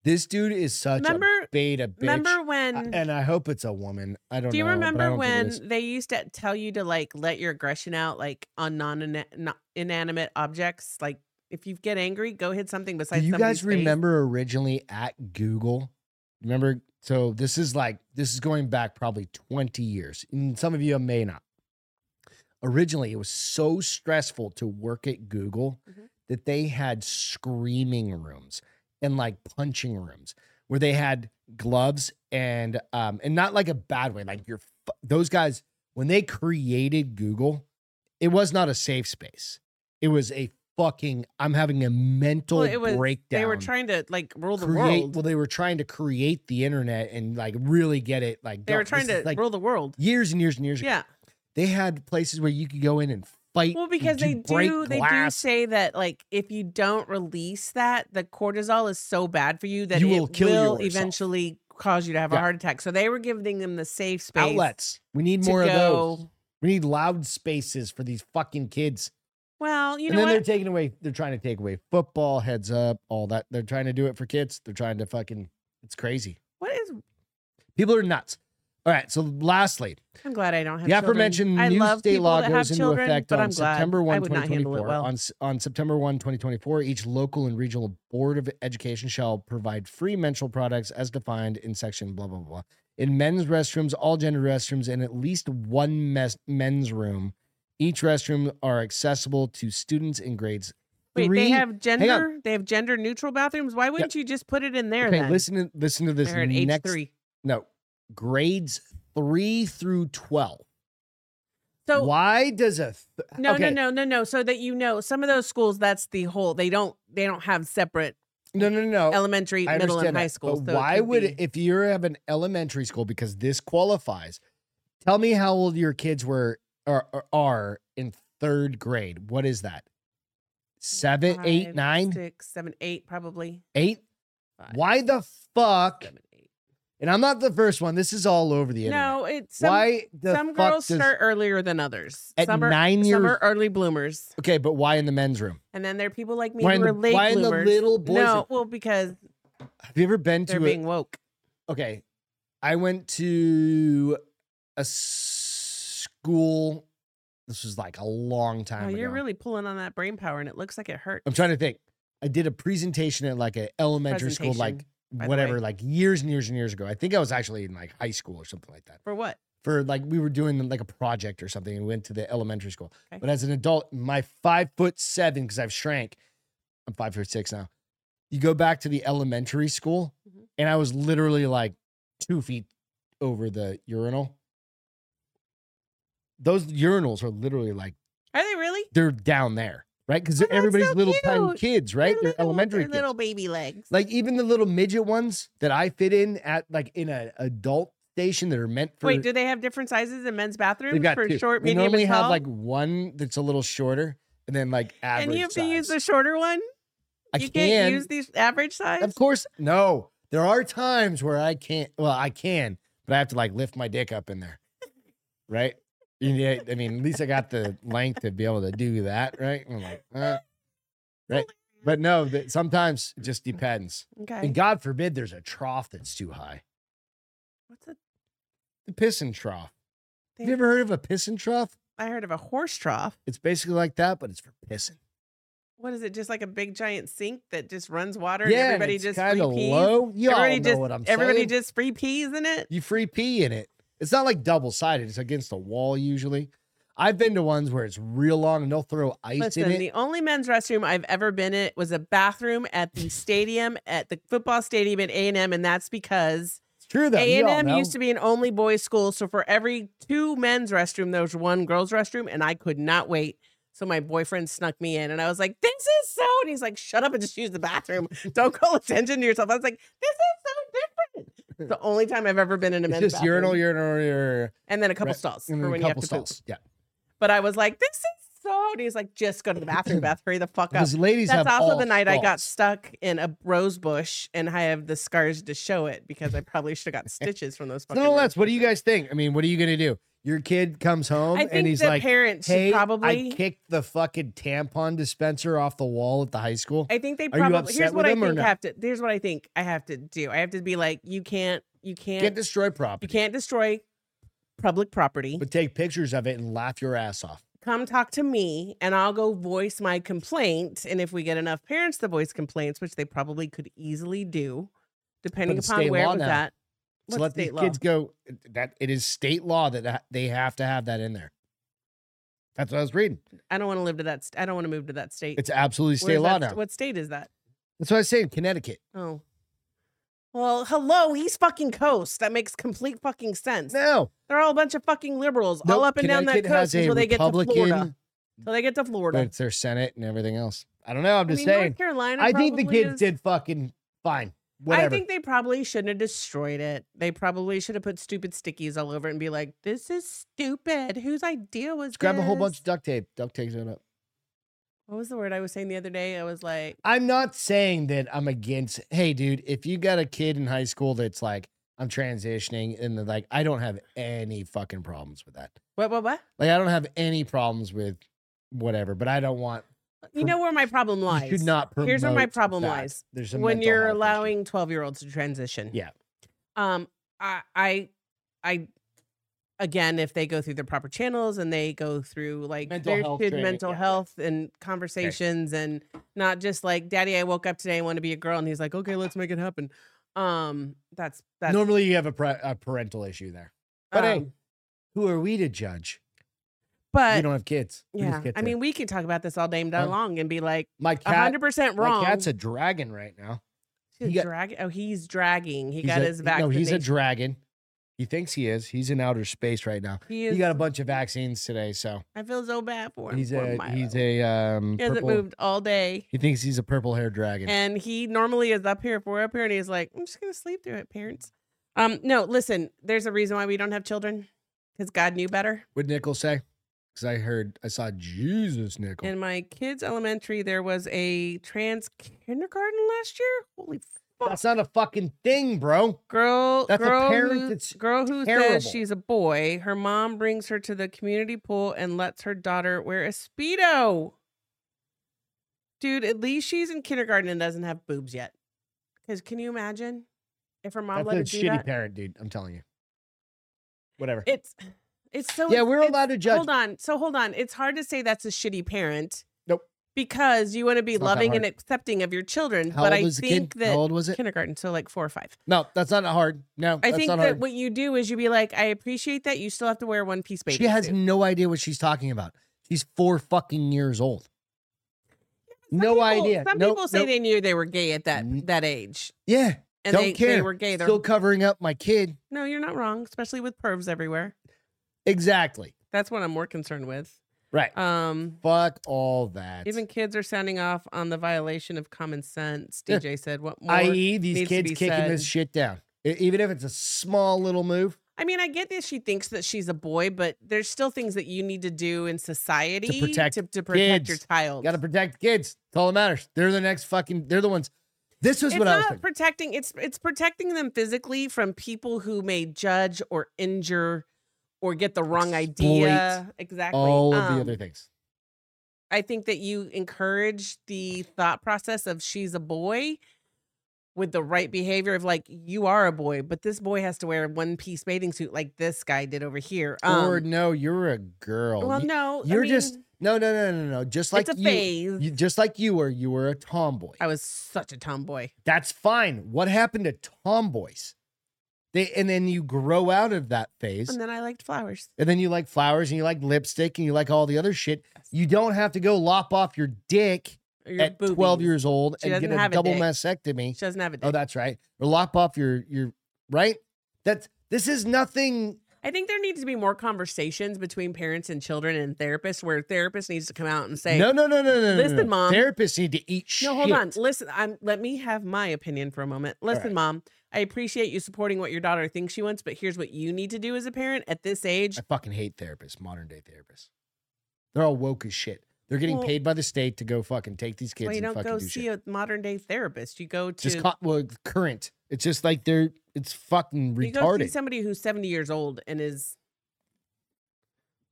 [SPEAKER 2] This dude is such a
[SPEAKER 3] Remember-
[SPEAKER 2] beta bitch.
[SPEAKER 3] Remember
[SPEAKER 2] I-
[SPEAKER 3] when?
[SPEAKER 2] Uh, and I hope it's a woman. I don't know.
[SPEAKER 3] do you
[SPEAKER 2] but I
[SPEAKER 3] remember
[SPEAKER 2] don't think it
[SPEAKER 3] when
[SPEAKER 2] is.
[SPEAKER 3] they used to tell you to like let your aggression out like on non inanimate objects? Like if you get angry, go hit something
[SPEAKER 2] Do
[SPEAKER 3] besides.
[SPEAKER 2] you
[SPEAKER 3] somebody's
[SPEAKER 2] guys
[SPEAKER 3] face.
[SPEAKER 2] remember originally at Google? Remember? So this is like this is going back probably 20 years. And some of you may not. Originally, it was so stressful to work at Google
[SPEAKER 3] Mhm.
[SPEAKER 2] that they had screaming rooms and like punching rooms where they had gloves and um and not like a bad way like your fu- those guys when they created Google it was not a safe space it was a fucking I'm having a mental
[SPEAKER 3] Well, it was-
[SPEAKER 2] breakdown
[SPEAKER 3] They were trying to like rule the
[SPEAKER 2] create
[SPEAKER 3] world.
[SPEAKER 2] well they were trying to create the internet and like really get it like
[SPEAKER 3] they were
[SPEAKER 2] going.
[SPEAKER 3] trying
[SPEAKER 2] This
[SPEAKER 3] to
[SPEAKER 2] is, like
[SPEAKER 3] rule the world.
[SPEAKER 2] years and years and years ago.
[SPEAKER 3] Yeah.
[SPEAKER 2] they had places where you could go in and fight
[SPEAKER 3] Well,
[SPEAKER 2] and
[SPEAKER 3] because they
[SPEAKER 2] break
[SPEAKER 3] do they do
[SPEAKER 2] glass.
[SPEAKER 3] say that like if you don't release that, the cortisol is so bad for you that
[SPEAKER 2] You
[SPEAKER 3] it
[SPEAKER 2] will kill yourself.
[SPEAKER 3] eventually cause you to have
[SPEAKER 2] Yeah.
[SPEAKER 3] a heart attack. So they were giving them the safe space
[SPEAKER 2] outlets we need
[SPEAKER 3] to
[SPEAKER 2] more of
[SPEAKER 3] go.
[SPEAKER 2] those we need loud spaces for these fucking kids
[SPEAKER 3] Well, you
[SPEAKER 2] and
[SPEAKER 3] know
[SPEAKER 2] then
[SPEAKER 3] what?
[SPEAKER 2] they're taking away they're trying to take away football heads up all that they're trying to do it for kids they're trying to fucking it's crazy
[SPEAKER 3] What is?
[SPEAKER 2] people are nuts all right so lastly
[SPEAKER 3] I'm glad I don't have.
[SPEAKER 2] the
[SPEAKER 3] children.
[SPEAKER 2] aforementioned
[SPEAKER 3] I
[SPEAKER 2] new
[SPEAKER 3] love
[SPEAKER 2] state
[SPEAKER 3] people
[SPEAKER 2] law
[SPEAKER 3] that
[SPEAKER 2] goes
[SPEAKER 3] have
[SPEAKER 2] into
[SPEAKER 3] children,
[SPEAKER 2] effect
[SPEAKER 3] but
[SPEAKER 2] on
[SPEAKER 3] I'm glad.
[SPEAKER 2] September 1,
[SPEAKER 3] I would not handle it
[SPEAKER 2] 2024.
[SPEAKER 3] well.
[SPEAKER 2] On, s- on September 1, 2024, each local and regional board of education shall provide free menstrual products as defined in section blah, blah, blah. In men's restrooms, all gender restrooms, and at least one mes- men's room, each restroom are accessible to students in grades
[SPEAKER 3] Wait,
[SPEAKER 2] three.
[SPEAKER 3] they have
[SPEAKER 2] on.
[SPEAKER 3] gender. They have gender neutral bathrooms. Why wouldn't you just put it in there
[SPEAKER 2] okay,
[SPEAKER 3] then?
[SPEAKER 2] listen to, listen to this
[SPEAKER 3] They're at age
[SPEAKER 2] next.
[SPEAKER 3] three.
[SPEAKER 2] No, grades three through 12.
[SPEAKER 3] So
[SPEAKER 2] Why does a. Th-
[SPEAKER 3] no,
[SPEAKER 2] okay.
[SPEAKER 3] no, no, no, no. So that you know, some of those schools, that's the whole. They don't. They don't have separate
[SPEAKER 2] No, no, no.
[SPEAKER 3] elementary,
[SPEAKER 2] Oh, I
[SPEAKER 3] middle, and
[SPEAKER 2] understand
[SPEAKER 3] high
[SPEAKER 2] that,
[SPEAKER 3] school.
[SPEAKER 2] But
[SPEAKER 3] so it
[SPEAKER 2] why
[SPEAKER 3] could
[SPEAKER 2] would
[SPEAKER 3] be-
[SPEAKER 2] if you have an elementary school because this qualifies? Tell me how old your kids were or, or are in third grade. What is that? Seven, eight,
[SPEAKER 3] Five,
[SPEAKER 2] nine,
[SPEAKER 3] six, seven, eight, probably.
[SPEAKER 2] eight?
[SPEAKER 3] Five,
[SPEAKER 2] Why the fuck?
[SPEAKER 3] seven, eight.
[SPEAKER 2] And I'm not the first one. This is all over the internet.
[SPEAKER 3] No, it's some,
[SPEAKER 2] why the
[SPEAKER 3] some
[SPEAKER 2] fuck
[SPEAKER 3] girls
[SPEAKER 2] does,
[SPEAKER 3] start earlier than others.
[SPEAKER 2] at
[SPEAKER 3] some are,
[SPEAKER 2] nine years?
[SPEAKER 3] some are early bloomers,
[SPEAKER 2] okay, but why in the men's room?
[SPEAKER 3] and then there are people like me
[SPEAKER 2] Why in
[SPEAKER 3] who
[SPEAKER 2] the,
[SPEAKER 3] are late
[SPEAKER 2] why in the
[SPEAKER 3] bloomers.
[SPEAKER 2] little boys?
[SPEAKER 3] no,
[SPEAKER 2] room?
[SPEAKER 3] well, because
[SPEAKER 2] Have you ever been
[SPEAKER 3] they're
[SPEAKER 2] to a,
[SPEAKER 3] being woke.
[SPEAKER 2] okay i went to a school this was like a long time
[SPEAKER 3] Oh,
[SPEAKER 2] ago
[SPEAKER 3] you're really pulling on that brain power, and it looks like it hurts.
[SPEAKER 2] i'm trying to think i did a presentation at like an elementary school like
[SPEAKER 3] Presentation, by the
[SPEAKER 2] whatever
[SPEAKER 3] way.
[SPEAKER 2] like years and years and years ago i think i was actually in like high school or something like that
[SPEAKER 3] for what?
[SPEAKER 2] for like we were doing like a project or something and we went to the elementary school
[SPEAKER 3] Okay.
[SPEAKER 2] but as an adult my five foot seven because i've shrank i'm five foot six now you go back to the elementary school
[SPEAKER 3] Mhm.
[SPEAKER 2] and i was literally like two feet over the urinal those urinals are literally like
[SPEAKER 3] Are they really?
[SPEAKER 2] they're down there right because
[SPEAKER 3] Oh, that's
[SPEAKER 2] everybody's
[SPEAKER 3] so
[SPEAKER 2] little tiny
[SPEAKER 3] cute.
[SPEAKER 2] kids right they're,
[SPEAKER 3] little,
[SPEAKER 2] elementary
[SPEAKER 3] they're
[SPEAKER 2] kids
[SPEAKER 3] little baby legs.
[SPEAKER 2] like even the little midget ones that i fit in at like in an adult station that are meant for
[SPEAKER 3] Wait, do they have different sizes in men's bathrooms
[SPEAKER 2] They've got
[SPEAKER 3] for
[SPEAKER 2] two.
[SPEAKER 3] short,
[SPEAKER 2] they
[SPEAKER 3] medium,
[SPEAKER 2] normally
[SPEAKER 3] and
[SPEAKER 2] have
[SPEAKER 3] tall?
[SPEAKER 2] like one that's a little shorter, and then like average
[SPEAKER 3] and you have
[SPEAKER 2] size.
[SPEAKER 3] to use the shorter one.
[SPEAKER 2] I
[SPEAKER 3] you
[SPEAKER 2] can,
[SPEAKER 3] can't use these average size.
[SPEAKER 2] of course. No, there are times where I can't. Well, I can, but I have to like lift my dick up in there, right? Yeah, I mean, at least I got the length to be able to do that, right? I'm like, uh, right? But no, that sometimes it just depends.
[SPEAKER 3] Okay.
[SPEAKER 2] And God forbid there's a trough that's too high.
[SPEAKER 3] What's a
[SPEAKER 2] The pissing trough. Have
[SPEAKER 3] thing?
[SPEAKER 2] you ever heard of a pissing trough?
[SPEAKER 3] I heard of a horse trough.
[SPEAKER 2] It's basically like that, but it's for pissing.
[SPEAKER 3] What is it? Just like a big giant sink that just runs water
[SPEAKER 2] yeah, and
[SPEAKER 3] and everybody
[SPEAKER 2] it's
[SPEAKER 3] just free
[SPEAKER 2] kinda
[SPEAKER 3] pees.
[SPEAKER 2] low. You all
[SPEAKER 3] everybody
[SPEAKER 2] know
[SPEAKER 3] just
[SPEAKER 2] what I'm
[SPEAKER 3] everybody
[SPEAKER 2] saying.
[SPEAKER 3] just free peas in it.
[SPEAKER 2] you free pee in it. It's not like double sided. It's against the wall usually. I've been to ones where it's real long and they'll throw ice
[SPEAKER 3] Listen,
[SPEAKER 2] in it.
[SPEAKER 3] the only men's restroom I've ever been in was a bathroom at the stadium at the football stadium at A and M, and that's because
[SPEAKER 2] it's true though.
[SPEAKER 3] A
[SPEAKER 2] You
[SPEAKER 3] and
[SPEAKER 2] all
[SPEAKER 3] M
[SPEAKER 2] know.
[SPEAKER 3] used to be an only boys school. So for every two men's restroom, there was one girls restroom, and I could not wait. So my boyfriend snuck me in, and I was like, "This is so." And he's like, "Shut up and just use the bathroom. Don't call attention to yourself." I was like, "This is so different." It's the only time I've ever been in a
[SPEAKER 2] It's
[SPEAKER 3] men's
[SPEAKER 2] just urinal,
[SPEAKER 3] bathroom.
[SPEAKER 2] urinal, urinal,
[SPEAKER 3] and then a couple
[SPEAKER 2] Right.
[SPEAKER 3] stalls
[SPEAKER 2] and
[SPEAKER 3] for
[SPEAKER 2] then
[SPEAKER 3] when
[SPEAKER 2] a
[SPEAKER 3] you have
[SPEAKER 2] couple
[SPEAKER 3] to poop.
[SPEAKER 2] stalls. Yeah,
[SPEAKER 3] But I was like, this is so. And he's like, just go to the bathroom, Beth. Hurry the fuck up.
[SPEAKER 2] because ladies
[SPEAKER 3] That's
[SPEAKER 2] have
[SPEAKER 3] also
[SPEAKER 2] all
[SPEAKER 3] the night I got
[SPEAKER 2] stalls.
[SPEAKER 3] stuck in a rose bush, and I have the scars to show it because I probably should have got stitches from those.
[SPEAKER 2] So
[SPEAKER 3] Fucking
[SPEAKER 2] nonetheless,
[SPEAKER 3] rose
[SPEAKER 2] what do you guys
[SPEAKER 3] bushes.
[SPEAKER 2] think? I mean, what are you gonna do? Your kid comes home
[SPEAKER 3] I
[SPEAKER 2] and
[SPEAKER 3] think
[SPEAKER 2] he's
[SPEAKER 3] the
[SPEAKER 2] like,
[SPEAKER 3] parents should
[SPEAKER 2] "Hey,
[SPEAKER 3] probably.
[SPEAKER 2] I kicked the fucking tampon dispenser off the wall at the high school."
[SPEAKER 3] I think they
[SPEAKER 2] Are you
[SPEAKER 3] probably.
[SPEAKER 2] upset
[SPEAKER 3] Here's
[SPEAKER 2] with
[SPEAKER 3] what I
[SPEAKER 2] them or
[SPEAKER 3] think
[SPEAKER 2] no?
[SPEAKER 3] I have to. Here's what I think I have to do. I have to be like, you can't, you can't,
[SPEAKER 2] Can't destroy
[SPEAKER 3] you
[SPEAKER 2] property,
[SPEAKER 3] can't destroy public property.
[SPEAKER 2] but take pictures of it and laugh your ass off.
[SPEAKER 3] Come talk to me, and I'll go voice my complaint. And if we get enough parents to voice complaints, which they probably could easily do, depending
[SPEAKER 2] it's
[SPEAKER 3] upon
[SPEAKER 2] state
[SPEAKER 3] where it
[SPEAKER 2] law
[SPEAKER 3] was
[SPEAKER 2] now.
[SPEAKER 3] at.
[SPEAKER 2] So
[SPEAKER 3] What's
[SPEAKER 2] let these
[SPEAKER 3] state law?
[SPEAKER 2] kids go. That it is state law that ha- they have to have that in there. That's what I was reading.
[SPEAKER 3] I don't want to live to that. St- I don't want to move to that state.
[SPEAKER 2] It's absolutely
[SPEAKER 3] Where's
[SPEAKER 2] state law
[SPEAKER 3] that
[SPEAKER 2] now.
[SPEAKER 3] st- What state is that?
[SPEAKER 2] That's what I was saying. Connecticut.
[SPEAKER 3] Oh. Well, hello, East fucking coast. That makes complete fucking sense.
[SPEAKER 2] No,
[SPEAKER 3] They're all a bunch of fucking liberals all
[SPEAKER 2] Nope,
[SPEAKER 3] up and down that
[SPEAKER 2] Connecticut
[SPEAKER 3] coast
[SPEAKER 2] has a
[SPEAKER 3] until they get to Florida.
[SPEAKER 2] Republican,
[SPEAKER 3] Until they get to
[SPEAKER 2] but
[SPEAKER 3] Florida.
[SPEAKER 2] it's their Senate and everything else. I don't know. I'm
[SPEAKER 3] I
[SPEAKER 2] just
[SPEAKER 3] mean, North
[SPEAKER 2] saying.
[SPEAKER 3] Carolina
[SPEAKER 2] I think the
[SPEAKER 3] probably
[SPEAKER 2] kids
[SPEAKER 3] is-
[SPEAKER 2] did fucking fine. Whatever.
[SPEAKER 3] I think they probably shouldn't have destroyed it. They probably should have put stupid stickies all over it and be like, "This is stupid. Whose idea was
[SPEAKER 2] Just grab a whole bunch
[SPEAKER 3] this?"
[SPEAKER 2] of duct tape. Duct tape it up.
[SPEAKER 3] What was the word I was saying the other day? I was like,
[SPEAKER 2] I'm not saying that I'm against. Hey, dude, if you got a kid in high school that's like, I'm transitioning, and they're like, I don't have any fucking problems with that.
[SPEAKER 3] "What? What? What?"
[SPEAKER 2] Like, I don't have any problems with whatever, but I don't want.
[SPEAKER 3] You
[SPEAKER 2] Pro-
[SPEAKER 3] know where my problem lies.
[SPEAKER 2] You should not promote.
[SPEAKER 3] Here's where my problem
[SPEAKER 2] that.
[SPEAKER 3] lies.
[SPEAKER 2] There's a
[SPEAKER 3] when
[SPEAKER 2] mental
[SPEAKER 3] you're
[SPEAKER 2] health issue.
[SPEAKER 3] allowing 12 year olds to transition
[SPEAKER 2] Yeah.
[SPEAKER 3] um i i i again if they go through the proper channels and they go through like
[SPEAKER 2] Mental
[SPEAKER 3] their
[SPEAKER 2] health
[SPEAKER 3] kid
[SPEAKER 2] training,
[SPEAKER 3] mental
[SPEAKER 2] yeah, yeah.
[SPEAKER 3] health and conversations and not just like daddy i woke up today and want to be a girl and he's like okay let's make it happen um that's that's
[SPEAKER 2] Normally, you have a, pre- a parental issue there, but hey,
[SPEAKER 3] um,
[SPEAKER 2] who are we to judge? we
[SPEAKER 3] but
[SPEAKER 2] don't have kids. We're just
[SPEAKER 3] yeah
[SPEAKER 2] kids
[SPEAKER 3] i
[SPEAKER 2] here.
[SPEAKER 3] mean we can talk about this all damn day
[SPEAKER 2] Huh?
[SPEAKER 3] long and be like
[SPEAKER 2] my cat.
[SPEAKER 3] 100%
[SPEAKER 2] My
[SPEAKER 3] wrong
[SPEAKER 2] cat's a dragon right now.
[SPEAKER 3] She's
[SPEAKER 2] he got-
[SPEAKER 3] drag- oh he's dragging he
[SPEAKER 2] He's
[SPEAKER 3] got
[SPEAKER 2] a-
[SPEAKER 3] his
[SPEAKER 2] No,
[SPEAKER 3] vaccination
[SPEAKER 2] he's a dragon. He thinks he is. He's in outer space right now.
[SPEAKER 3] he
[SPEAKER 2] He
[SPEAKER 3] is
[SPEAKER 2] got a bunch of vaccines today, so
[SPEAKER 3] i feel so bad for him
[SPEAKER 2] he's
[SPEAKER 3] poor
[SPEAKER 2] a
[SPEAKER 3] Milo.
[SPEAKER 2] he's a um
[SPEAKER 3] He hasn't
[SPEAKER 2] purple.
[SPEAKER 3] moved all day.
[SPEAKER 2] He thinks he's a purple haired dragon.
[SPEAKER 3] And he normally is up here if we're up here and he's like, I'm just gonna sleep through it, parents. Um, no, listen, there's a reason why we don't have children. Because God knew better.
[SPEAKER 2] Would Nickel say? Because I heard I saw Jesus Nickel.
[SPEAKER 3] In my kids' elementary, there was a trans kindergarten last year. Holy fuck.
[SPEAKER 2] That's not a fucking thing, bro.
[SPEAKER 3] girl
[SPEAKER 2] That's a
[SPEAKER 3] girl
[SPEAKER 2] parent
[SPEAKER 3] who,
[SPEAKER 2] that's
[SPEAKER 3] girl who
[SPEAKER 2] terrible.
[SPEAKER 3] says she's a boy her mom brings her to the community pool and lets her daughter wear a speedo dude at least she's in kindergarten and doesn't have boobs yet because can you imagine if her mom
[SPEAKER 2] That's
[SPEAKER 3] let
[SPEAKER 2] a
[SPEAKER 3] her do
[SPEAKER 2] shitty
[SPEAKER 3] that
[SPEAKER 2] parent, dude. I'm telling you. Whatever.
[SPEAKER 3] it's it's so
[SPEAKER 2] yeah, we're
[SPEAKER 3] it's-
[SPEAKER 2] allowed to judge.
[SPEAKER 3] hold on so hold on it's hard to say that's a shitty parent
[SPEAKER 2] Nope.
[SPEAKER 3] because you want to be
[SPEAKER 2] It's not that
[SPEAKER 3] loving and
[SPEAKER 2] hard.
[SPEAKER 3] accepting of your children
[SPEAKER 2] How
[SPEAKER 3] but
[SPEAKER 2] old
[SPEAKER 3] i
[SPEAKER 2] was the
[SPEAKER 3] think
[SPEAKER 2] kid?
[SPEAKER 3] that
[SPEAKER 2] How old was it?
[SPEAKER 3] kindergarten so like four or five
[SPEAKER 2] No, that's not hard. No,
[SPEAKER 3] I
[SPEAKER 2] that's
[SPEAKER 3] think
[SPEAKER 2] not
[SPEAKER 3] that
[SPEAKER 2] hard.
[SPEAKER 3] what you do is you be like, I appreciate that. You still have to wear one piece bathing
[SPEAKER 2] She has
[SPEAKER 3] suit."
[SPEAKER 2] no idea what she's talking about. She's four fucking years old.
[SPEAKER 3] Some
[SPEAKER 2] no
[SPEAKER 3] people-
[SPEAKER 2] idea.
[SPEAKER 3] Some
[SPEAKER 2] Nope,
[SPEAKER 3] people say
[SPEAKER 2] nope.
[SPEAKER 3] they knew they were gay at that
[SPEAKER 2] N-
[SPEAKER 3] that age,
[SPEAKER 2] Yeah,
[SPEAKER 3] and
[SPEAKER 2] don't
[SPEAKER 3] they,
[SPEAKER 2] care.
[SPEAKER 3] they were gay. They're,
[SPEAKER 2] Still covering up my kid.
[SPEAKER 3] no, you're not wrong, especially with pervs everywhere.
[SPEAKER 2] Exactly.
[SPEAKER 3] That's what I'm more concerned with.
[SPEAKER 2] Right.
[SPEAKER 3] Um,
[SPEAKER 2] Fuck all that.
[SPEAKER 3] even kids are sounding off on the violation of common sense.
[SPEAKER 2] Yeah.
[SPEAKER 3] DJ said, "What more?" I,
[SPEAKER 2] i.e., E, these
[SPEAKER 3] needs to
[SPEAKER 2] kids
[SPEAKER 3] be
[SPEAKER 2] kicking this
[SPEAKER 3] said.
[SPEAKER 2] shit down. E- Even if it's a small little move
[SPEAKER 3] mean, I get that she thinks that she's a boy, but there's still things that you need to do in society
[SPEAKER 2] protect
[SPEAKER 3] to, to protect your
[SPEAKER 2] kids.
[SPEAKER 3] child.
[SPEAKER 2] got to protect kids. That's all that matters. They're the next fucking. They're the ones. This was
[SPEAKER 3] it's
[SPEAKER 2] what I
[SPEAKER 3] not
[SPEAKER 2] was thinking.
[SPEAKER 3] protecting it's it's protecting them physically from people who may judge or injure or get the wrong idea exactly
[SPEAKER 2] All of
[SPEAKER 3] Um,
[SPEAKER 2] the other things.
[SPEAKER 3] i think that you encourage the thought process of she's a boy with the right behavior of like you are a boy but this boy has to wear a one piece bathing suit like this guy did over here
[SPEAKER 2] or
[SPEAKER 3] um,
[SPEAKER 2] no, you're a girl.
[SPEAKER 3] well
[SPEAKER 2] You-
[SPEAKER 3] no I
[SPEAKER 2] you're just
[SPEAKER 3] mean,
[SPEAKER 2] no, no, no, no, no. Just like
[SPEAKER 3] it's a
[SPEAKER 2] you,
[SPEAKER 3] phase Oh.
[SPEAKER 2] you, just like you were. You were a tomboy.
[SPEAKER 3] i was such a tomboy
[SPEAKER 2] That's fine. What happened to tomboys? They and then you grow out of that phase,
[SPEAKER 3] and then i liked flowers
[SPEAKER 2] and then you like flowers, and you like lipstick, and you like all the other shit. You don't have to go lop off your dick
[SPEAKER 3] Or your
[SPEAKER 2] at 12
[SPEAKER 3] boobies.
[SPEAKER 2] years old
[SPEAKER 3] She
[SPEAKER 2] and get
[SPEAKER 3] doesn't
[SPEAKER 2] a
[SPEAKER 3] have a
[SPEAKER 2] double
[SPEAKER 3] dick.
[SPEAKER 2] mastectomy.
[SPEAKER 3] she doesn't have a dick
[SPEAKER 2] Oh, that's right. Or lop off your your right. That's this is nothing.
[SPEAKER 3] I think there needs to be more conversations between parents and children and therapists where therapists needs to come out and say,
[SPEAKER 2] no, no, no, no, no, no. no,
[SPEAKER 3] Listen,
[SPEAKER 2] no.
[SPEAKER 3] Mom.
[SPEAKER 2] Therapists need to eat shit.
[SPEAKER 3] No, hold on. Listen, I'm let me have my opinion for a moment. Listen,
[SPEAKER 2] right.
[SPEAKER 3] mom, I appreciate you supporting what your daughter thinks she wants, but here's what you need to do as a parent at this age.
[SPEAKER 2] I fucking hate therapists, modern day therapists. They're all woke as shit. They're getting
[SPEAKER 3] Well-
[SPEAKER 2] paid by the state to go fucking take these kids
[SPEAKER 3] Well, you
[SPEAKER 2] and
[SPEAKER 3] don't
[SPEAKER 2] fucking
[SPEAKER 3] go
[SPEAKER 2] do
[SPEAKER 3] see
[SPEAKER 2] shit.
[SPEAKER 3] a modern day therapist. You go to
[SPEAKER 2] Just co- well, current. It's just like they're it's fucking
[SPEAKER 3] you go see
[SPEAKER 2] retarded.
[SPEAKER 3] somebody who's 70 years old and is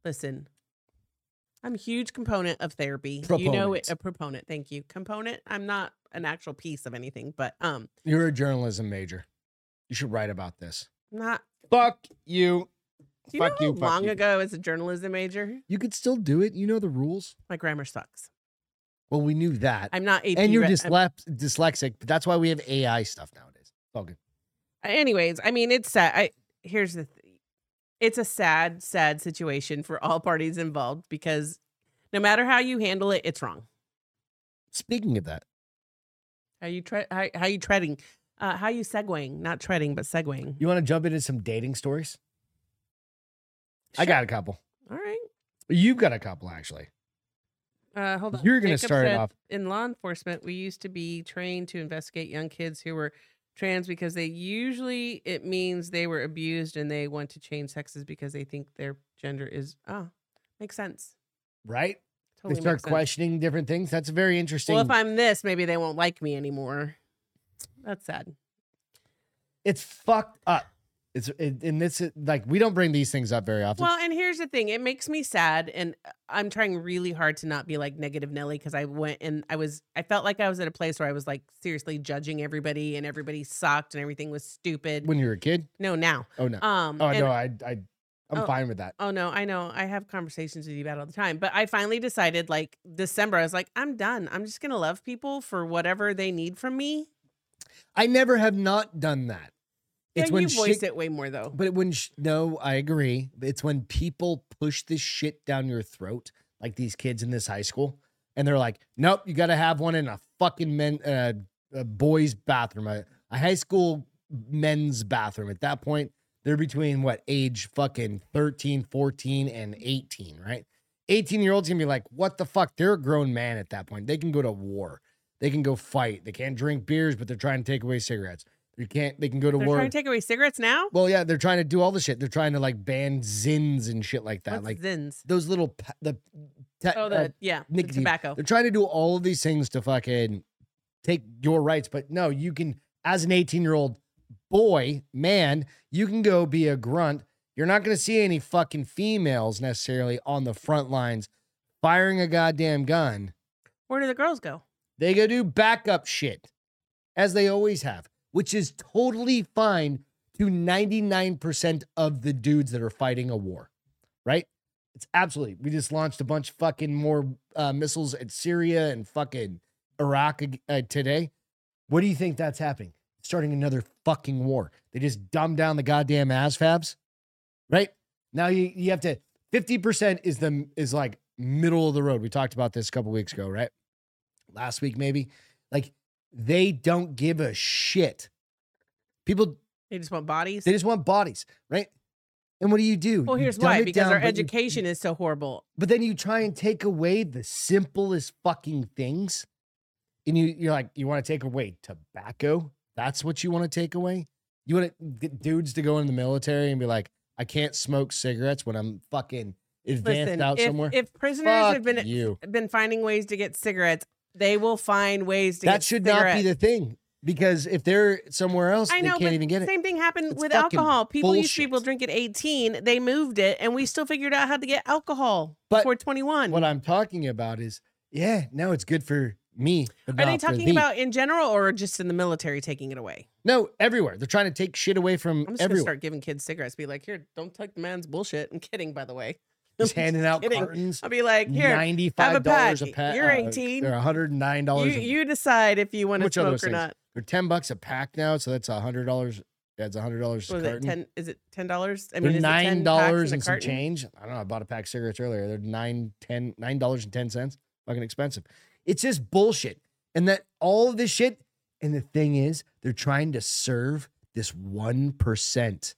[SPEAKER 3] listen. I'm a huge component of therapy. You know
[SPEAKER 2] Proponent.
[SPEAKER 3] it a proponent. Thank you. Component. I'm not an actual piece of anything, but um
[SPEAKER 2] You're a journalism major. You should write about this.
[SPEAKER 3] not
[SPEAKER 2] Fuck you.
[SPEAKER 3] do you
[SPEAKER 2] fuck
[SPEAKER 3] know
[SPEAKER 2] you.
[SPEAKER 3] how
[SPEAKER 2] fuck
[SPEAKER 3] long
[SPEAKER 2] you.
[SPEAKER 3] ago as a journalism major,
[SPEAKER 2] You could still do it. You know the rules.
[SPEAKER 3] my grammar sucks.
[SPEAKER 2] Well, we knew that.
[SPEAKER 3] I'm not AP
[SPEAKER 2] and you're
[SPEAKER 3] re- I'm-
[SPEAKER 2] dyslep- dyslexic, but that's why we have AI stuff nowadays. It's all good.
[SPEAKER 3] anyways i mean it's sad i here's the th- it's a sad sad situation for all parties involved because no matter how you handle it it's wrong
[SPEAKER 2] Speaking of that,
[SPEAKER 3] how you tre- how, how you treading uh how you segueing not treading but segueing
[SPEAKER 2] you want to jump into some dating stories? I
[SPEAKER 3] Sure.
[SPEAKER 2] got a couple.
[SPEAKER 3] all right
[SPEAKER 2] You've got a couple actually.
[SPEAKER 3] uh hold on
[SPEAKER 2] You're gonna
[SPEAKER 3] Jacob
[SPEAKER 2] start it
[SPEAKER 3] said,
[SPEAKER 2] off.
[SPEAKER 3] in law enforcement we used to be trained to investigate young kids who were trans because they usually it means they were abused and they want to change sexes because they think their gender is ah makes sense
[SPEAKER 2] Right?
[SPEAKER 3] totally
[SPEAKER 2] they start
[SPEAKER 3] makes sense.
[SPEAKER 2] questioning different things. That's very interesting.
[SPEAKER 3] Well, if I'm this, maybe they won't like me anymore. That's sad.
[SPEAKER 2] it's fucked up. It's it, and this is like we don't bring these things up very often.
[SPEAKER 3] Well, and here's the thing: it makes me sad, and uh, I'm trying really hard to not be like negative Nelly because I went and I was, I felt like I was at a place where I was like seriously judging everybody, and everybody sucked, and everything was stupid.
[SPEAKER 2] when you were a kid.
[SPEAKER 3] no, now.
[SPEAKER 2] Oh no.
[SPEAKER 3] Um.
[SPEAKER 2] oh
[SPEAKER 3] and-
[SPEAKER 2] no, I I I'm
[SPEAKER 3] Oh.
[SPEAKER 2] fine with that.
[SPEAKER 3] Oh no, I know. I have conversations with you about it all the time. But I finally decided like December, I was like, I'm done. I'm just gonna love people for whatever they need from me.
[SPEAKER 2] I never have not done that.
[SPEAKER 3] Yeah,
[SPEAKER 2] It's when
[SPEAKER 3] you voice
[SPEAKER 2] shit,
[SPEAKER 3] it way more though.
[SPEAKER 2] but when sh- no, I agree. It's when people push this shit down your throat, like these kids in this high school, and they're like, "Nope, you got to have one in a fucking men uh, a boys' bathroom, a, a high school men's bathroom." At that point, they're between what age fucking 13, 14 and 18, right? 18 year olds gonna be like, what the fuck? They're a grown man at that point. They can go to war. They can go fight. They can't drink beers, but they're trying to take away cigarettes. They can't they can go to
[SPEAKER 3] They're
[SPEAKER 2] war.
[SPEAKER 3] trying to take away cigarettes now.
[SPEAKER 2] well, yeah, they're trying to do all the shit. They're trying to like ban zins and shit like that.
[SPEAKER 3] What's
[SPEAKER 2] like
[SPEAKER 3] Zins?
[SPEAKER 2] those little pa- the te-
[SPEAKER 3] Oh,
[SPEAKER 2] uh,
[SPEAKER 3] the oh. yeah, the
[SPEAKER 2] nicotine.
[SPEAKER 3] tobacco.
[SPEAKER 2] they're trying to do all of these things to fucking take your rights, but no, you can as an 18-year-old boy, man, you can go be a grunt. You're not going to see any fucking females necessarily on the front lines firing a goddamn gun.
[SPEAKER 3] Where do the girls go?
[SPEAKER 2] They go do backup shit as they always have, which is totally fine to 99% of the dudes that are fighting a war, right? It's absolutely. We just launched a bunch of fucking more uh, missiles at Syria and fucking Iraq ag- uh, today. What do you think that's happening? Starting another fucking war. They just dumb down the goddamn ASFABs, right? Now you, you have to 50% is the is like middle of the road. We talked about this a couple weeks ago, right? last week maybe like they don't give a shit people
[SPEAKER 3] They just want bodies.
[SPEAKER 2] they just want bodies right and what do you do
[SPEAKER 3] well,
[SPEAKER 2] You
[SPEAKER 3] here's
[SPEAKER 2] dumb
[SPEAKER 3] why:
[SPEAKER 2] it
[SPEAKER 3] because our
[SPEAKER 2] down, but you-
[SPEAKER 3] education is so horrible.
[SPEAKER 2] but then you try and take away the simplest fucking things and you you're like you want to take away tobacco that's what you want to take away you want to get dudes to go in the military and be like i can't smoke cigarettes when i'm fucking advanced
[SPEAKER 3] Listen,
[SPEAKER 2] out
[SPEAKER 3] if,
[SPEAKER 2] somewhere
[SPEAKER 3] if prisoners
[SPEAKER 2] Fuck
[SPEAKER 3] have been
[SPEAKER 2] you
[SPEAKER 3] been finding ways to get cigarettes, they will find ways to.
[SPEAKER 2] that
[SPEAKER 3] get
[SPEAKER 2] should not be
[SPEAKER 3] cigarettes.
[SPEAKER 2] the thing because if they're somewhere else
[SPEAKER 3] I know,
[SPEAKER 2] they
[SPEAKER 3] but
[SPEAKER 2] can't even get it
[SPEAKER 3] Same thing happened
[SPEAKER 2] It's
[SPEAKER 3] with
[SPEAKER 2] fucking
[SPEAKER 3] alcohol. People used to
[SPEAKER 2] bullshit.
[SPEAKER 3] people drink at 18. They moved it, and we still figured out how to get alcohol
[SPEAKER 2] But
[SPEAKER 3] before 21.
[SPEAKER 2] What I'm talking about is, yeah, no, it's good for me. But
[SPEAKER 3] Are they
[SPEAKER 2] not for
[SPEAKER 3] talking
[SPEAKER 2] thee.
[SPEAKER 3] about in general or just in the military taking it away?
[SPEAKER 2] No, everywhere. They're trying to take shit away from
[SPEAKER 3] I'm just gonna
[SPEAKER 2] everyone.
[SPEAKER 3] start giving kids cigarettes. Be like, here, don't take the man's bullshit. I'm kidding, by the way.
[SPEAKER 2] Just handing out
[SPEAKER 3] kidding.
[SPEAKER 2] cartons.
[SPEAKER 3] I'll be like, here,
[SPEAKER 2] Ninety-five dollars a
[SPEAKER 3] pack.
[SPEAKER 2] pack. uh,
[SPEAKER 3] You're 18.
[SPEAKER 2] They're hundred and nine
[SPEAKER 3] you,
[SPEAKER 2] dollars.
[SPEAKER 3] you decide if you want to
[SPEAKER 2] Which of
[SPEAKER 3] smoke or
[SPEAKER 2] those things?
[SPEAKER 3] not.
[SPEAKER 2] They're ten bucks a pack now, so that's hundred dollars. That's hundred dollars a
[SPEAKER 3] Was it
[SPEAKER 2] carton.
[SPEAKER 3] ten? Is it ten dollars? I
[SPEAKER 2] they're
[SPEAKER 3] is it 10 packs
[SPEAKER 2] nine
[SPEAKER 3] in
[SPEAKER 2] dollars
[SPEAKER 3] a
[SPEAKER 2] and some
[SPEAKER 3] carton?
[SPEAKER 2] change. I don't know. I bought a pack of cigarettes earlier. They're nine ten nine dollars and ten cents. Fucking expensive. It's just bullshit. And that all of this shit. And the thing is, they're trying to serve this one percent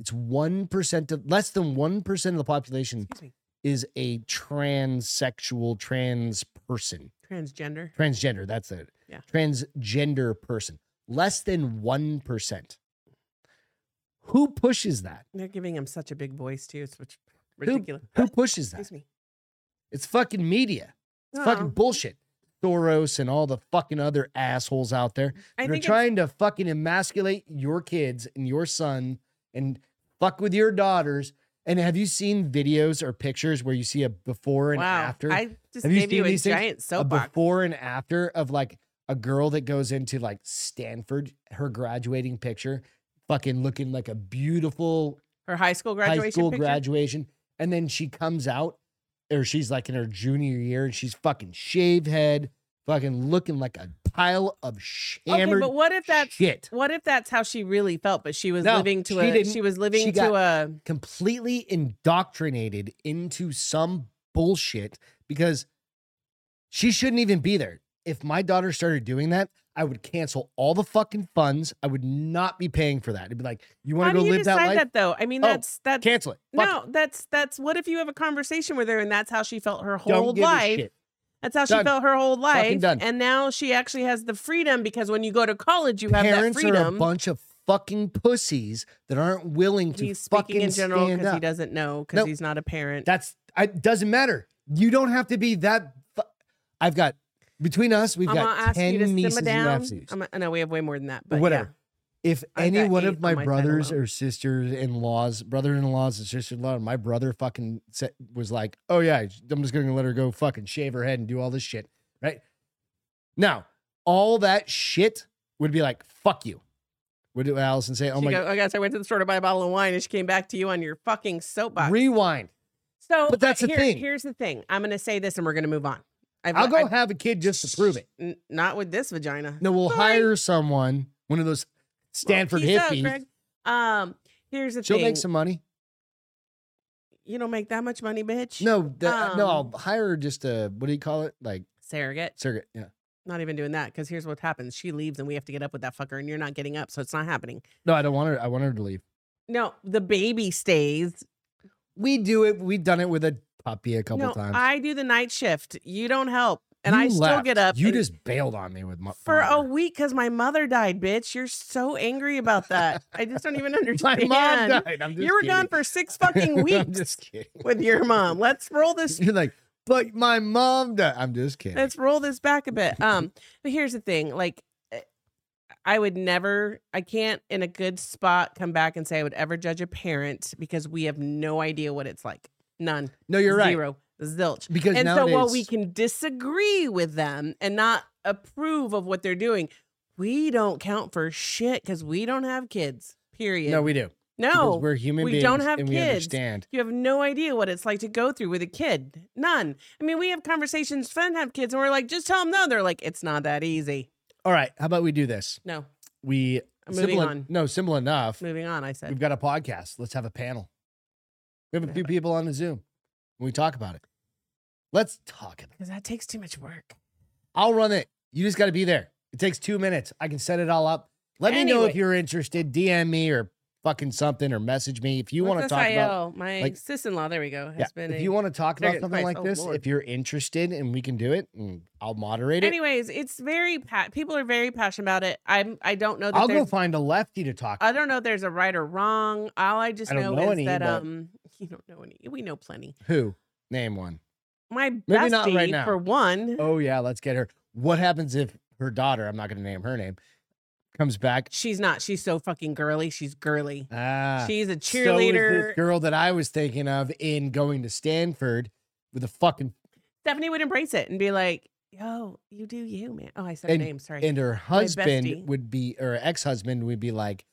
[SPEAKER 2] It's one percent of less than one percent of the population
[SPEAKER 3] Excuse me.
[SPEAKER 2] is a transsexual trans person,
[SPEAKER 3] Transgender.
[SPEAKER 2] transgender. That's it.
[SPEAKER 3] Yeah.
[SPEAKER 2] Transgender person. Less than one percent. Who pushes that?
[SPEAKER 3] They're giving him such a big voice too. It's which
[SPEAKER 2] Who-
[SPEAKER 3] ridiculous.
[SPEAKER 2] Who pushes that?
[SPEAKER 3] Excuse me. Uh-huh.
[SPEAKER 2] It's fucking media. It's fucking
[SPEAKER 3] No,
[SPEAKER 2] bullshit. Soros and all the fucking other assholes out there.
[SPEAKER 3] I
[SPEAKER 2] They're
[SPEAKER 3] think it's-
[SPEAKER 2] trying to fucking emasculate your kids and your son and fuck with your daughters. And have you seen videos or pictures where you see a before and
[SPEAKER 3] wow.
[SPEAKER 2] after?
[SPEAKER 3] I just
[SPEAKER 2] Have you
[SPEAKER 3] gave you,
[SPEAKER 2] seen
[SPEAKER 3] a
[SPEAKER 2] these things?
[SPEAKER 3] giant
[SPEAKER 2] a
[SPEAKER 3] soapbox.
[SPEAKER 2] before and after of like a girl that goes into like Stanford, her graduating picture, fucking looking like a beautiful
[SPEAKER 3] Her high school graduation.
[SPEAKER 2] high school
[SPEAKER 3] picture?
[SPEAKER 2] graduation. And then she comes out, or she's like in her junior year, and she's fucking shaved head, fucking looking like a pile of
[SPEAKER 3] Okay,
[SPEAKER 2] hammered
[SPEAKER 3] but what if that's
[SPEAKER 2] shit.
[SPEAKER 3] what if that's how she really felt, but she was
[SPEAKER 2] No,
[SPEAKER 3] living to
[SPEAKER 2] she
[SPEAKER 3] a
[SPEAKER 2] didn't.
[SPEAKER 3] she was living
[SPEAKER 2] She
[SPEAKER 3] to
[SPEAKER 2] got-
[SPEAKER 3] a
[SPEAKER 2] Completely indoctrinated into some bullshit because she shouldn't even be there. If my daughter started doing that, I would cancel all the fucking funds. I would not be paying for that. It'd be like, you want
[SPEAKER 3] How
[SPEAKER 2] to go
[SPEAKER 3] do you
[SPEAKER 2] live that
[SPEAKER 3] decide
[SPEAKER 2] life?
[SPEAKER 3] that though? I mean,
[SPEAKER 2] Oh,
[SPEAKER 3] that's that's
[SPEAKER 2] cancel it. Fuck
[SPEAKER 3] no, that's that's what if you have a conversation with her and that's how she felt her
[SPEAKER 2] it. Don't
[SPEAKER 3] whole
[SPEAKER 2] give a
[SPEAKER 3] life.
[SPEAKER 2] shit.
[SPEAKER 3] That's how she
[SPEAKER 2] Done.
[SPEAKER 3] felt her whole life,
[SPEAKER 2] done.
[SPEAKER 3] and now she actually has the freedom because when you go to college, you have that
[SPEAKER 2] parents are a
[SPEAKER 3] freedom.
[SPEAKER 2] bunch of fucking pussies that aren't willing to
[SPEAKER 3] he's speaking
[SPEAKER 2] fucking
[SPEAKER 3] in general
[SPEAKER 2] stand
[SPEAKER 3] because
[SPEAKER 2] up.
[SPEAKER 3] he doesn't know because
[SPEAKER 2] Nope.
[SPEAKER 3] he's not a parent.
[SPEAKER 2] That's I, doesn't matter. You don't have to be that. Fu- I've got between us, we've
[SPEAKER 3] I'm gonna
[SPEAKER 2] got
[SPEAKER 3] ask you
[SPEAKER 2] ten
[SPEAKER 3] to simmer
[SPEAKER 2] nieces and
[SPEAKER 3] down.
[SPEAKER 2] nephews.
[SPEAKER 3] I'm, no, we have way more than that, but
[SPEAKER 2] Whatever. If
[SPEAKER 3] I've
[SPEAKER 2] any
[SPEAKER 3] got
[SPEAKER 2] one
[SPEAKER 3] eight
[SPEAKER 2] of
[SPEAKER 3] on
[SPEAKER 2] my
[SPEAKER 3] my side
[SPEAKER 2] brothers
[SPEAKER 3] alone.
[SPEAKER 2] or sisters in laws, brother in laws and sister in law, my brother fucking said, was like, oh yeah, I'm just gonna let her go fucking shave her head and do all this shit, right? Now, all that shit would be like, fuck you. Would Allison say,
[SPEAKER 3] Yeah.
[SPEAKER 2] oh
[SPEAKER 3] She
[SPEAKER 2] my
[SPEAKER 3] go- I guess I went to the store to buy a bottle of wine, and she came back to you on your fucking soapbox.
[SPEAKER 2] rewind?
[SPEAKER 3] so, uh,
[SPEAKER 2] but that's the
[SPEAKER 3] here-
[SPEAKER 2] thing.
[SPEAKER 3] Here's the thing. I'm gonna say this, and we're gonna move on. I've,
[SPEAKER 2] I'll go
[SPEAKER 3] I-
[SPEAKER 2] have a kid just to prove it.
[SPEAKER 3] N- not with this vagina.
[SPEAKER 2] No, we'll
[SPEAKER 3] Sorry.
[SPEAKER 2] hire someone, one of those
[SPEAKER 3] Well,
[SPEAKER 2] Stanford
[SPEAKER 3] peace out,
[SPEAKER 2] hippies.
[SPEAKER 3] Greg. um, here's the
[SPEAKER 2] She'll
[SPEAKER 3] thing.
[SPEAKER 2] make some money.
[SPEAKER 3] you don't make that much money, bitch.
[SPEAKER 2] No, the, no, I'll
[SPEAKER 3] Um,
[SPEAKER 2] hire just a what do you call it? Like
[SPEAKER 3] surrogate.
[SPEAKER 2] surrogate. Yeah.
[SPEAKER 3] Not even doing that because here's what happens: she leaves, and we have to get up with that fucker, and you're not getting up, so it's not happening.
[SPEAKER 2] No, I don't want her. I want her to leave.
[SPEAKER 3] No, the baby stays.
[SPEAKER 2] We do it. We've done it with a puppy a couple
[SPEAKER 3] no,
[SPEAKER 2] times.
[SPEAKER 3] I do the night shift. You don't help, and
[SPEAKER 2] You
[SPEAKER 3] I still
[SPEAKER 2] left.
[SPEAKER 3] get up.
[SPEAKER 2] You
[SPEAKER 3] and-
[SPEAKER 2] just bailed on me with my
[SPEAKER 3] for a
[SPEAKER 2] mine.
[SPEAKER 3] week because my mother died, bitch. You're so angry about that. I just don't even
[SPEAKER 2] My
[SPEAKER 3] understand.
[SPEAKER 2] mom died. I'm just
[SPEAKER 3] you were
[SPEAKER 2] kidding.
[SPEAKER 3] gone for six fucking
[SPEAKER 2] I'm
[SPEAKER 3] weeks
[SPEAKER 2] just kidding.
[SPEAKER 3] with your mom. Let's roll this
[SPEAKER 2] You're like, but my mom died. I'm just kidding.
[SPEAKER 3] let's roll this back a bit um but here's the thing like eh, i would never i can't in a good spot come back and say i would ever judge a parent because we have no idea what it's like none
[SPEAKER 2] no, you're right.
[SPEAKER 3] zero zilch
[SPEAKER 2] Because
[SPEAKER 3] and
[SPEAKER 2] nowadays,
[SPEAKER 3] so while we can disagree with them and not approve of what they're doing we don't count for shit because we don't have kids period
[SPEAKER 2] no, we do.
[SPEAKER 3] no
[SPEAKER 2] Because we're human
[SPEAKER 3] we
[SPEAKER 2] beings
[SPEAKER 3] don't have
[SPEAKER 2] and we
[SPEAKER 3] kids.
[SPEAKER 2] understand.
[SPEAKER 3] you have no idea what it's like to go through with a kid. None. I mean, we have conversations, friends have kids, and we're like, just tell them no. They're like, it's not that easy.
[SPEAKER 2] All right. How about we do this?
[SPEAKER 3] No,
[SPEAKER 2] We
[SPEAKER 3] I'm moving
[SPEAKER 2] simple en-
[SPEAKER 3] on.
[SPEAKER 2] No, simple enough.
[SPEAKER 3] moving on. I said,
[SPEAKER 2] We've got a podcast. Let's have a panel. We have
[SPEAKER 3] Yeah.
[SPEAKER 2] a few people on the Zoom. and We talk about it. Let's talk about it.
[SPEAKER 3] because that takes too much work.
[SPEAKER 2] I'll run it. You just got to be there. It takes two minutes. I can set it all up. Let me know if
[SPEAKER 3] Anyway.
[SPEAKER 2] you're interested. DM me or fucking something or message me if you
[SPEAKER 3] What's
[SPEAKER 2] want to
[SPEAKER 3] this
[SPEAKER 2] talk about.
[SPEAKER 3] IL? my
[SPEAKER 2] like-
[SPEAKER 3] sis-in-law. There we go. Has
[SPEAKER 2] Yeah,
[SPEAKER 3] been
[SPEAKER 2] if
[SPEAKER 3] a-
[SPEAKER 2] you want to talk
[SPEAKER 3] There
[SPEAKER 2] about
[SPEAKER 3] it
[SPEAKER 2] something
[SPEAKER 3] is.
[SPEAKER 2] like
[SPEAKER 3] Oh,
[SPEAKER 2] this,
[SPEAKER 3] Lord.
[SPEAKER 2] if you're interested and we can do it, mm, I'll moderate it.
[SPEAKER 3] Anyways, it's very pat. People are very passionate about it. I'm. I don't know that
[SPEAKER 2] I'll go
[SPEAKER 3] there's.
[SPEAKER 2] find a lefty to talk.
[SPEAKER 3] I don't know if there's a right or wrong. All I just
[SPEAKER 2] I don't
[SPEAKER 3] know,
[SPEAKER 2] know
[SPEAKER 3] is
[SPEAKER 2] any,
[SPEAKER 3] that
[SPEAKER 2] but-
[SPEAKER 3] um, you don't know any. We know plenty.
[SPEAKER 2] Who? Name one.
[SPEAKER 3] My
[SPEAKER 2] Maybe not
[SPEAKER 3] bestie,
[SPEAKER 2] right now.
[SPEAKER 3] for one,
[SPEAKER 2] Oh yeah, let's get her. What happens if her daughter? I'm not going to name her name. Comes back.
[SPEAKER 3] she's not. She's so fucking girly. She's girly.
[SPEAKER 2] Ah,
[SPEAKER 3] She's a
[SPEAKER 2] So is this
[SPEAKER 3] cheerleader.
[SPEAKER 2] girl that I was thinking of in going to Stanford with a fucking
[SPEAKER 3] Stephanie would embrace it and be like, "Yo, you do you, man." Oh, I said
[SPEAKER 2] And-
[SPEAKER 3] her name. Sorry.
[SPEAKER 2] and her
[SPEAKER 3] bestie.
[SPEAKER 2] husband would be or ex husband would be like,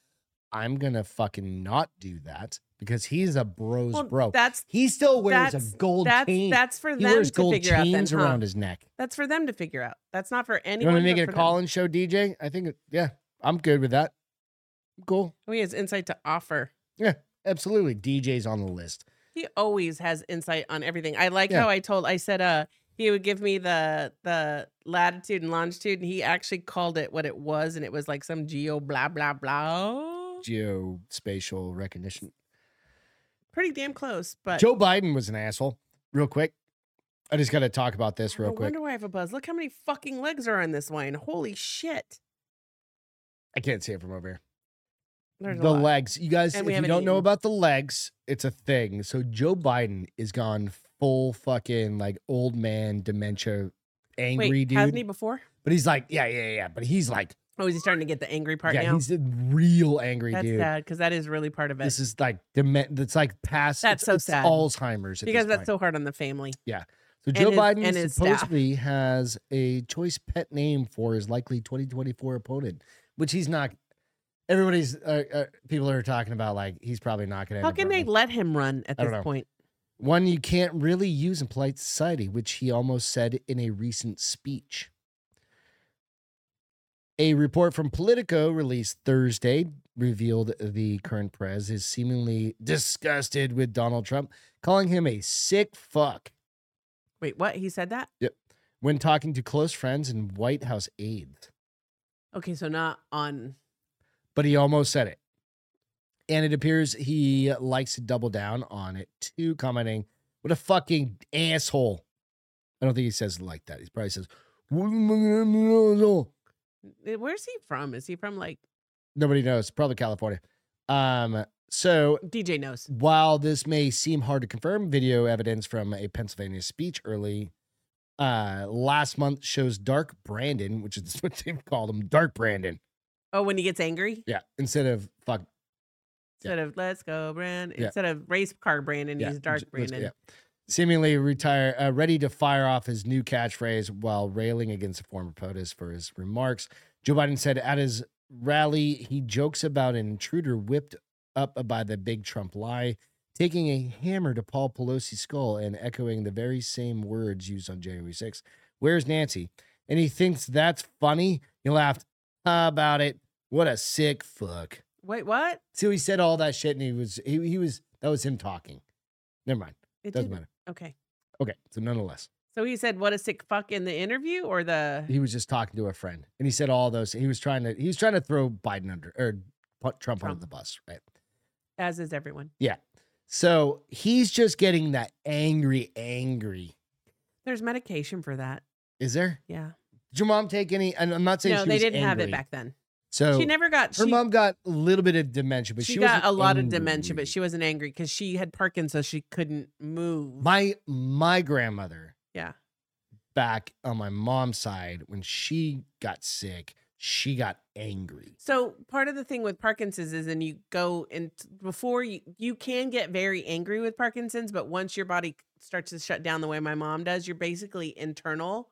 [SPEAKER 2] I'm gonna fucking not do that because he's a bros
[SPEAKER 3] Well,
[SPEAKER 2] bro.
[SPEAKER 3] That's
[SPEAKER 2] he still wears
[SPEAKER 3] that's-
[SPEAKER 2] a gold
[SPEAKER 3] that's
[SPEAKER 2] chain.
[SPEAKER 3] that's for
[SPEAKER 2] he
[SPEAKER 3] them
[SPEAKER 2] wears
[SPEAKER 3] to
[SPEAKER 2] gold
[SPEAKER 3] figure out. Then,
[SPEAKER 2] chains
[SPEAKER 3] huh?
[SPEAKER 2] around his neck.
[SPEAKER 3] That's for them to figure out. That's not for
[SPEAKER 2] You
[SPEAKER 3] anyone.
[SPEAKER 2] want to make
[SPEAKER 3] but
[SPEAKER 2] it a
[SPEAKER 3] for them.
[SPEAKER 2] call in show, DJ? I think it- yeah, I'm good with that. Cool,
[SPEAKER 3] He has insight to offer.
[SPEAKER 2] absolutely. DJ's on the list.
[SPEAKER 3] He always has insight on everything. I like
[SPEAKER 2] Yeah.
[SPEAKER 3] how I told. I said, uh, he would give me the the latitude and longitude, and he actually called it what it was, and it was like some geo blah blah blah.
[SPEAKER 2] geospatial recognition.
[SPEAKER 3] Pretty damn close, but
[SPEAKER 2] Joe Biden was an asshole. Real quick, I just got to talk about this real
[SPEAKER 3] I
[SPEAKER 2] quick.
[SPEAKER 3] wonder why I have a buzz. Look how many fucking legs are on this wine. Holy shit.
[SPEAKER 2] I can't see it from over here.
[SPEAKER 3] There's
[SPEAKER 2] the
[SPEAKER 3] a lot.
[SPEAKER 2] legs. You guys,
[SPEAKER 3] And
[SPEAKER 2] if
[SPEAKER 3] we
[SPEAKER 2] you
[SPEAKER 3] haven't
[SPEAKER 2] don't know
[SPEAKER 3] eaten.
[SPEAKER 2] about the legs, it's a thing. So Joe Biden is gone full fucking like old man dementia, angry
[SPEAKER 3] Wait,
[SPEAKER 2] dude.
[SPEAKER 3] hasn't he before?
[SPEAKER 2] but he's like, yeah, yeah, yeah. But he's like,
[SPEAKER 3] Oh, is he starting to get the angry part
[SPEAKER 2] yeah,
[SPEAKER 3] now?
[SPEAKER 2] he's a real angry
[SPEAKER 3] That's
[SPEAKER 2] dude.
[SPEAKER 3] sad because that is really part of it.
[SPEAKER 2] This is like dement. That's like past.
[SPEAKER 3] That's
[SPEAKER 2] it's-
[SPEAKER 3] so
[SPEAKER 2] it's
[SPEAKER 3] sad.
[SPEAKER 2] Alzheimer's. At
[SPEAKER 3] because
[SPEAKER 2] this
[SPEAKER 3] that's
[SPEAKER 2] point.
[SPEAKER 3] so hard on the family.
[SPEAKER 2] so.
[SPEAKER 3] and
[SPEAKER 2] Joe
[SPEAKER 3] his-
[SPEAKER 2] Biden
[SPEAKER 3] and his staff.
[SPEAKER 2] supposedly has a choice pet name for his likely 2024 opponent, which he's not. Everybody's uh, uh, people are talking about like he's probably not going to.
[SPEAKER 3] How can they let him run at
[SPEAKER 2] I
[SPEAKER 3] this
[SPEAKER 2] don't know.
[SPEAKER 3] point?
[SPEAKER 2] One you can't really use in polite society, which he almost said in a recent speech. A report from Politico released Thursday revealed the current prez is seemingly disgusted with Donald Trump, calling him a sick fuck
[SPEAKER 3] Wait, what? He said that?
[SPEAKER 2] when talking to close friends and White House aides.
[SPEAKER 3] Okay, so not on.
[SPEAKER 2] But he almost said it. And it appears he likes to double down on it too, commenting, What a fucking asshole. I don't think he says it like that. He probably says, "What a fucking asshole."
[SPEAKER 3] Eh, Where's he from? Is he from like
[SPEAKER 2] Nobody knows, probably California. Um, so
[SPEAKER 3] DJ knows?
[SPEAKER 2] while this may seem hard to confirm, video evidence from a Pennsylvania speech early uh last month shows Dark Brandon, which is what they've called him, Dark Brandon.
[SPEAKER 3] Oh, when he gets angry?
[SPEAKER 2] Yeah, instead of fuck Yeah.
[SPEAKER 3] Instead of let's go, Brandon.
[SPEAKER 2] Yeah.
[SPEAKER 3] Instead of race car Brandon,
[SPEAKER 2] Yeah,
[SPEAKER 3] he's dark
[SPEAKER 2] j- let's-
[SPEAKER 3] Brandon.
[SPEAKER 2] yeah. Seemingly retire, uh, ready to fire off his new catchphrase while railing against the former POTUS for his remarks. Joe Biden said at his rally, he jokes about an intruder whipped up by the big Trump lie, taking a hammer to Paul Pelosi's skull and echoing the very same words used on January 6th. Where's Nancy? And he thinks that's funny. He laughed "How about it. What a sick fuck.
[SPEAKER 3] Wait, what?
[SPEAKER 2] So he said all that shit, and he was he, he was that was him talking. Never mind.
[SPEAKER 3] It
[SPEAKER 2] Doesn't
[SPEAKER 3] didn't-
[SPEAKER 2] matter.
[SPEAKER 3] Okay.
[SPEAKER 2] Okay. So nonetheless,
[SPEAKER 3] So he said, "What a sick fuck" in the interview, or the
[SPEAKER 2] he was just talking to a friend, and he said all those. He was trying to he was trying to throw Biden under or pu- Trump under
[SPEAKER 3] Trump.
[SPEAKER 2] the bus, right?
[SPEAKER 3] as is everyone.
[SPEAKER 2] So he's just getting that angry, angry.
[SPEAKER 3] There's medication for that.
[SPEAKER 2] Is there?
[SPEAKER 3] Yeah.
[SPEAKER 2] Did your mom take any? And I'm not saying
[SPEAKER 3] No,
[SPEAKER 2] she
[SPEAKER 3] they
[SPEAKER 2] was
[SPEAKER 3] didn't have it
[SPEAKER 2] angry.
[SPEAKER 3] back then.
[SPEAKER 2] So
[SPEAKER 3] she never got.
[SPEAKER 2] her
[SPEAKER 3] she,
[SPEAKER 2] mom got a little bit of dementia, but she,
[SPEAKER 3] she, got
[SPEAKER 2] wasn't
[SPEAKER 3] a lot of
[SPEAKER 2] angry.
[SPEAKER 3] dementia, but she wasn't angry because she had Parkinson's, so she couldn't move.
[SPEAKER 2] my my grandmother
[SPEAKER 3] yeah.
[SPEAKER 2] back on my mom's side when she got sick, she got angry.
[SPEAKER 3] So part of the thing with Parkinson's is, and you go and t- before you you can get very angry with Parkinson's, but once your body starts to shut down the way my mom does, you're basically internal.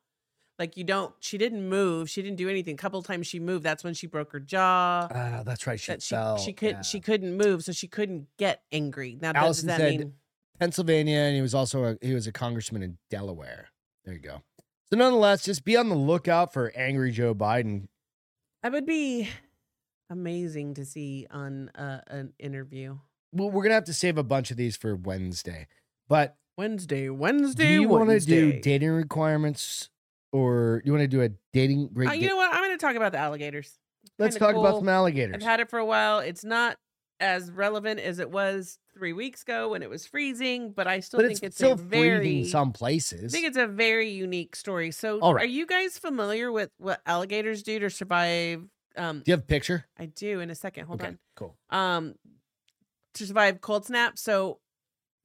[SPEAKER 3] Like you don't. She didn't move. She didn't do anything. A couple times she moved. That's when she broke her jaw.
[SPEAKER 2] Ah, that's right. She
[SPEAKER 3] that she
[SPEAKER 2] fell.
[SPEAKER 3] she could
[SPEAKER 2] yeah.
[SPEAKER 3] she couldn't move, so she couldn't get angry. Now does
[SPEAKER 2] Allison
[SPEAKER 3] that
[SPEAKER 2] said-
[SPEAKER 3] mean
[SPEAKER 2] Pennsylvania, and he was also a, he was a congressman in Delaware. There you go. So nonetheless, just be on the lookout for angry Joe Biden.
[SPEAKER 3] that would be amazing to see on uh, an interview
[SPEAKER 2] Well, we're gonna have to save a bunch of these for Wednesday. But
[SPEAKER 3] Wednesday,
[SPEAKER 2] do
[SPEAKER 3] Wednesday,
[SPEAKER 2] you want to do
[SPEAKER 3] Wednesday.
[SPEAKER 2] dating requirements, or you want to do a dating? Great.
[SPEAKER 3] Uh, you
[SPEAKER 2] da-
[SPEAKER 3] know what? I'm going to talk about the alligators.
[SPEAKER 2] Let's
[SPEAKER 3] kinda
[SPEAKER 2] talk about
[SPEAKER 3] cool.
[SPEAKER 2] some alligators.
[SPEAKER 3] I've had it for a while. It's not as relevant as it was three weeks ago when it was freezing, but I still
[SPEAKER 2] but
[SPEAKER 3] think
[SPEAKER 2] it's,
[SPEAKER 3] it's,
[SPEAKER 2] still
[SPEAKER 3] a very.
[SPEAKER 2] freezing some
[SPEAKER 3] I
[SPEAKER 2] places.
[SPEAKER 3] think it's a very unique story. So,
[SPEAKER 2] All right.
[SPEAKER 3] are you guys familiar with what alligators do to survive? Um,
[SPEAKER 2] do you have a picture?
[SPEAKER 3] I do in a second. Hold
[SPEAKER 2] okay,
[SPEAKER 3] on.
[SPEAKER 2] cool.
[SPEAKER 3] um to survive cold snap. So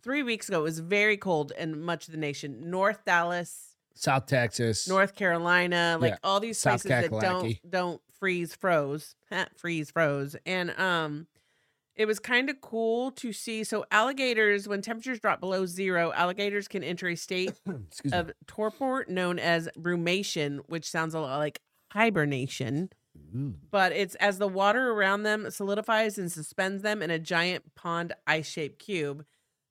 [SPEAKER 3] three weeks ago it was very cold in much of the nation. North Dallas,
[SPEAKER 2] South Texas.
[SPEAKER 3] North Carolina, like
[SPEAKER 2] Yeah.
[SPEAKER 3] all these
[SPEAKER 2] South
[SPEAKER 3] places that
[SPEAKER 2] Kakalaki.
[SPEAKER 3] don't don't freeze froze. freeze froze. And um it was kind of cool to see. So alligators, when temperatures drop below zero, alligators can enter a state
[SPEAKER 2] Excuse me.
[SPEAKER 3] of torpor known as brumation, which sounds a lot like hibernation
[SPEAKER 2] Ooh.
[SPEAKER 3] but it's as the water around them solidifies and suspends them in a giant pond ice-shaped cube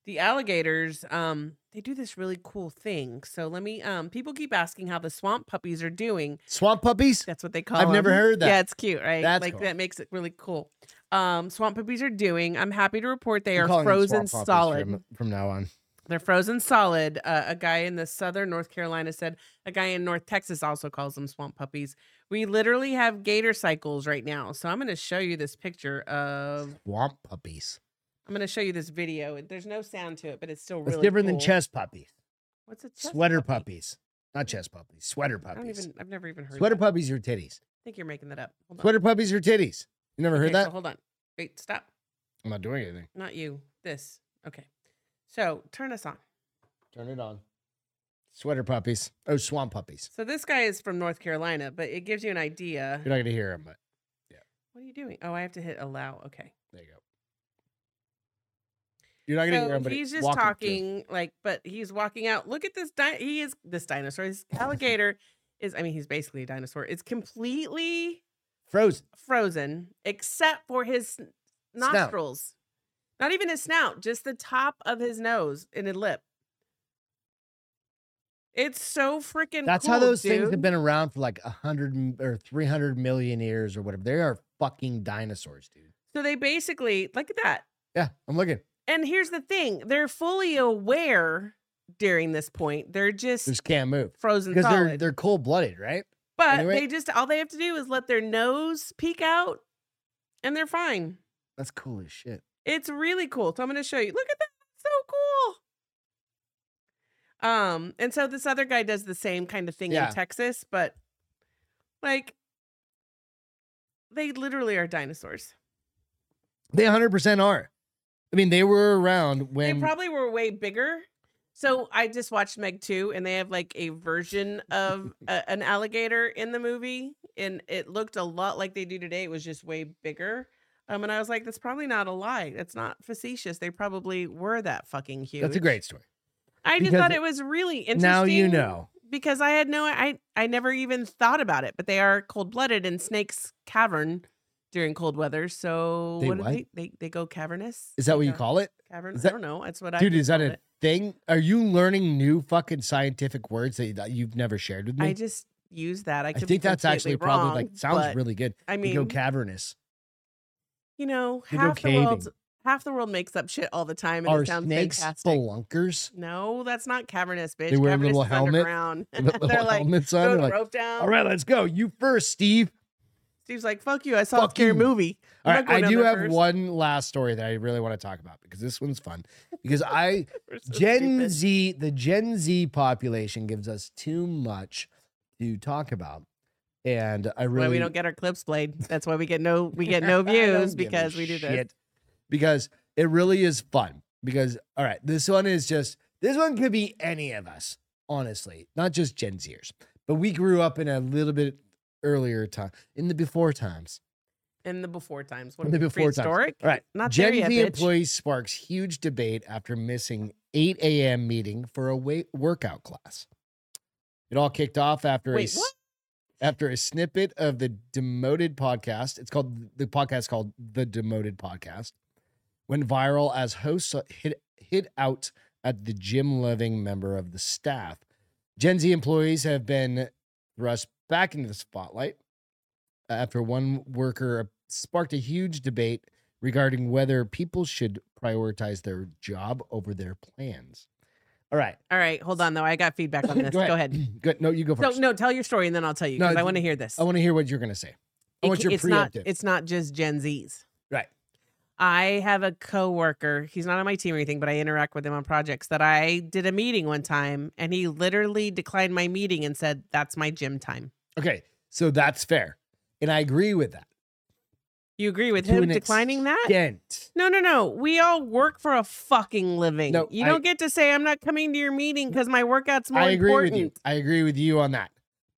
[SPEAKER 3] the alligators um they do this really cool thing so let me um people keep asking how the swamp puppies are doing
[SPEAKER 2] Swamp puppies.
[SPEAKER 3] that's what they call
[SPEAKER 2] I've never
[SPEAKER 3] 'em.
[SPEAKER 2] heard that.
[SPEAKER 3] yeah it's cute right
[SPEAKER 2] That's
[SPEAKER 3] like
[SPEAKER 2] cool.
[SPEAKER 3] that makes it really cool um swamp puppies are doing i'm happy to report they
[SPEAKER 2] I'm
[SPEAKER 3] are
[SPEAKER 2] calling them
[SPEAKER 3] frozen
[SPEAKER 2] swamp puppies
[SPEAKER 3] solid
[SPEAKER 2] from, from now on.
[SPEAKER 3] They're frozen solid. Uh, a guy in the southern North Carolina said, a guy in North Texas also calls them swamp puppies. We literally have gator cycles right now. So I'm going to show you this picture of,
[SPEAKER 2] Swamp puppies.
[SPEAKER 3] I'm going to show you this video. There's no sound to it, but it's still
[SPEAKER 2] That's
[SPEAKER 3] really
[SPEAKER 2] different than
[SPEAKER 3] cool.
[SPEAKER 2] chest puppies.
[SPEAKER 3] What's a chest
[SPEAKER 2] sweater
[SPEAKER 3] puppy?
[SPEAKER 2] puppies. Not chest puppies. Sweater
[SPEAKER 3] I don't
[SPEAKER 2] puppies.
[SPEAKER 3] even, I've never even heard
[SPEAKER 2] Sweater
[SPEAKER 3] that.
[SPEAKER 2] puppies are titties.
[SPEAKER 3] I think you're making that up. Hold on.
[SPEAKER 2] Sweater puppies are titties. You never heard
[SPEAKER 3] Okay, so
[SPEAKER 2] that?
[SPEAKER 3] hold on. Wait, stop.
[SPEAKER 2] I'm not doing anything.
[SPEAKER 3] Not you. This. Okay. So turn us on.
[SPEAKER 2] Turn it on. Sweater puppies. Oh, swamp puppies.
[SPEAKER 3] So this guy is from North Carolina, but it gives you an idea.
[SPEAKER 2] You're not gonna hear them, but
[SPEAKER 3] What are you doing? Oh, I have to hit allow. Okay.
[SPEAKER 2] there you go. You're not gonna hear
[SPEAKER 3] so
[SPEAKER 2] them, but
[SPEAKER 3] he's
[SPEAKER 2] it's walking
[SPEAKER 3] just
[SPEAKER 2] through.
[SPEAKER 3] talking, like, but he's walking out. Look at this. Di- he is this dinosaur. This alligator is. I mean, he's basically a dinosaur. It's completely
[SPEAKER 2] Frozen.
[SPEAKER 3] frozen except for his n-
[SPEAKER 2] Snout.
[SPEAKER 3] nostrils. Not even his snout, just the top of his nose and his lip. It's so freaking.
[SPEAKER 2] That's how
[SPEAKER 3] cool,
[SPEAKER 2] those things have
[SPEAKER 3] dude.
[SPEAKER 2] been around for like a hundred m- or three hundred million years or whatever. They are fucking dinosaurs, dude.
[SPEAKER 3] So they basically look at that.
[SPEAKER 2] Yeah, I'm looking.
[SPEAKER 3] And here's the thing: they're fully aware during this point. They're just
[SPEAKER 2] They just can't move
[SPEAKER 3] frozen
[SPEAKER 2] because
[SPEAKER 3] solid.
[SPEAKER 2] they're they're cold blooded, right?
[SPEAKER 3] but
[SPEAKER 2] anyway-
[SPEAKER 3] they just all they have to do is let their nose peek out, and they're fine.
[SPEAKER 2] That's cool as shit.
[SPEAKER 3] It's really cool. So I'm going to show you. Look at that. It's so cool. Um, and so this other guy does the same kind of thing
[SPEAKER 2] Yeah.
[SPEAKER 3] in Texas, but like they literally are dinosaurs.
[SPEAKER 2] They 100 percent are. I mean, they were around when
[SPEAKER 3] they probably were way bigger. So I just watched Meg 2 and they have like a version of a, an alligator in the movie and it looked a lot like they do today. It was just way bigger. Um, and I was like, that's probably not a lie. That's not facetious. They probably were that fucking huge.
[SPEAKER 2] that's a great story.
[SPEAKER 3] I just
[SPEAKER 2] Because
[SPEAKER 3] thought it was really interesting.
[SPEAKER 2] Now you know.
[SPEAKER 3] because I had no I I never even thought about it, but they are cold blooded in snakes cavern during cold weather. So
[SPEAKER 2] They
[SPEAKER 3] what do
[SPEAKER 2] what?
[SPEAKER 3] they, they they go cavernous?
[SPEAKER 2] Is that
[SPEAKER 3] They
[SPEAKER 2] what you
[SPEAKER 3] go
[SPEAKER 2] call it,
[SPEAKER 3] cavern?
[SPEAKER 2] is that-
[SPEAKER 3] I don't know. That's what I
[SPEAKER 2] dude? Is that
[SPEAKER 3] called
[SPEAKER 2] a thing? Are you learning new fucking scientific words that, that you've never shared with me?
[SPEAKER 3] I just use that. I,
[SPEAKER 2] I
[SPEAKER 3] could be
[SPEAKER 2] think that's actually
[SPEAKER 3] completely
[SPEAKER 2] probably
[SPEAKER 3] wrong,
[SPEAKER 2] like sounds
[SPEAKER 3] but,
[SPEAKER 2] really good.
[SPEAKER 3] I
[SPEAKER 2] You go
[SPEAKER 3] mean,
[SPEAKER 2] cavernous.
[SPEAKER 3] you know,
[SPEAKER 2] you go
[SPEAKER 3] half the world
[SPEAKER 2] caving.
[SPEAKER 3] half the world makes up shit all the time, and
[SPEAKER 2] Are
[SPEAKER 3] it sounds
[SPEAKER 2] snakes
[SPEAKER 3] fantastic.
[SPEAKER 2] spelunkers?
[SPEAKER 3] No, that's not cavernous, bitch.
[SPEAKER 2] wear a
[SPEAKER 3] cavernous
[SPEAKER 2] little
[SPEAKER 3] is
[SPEAKER 2] helmet
[SPEAKER 3] underground.
[SPEAKER 2] With little
[SPEAKER 3] They're like,
[SPEAKER 2] helmets on,
[SPEAKER 3] throw
[SPEAKER 2] they're
[SPEAKER 3] the
[SPEAKER 2] like,
[SPEAKER 3] rope down.
[SPEAKER 2] all right, let's go. You first, Steve.
[SPEAKER 3] Steve's like, "Fuck you! I saw
[SPEAKER 2] Fuck
[SPEAKER 3] a scary
[SPEAKER 2] you.
[SPEAKER 3] movie."
[SPEAKER 2] All
[SPEAKER 3] I'm
[SPEAKER 2] right,
[SPEAKER 3] not going
[SPEAKER 2] I
[SPEAKER 3] down
[SPEAKER 2] do
[SPEAKER 3] there
[SPEAKER 2] have
[SPEAKER 3] first.
[SPEAKER 2] one last story that I really want to talk about because this one's fun. Because I
[SPEAKER 3] We're so
[SPEAKER 2] Gen
[SPEAKER 3] stupid.
[SPEAKER 2] Z, the Gen Z population gives us too much to talk about, and I really
[SPEAKER 3] why we don't get our clips played. That's why we get no we get no
[SPEAKER 2] I don't
[SPEAKER 3] views
[SPEAKER 2] give a
[SPEAKER 3] because we do this.
[SPEAKER 2] shit. Because it really is fun. Because all right, this one is just this one could be any of us, honestly, not just Gen Zers, but we grew up in a little bit earlier time, in the before times.
[SPEAKER 3] In the before times,
[SPEAKER 2] In
[SPEAKER 3] what
[SPEAKER 2] the
[SPEAKER 3] are we,
[SPEAKER 2] before times.
[SPEAKER 3] prehistoric?
[SPEAKER 2] All right,
[SPEAKER 3] Not
[SPEAKER 2] Gen
[SPEAKER 3] there yet,
[SPEAKER 2] Z
[SPEAKER 3] bitch.
[SPEAKER 2] employee sparks huge debate after missing 8 a.m. meeting for a weight workout class. It all kicked off after a
[SPEAKER 3] Wait,
[SPEAKER 2] s-
[SPEAKER 3] what?
[SPEAKER 2] after a snippet of the demoted podcast. It's called the podcast is called the demoted podcast went viral as hosts uh, hit hit out at the gym loving member of the staff. Gen Z employees have been thrust back into the spotlight after one worker uh, sparked a huge debate regarding whether people should prioritize their job over their plans. All right.
[SPEAKER 3] All right, hold on though. I got feedback on this. Go ahead.
[SPEAKER 2] Good. No, you go
[SPEAKER 3] So
[SPEAKER 2] first.
[SPEAKER 3] no, tell your story and then I'll tell you
[SPEAKER 2] No,
[SPEAKER 3] because I
[SPEAKER 2] d-
[SPEAKER 3] want to hear this.
[SPEAKER 2] I want to hear what you're going to say. I
[SPEAKER 3] It
[SPEAKER 2] want
[SPEAKER 3] ca-
[SPEAKER 2] your
[SPEAKER 3] it's not
[SPEAKER 2] preemptive.
[SPEAKER 3] it's not just Gen Z's.
[SPEAKER 2] Right.
[SPEAKER 3] I have a coworker. He's not on my team or anything, but I interact with him on projects. That I did a meeting one time, and he literally declined my meeting and said, "That's my gym time."
[SPEAKER 2] Okay. So that's fair. And I agree with that.
[SPEAKER 3] You agree with
[SPEAKER 2] To
[SPEAKER 3] him
[SPEAKER 2] an
[SPEAKER 3] declining that?
[SPEAKER 2] Dent.
[SPEAKER 3] No, no, no. We all work for a fucking living.
[SPEAKER 2] No,
[SPEAKER 3] you
[SPEAKER 2] I-
[SPEAKER 3] don't get to say I'm not coming to your meeting because my workout's more
[SPEAKER 2] I agree
[SPEAKER 3] important.
[SPEAKER 2] with you. I agree with you on that.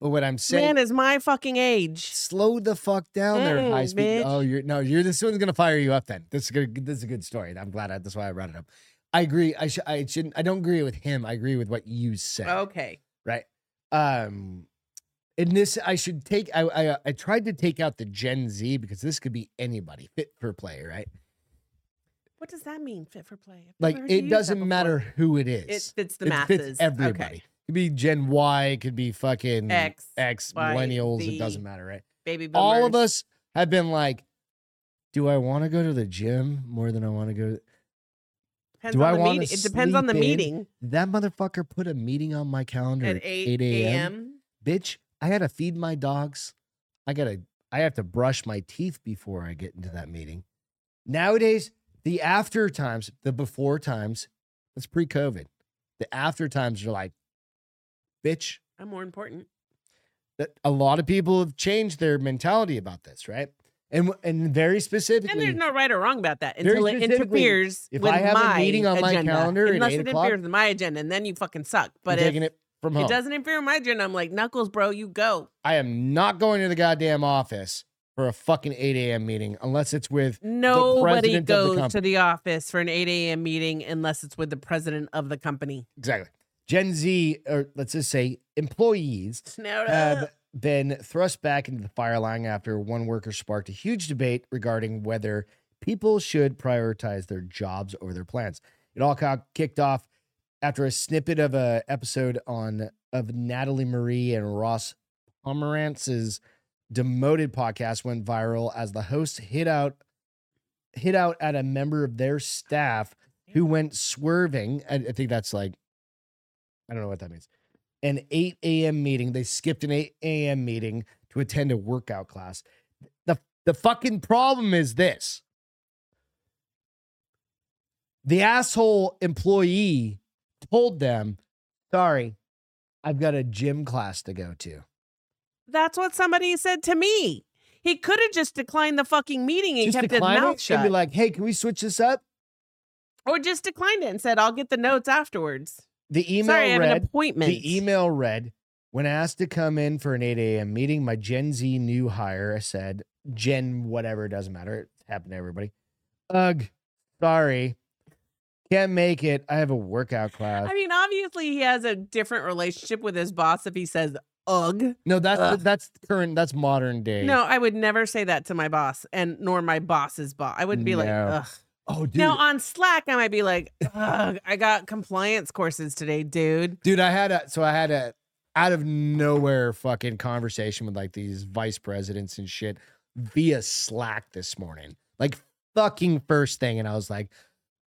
[SPEAKER 2] But what I'm saying
[SPEAKER 3] Man is my fucking age.
[SPEAKER 2] slow the fuck down there,
[SPEAKER 3] Mm-mm,
[SPEAKER 2] high speed.
[SPEAKER 3] bitch.
[SPEAKER 2] Oh, you're no, you're this one's gonna fire you up. Then this is good. This is a good story. I'm glad. I, that's why I brought it up. I agree. I should. I shouldn't. I don't agree with him. I agree with what you said.
[SPEAKER 3] Oh, Okay.
[SPEAKER 2] Right. Um. And this, I should take. I, I I tried to take out the Gen Z because this could be anybody fit for play, right?
[SPEAKER 3] What does that mean? Fit for play? I've
[SPEAKER 2] Like
[SPEAKER 3] never heard you
[SPEAKER 2] it
[SPEAKER 3] use that
[SPEAKER 2] doesn't
[SPEAKER 3] before.
[SPEAKER 2] matter who it is.
[SPEAKER 3] It fits the
[SPEAKER 2] it
[SPEAKER 3] masses.
[SPEAKER 2] fits
[SPEAKER 3] Okay.
[SPEAKER 2] everybody. It could be Gen Y. It could be fucking
[SPEAKER 3] X,
[SPEAKER 2] X
[SPEAKER 3] Y,
[SPEAKER 2] millennials. It
[SPEAKER 3] Z.
[SPEAKER 2] doesn't matter, right?
[SPEAKER 3] Baby boomers.
[SPEAKER 2] all of us have been like, do I want to go to the gym more than I want to go?
[SPEAKER 3] Depends
[SPEAKER 2] Do
[SPEAKER 3] on
[SPEAKER 2] I
[SPEAKER 3] the
[SPEAKER 2] wanna
[SPEAKER 3] meeting. It depends on the
[SPEAKER 2] sleep in?
[SPEAKER 3] meeting.
[SPEAKER 2] Did that motherfucker put a meeting on my calendar
[SPEAKER 4] at 8 a.m.
[SPEAKER 2] Bitch, I gotta feed my dogs. I gotta I have to brush my teeth before I get into that meeting. Nowadays, the after times, the before times, that's pre-COVID. The after times are like, bitch,
[SPEAKER 3] I'm more important.
[SPEAKER 2] that a lot of people have changed their mentality about this, right? And and very specifically,
[SPEAKER 3] And there's no right or wrong about that
[SPEAKER 2] Very
[SPEAKER 3] until it
[SPEAKER 2] specifically,
[SPEAKER 3] interferes
[SPEAKER 2] if
[SPEAKER 3] with
[SPEAKER 2] I have a
[SPEAKER 3] my
[SPEAKER 2] meeting on my
[SPEAKER 3] agenda.
[SPEAKER 2] calendar at
[SPEAKER 3] Unless
[SPEAKER 2] 8
[SPEAKER 3] it
[SPEAKER 2] o'clock,
[SPEAKER 3] interferes with my agenda, and then you fucking suck.
[SPEAKER 2] I'm
[SPEAKER 3] But if
[SPEAKER 2] taking
[SPEAKER 3] it
[SPEAKER 2] it from home.
[SPEAKER 3] doesn't interfere with my agenda, I'm like knuckles, bro. You go.
[SPEAKER 2] I am not going to the goddamn office for a fucking 8 a.m. meeting unless it's with
[SPEAKER 3] Nobody
[SPEAKER 2] president of the
[SPEAKER 3] goes to
[SPEAKER 2] company.
[SPEAKER 3] the office for an 8 a.m. meeting unless it's with the president of the company.
[SPEAKER 2] exactly Gen Z or let's just say employees
[SPEAKER 3] Snout
[SPEAKER 2] have
[SPEAKER 3] up.
[SPEAKER 2] been thrust back into the fire line after one worker sparked a huge debate regarding whether people should prioritize their jobs over their plans. It all co- kicked off after a snippet of a episode on of Natalie Marie and Ross Pomerantz's demoted podcast went viral as the host hit out hit out at a member of their staff who went swerving. I, I think that's like I don't know what that means an 8 a.m. meeting. They skipped an 8 a.m. meeting to attend a workout class. The, the fucking problem is this the asshole employee told them, sorry, I've got a gym class to go to.
[SPEAKER 3] That's what somebody said to me. He could have just declined the fucking meeting and kept his
[SPEAKER 2] decline it
[SPEAKER 3] mouth
[SPEAKER 2] and be
[SPEAKER 3] shut,
[SPEAKER 2] like, hey, can we switch this up?
[SPEAKER 3] or just declined it and said, "I'll get the notes afterwards."
[SPEAKER 2] The email
[SPEAKER 3] Sorry, I have
[SPEAKER 2] read,
[SPEAKER 3] an appointment.
[SPEAKER 2] The email read When asked to come in for an 8 a.m. meeting, my Gen Z new hire said, Gen whatever, it doesn't matter. It happened to everybody. Ugh, sorry. Can't make it. I have a workout class.
[SPEAKER 3] I mean, obviously, he has a different relationship with his boss if he says, ugh.
[SPEAKER 2] no, that's
[SPEAKER 3] ugh.
[SPEAKER 2] that's current, that's modern day.
[SPEAKER 3] No, I would never say that to my boss and nor my boss's boss. I wouldn't be like,
[SPEAKER 2] No.
[SPEAKER 3] ugh.
[SPEAKER 2] Oh, dude.
[SPEAKER 3] Now, on Slack, I might be like, ugh, I got compliance courses today, dude.
[SPEAKER 2] dude i had a so i had a out of nowhere fucking conversation with like these vice presidents and shit via slack this morning like fucking first thing and i was like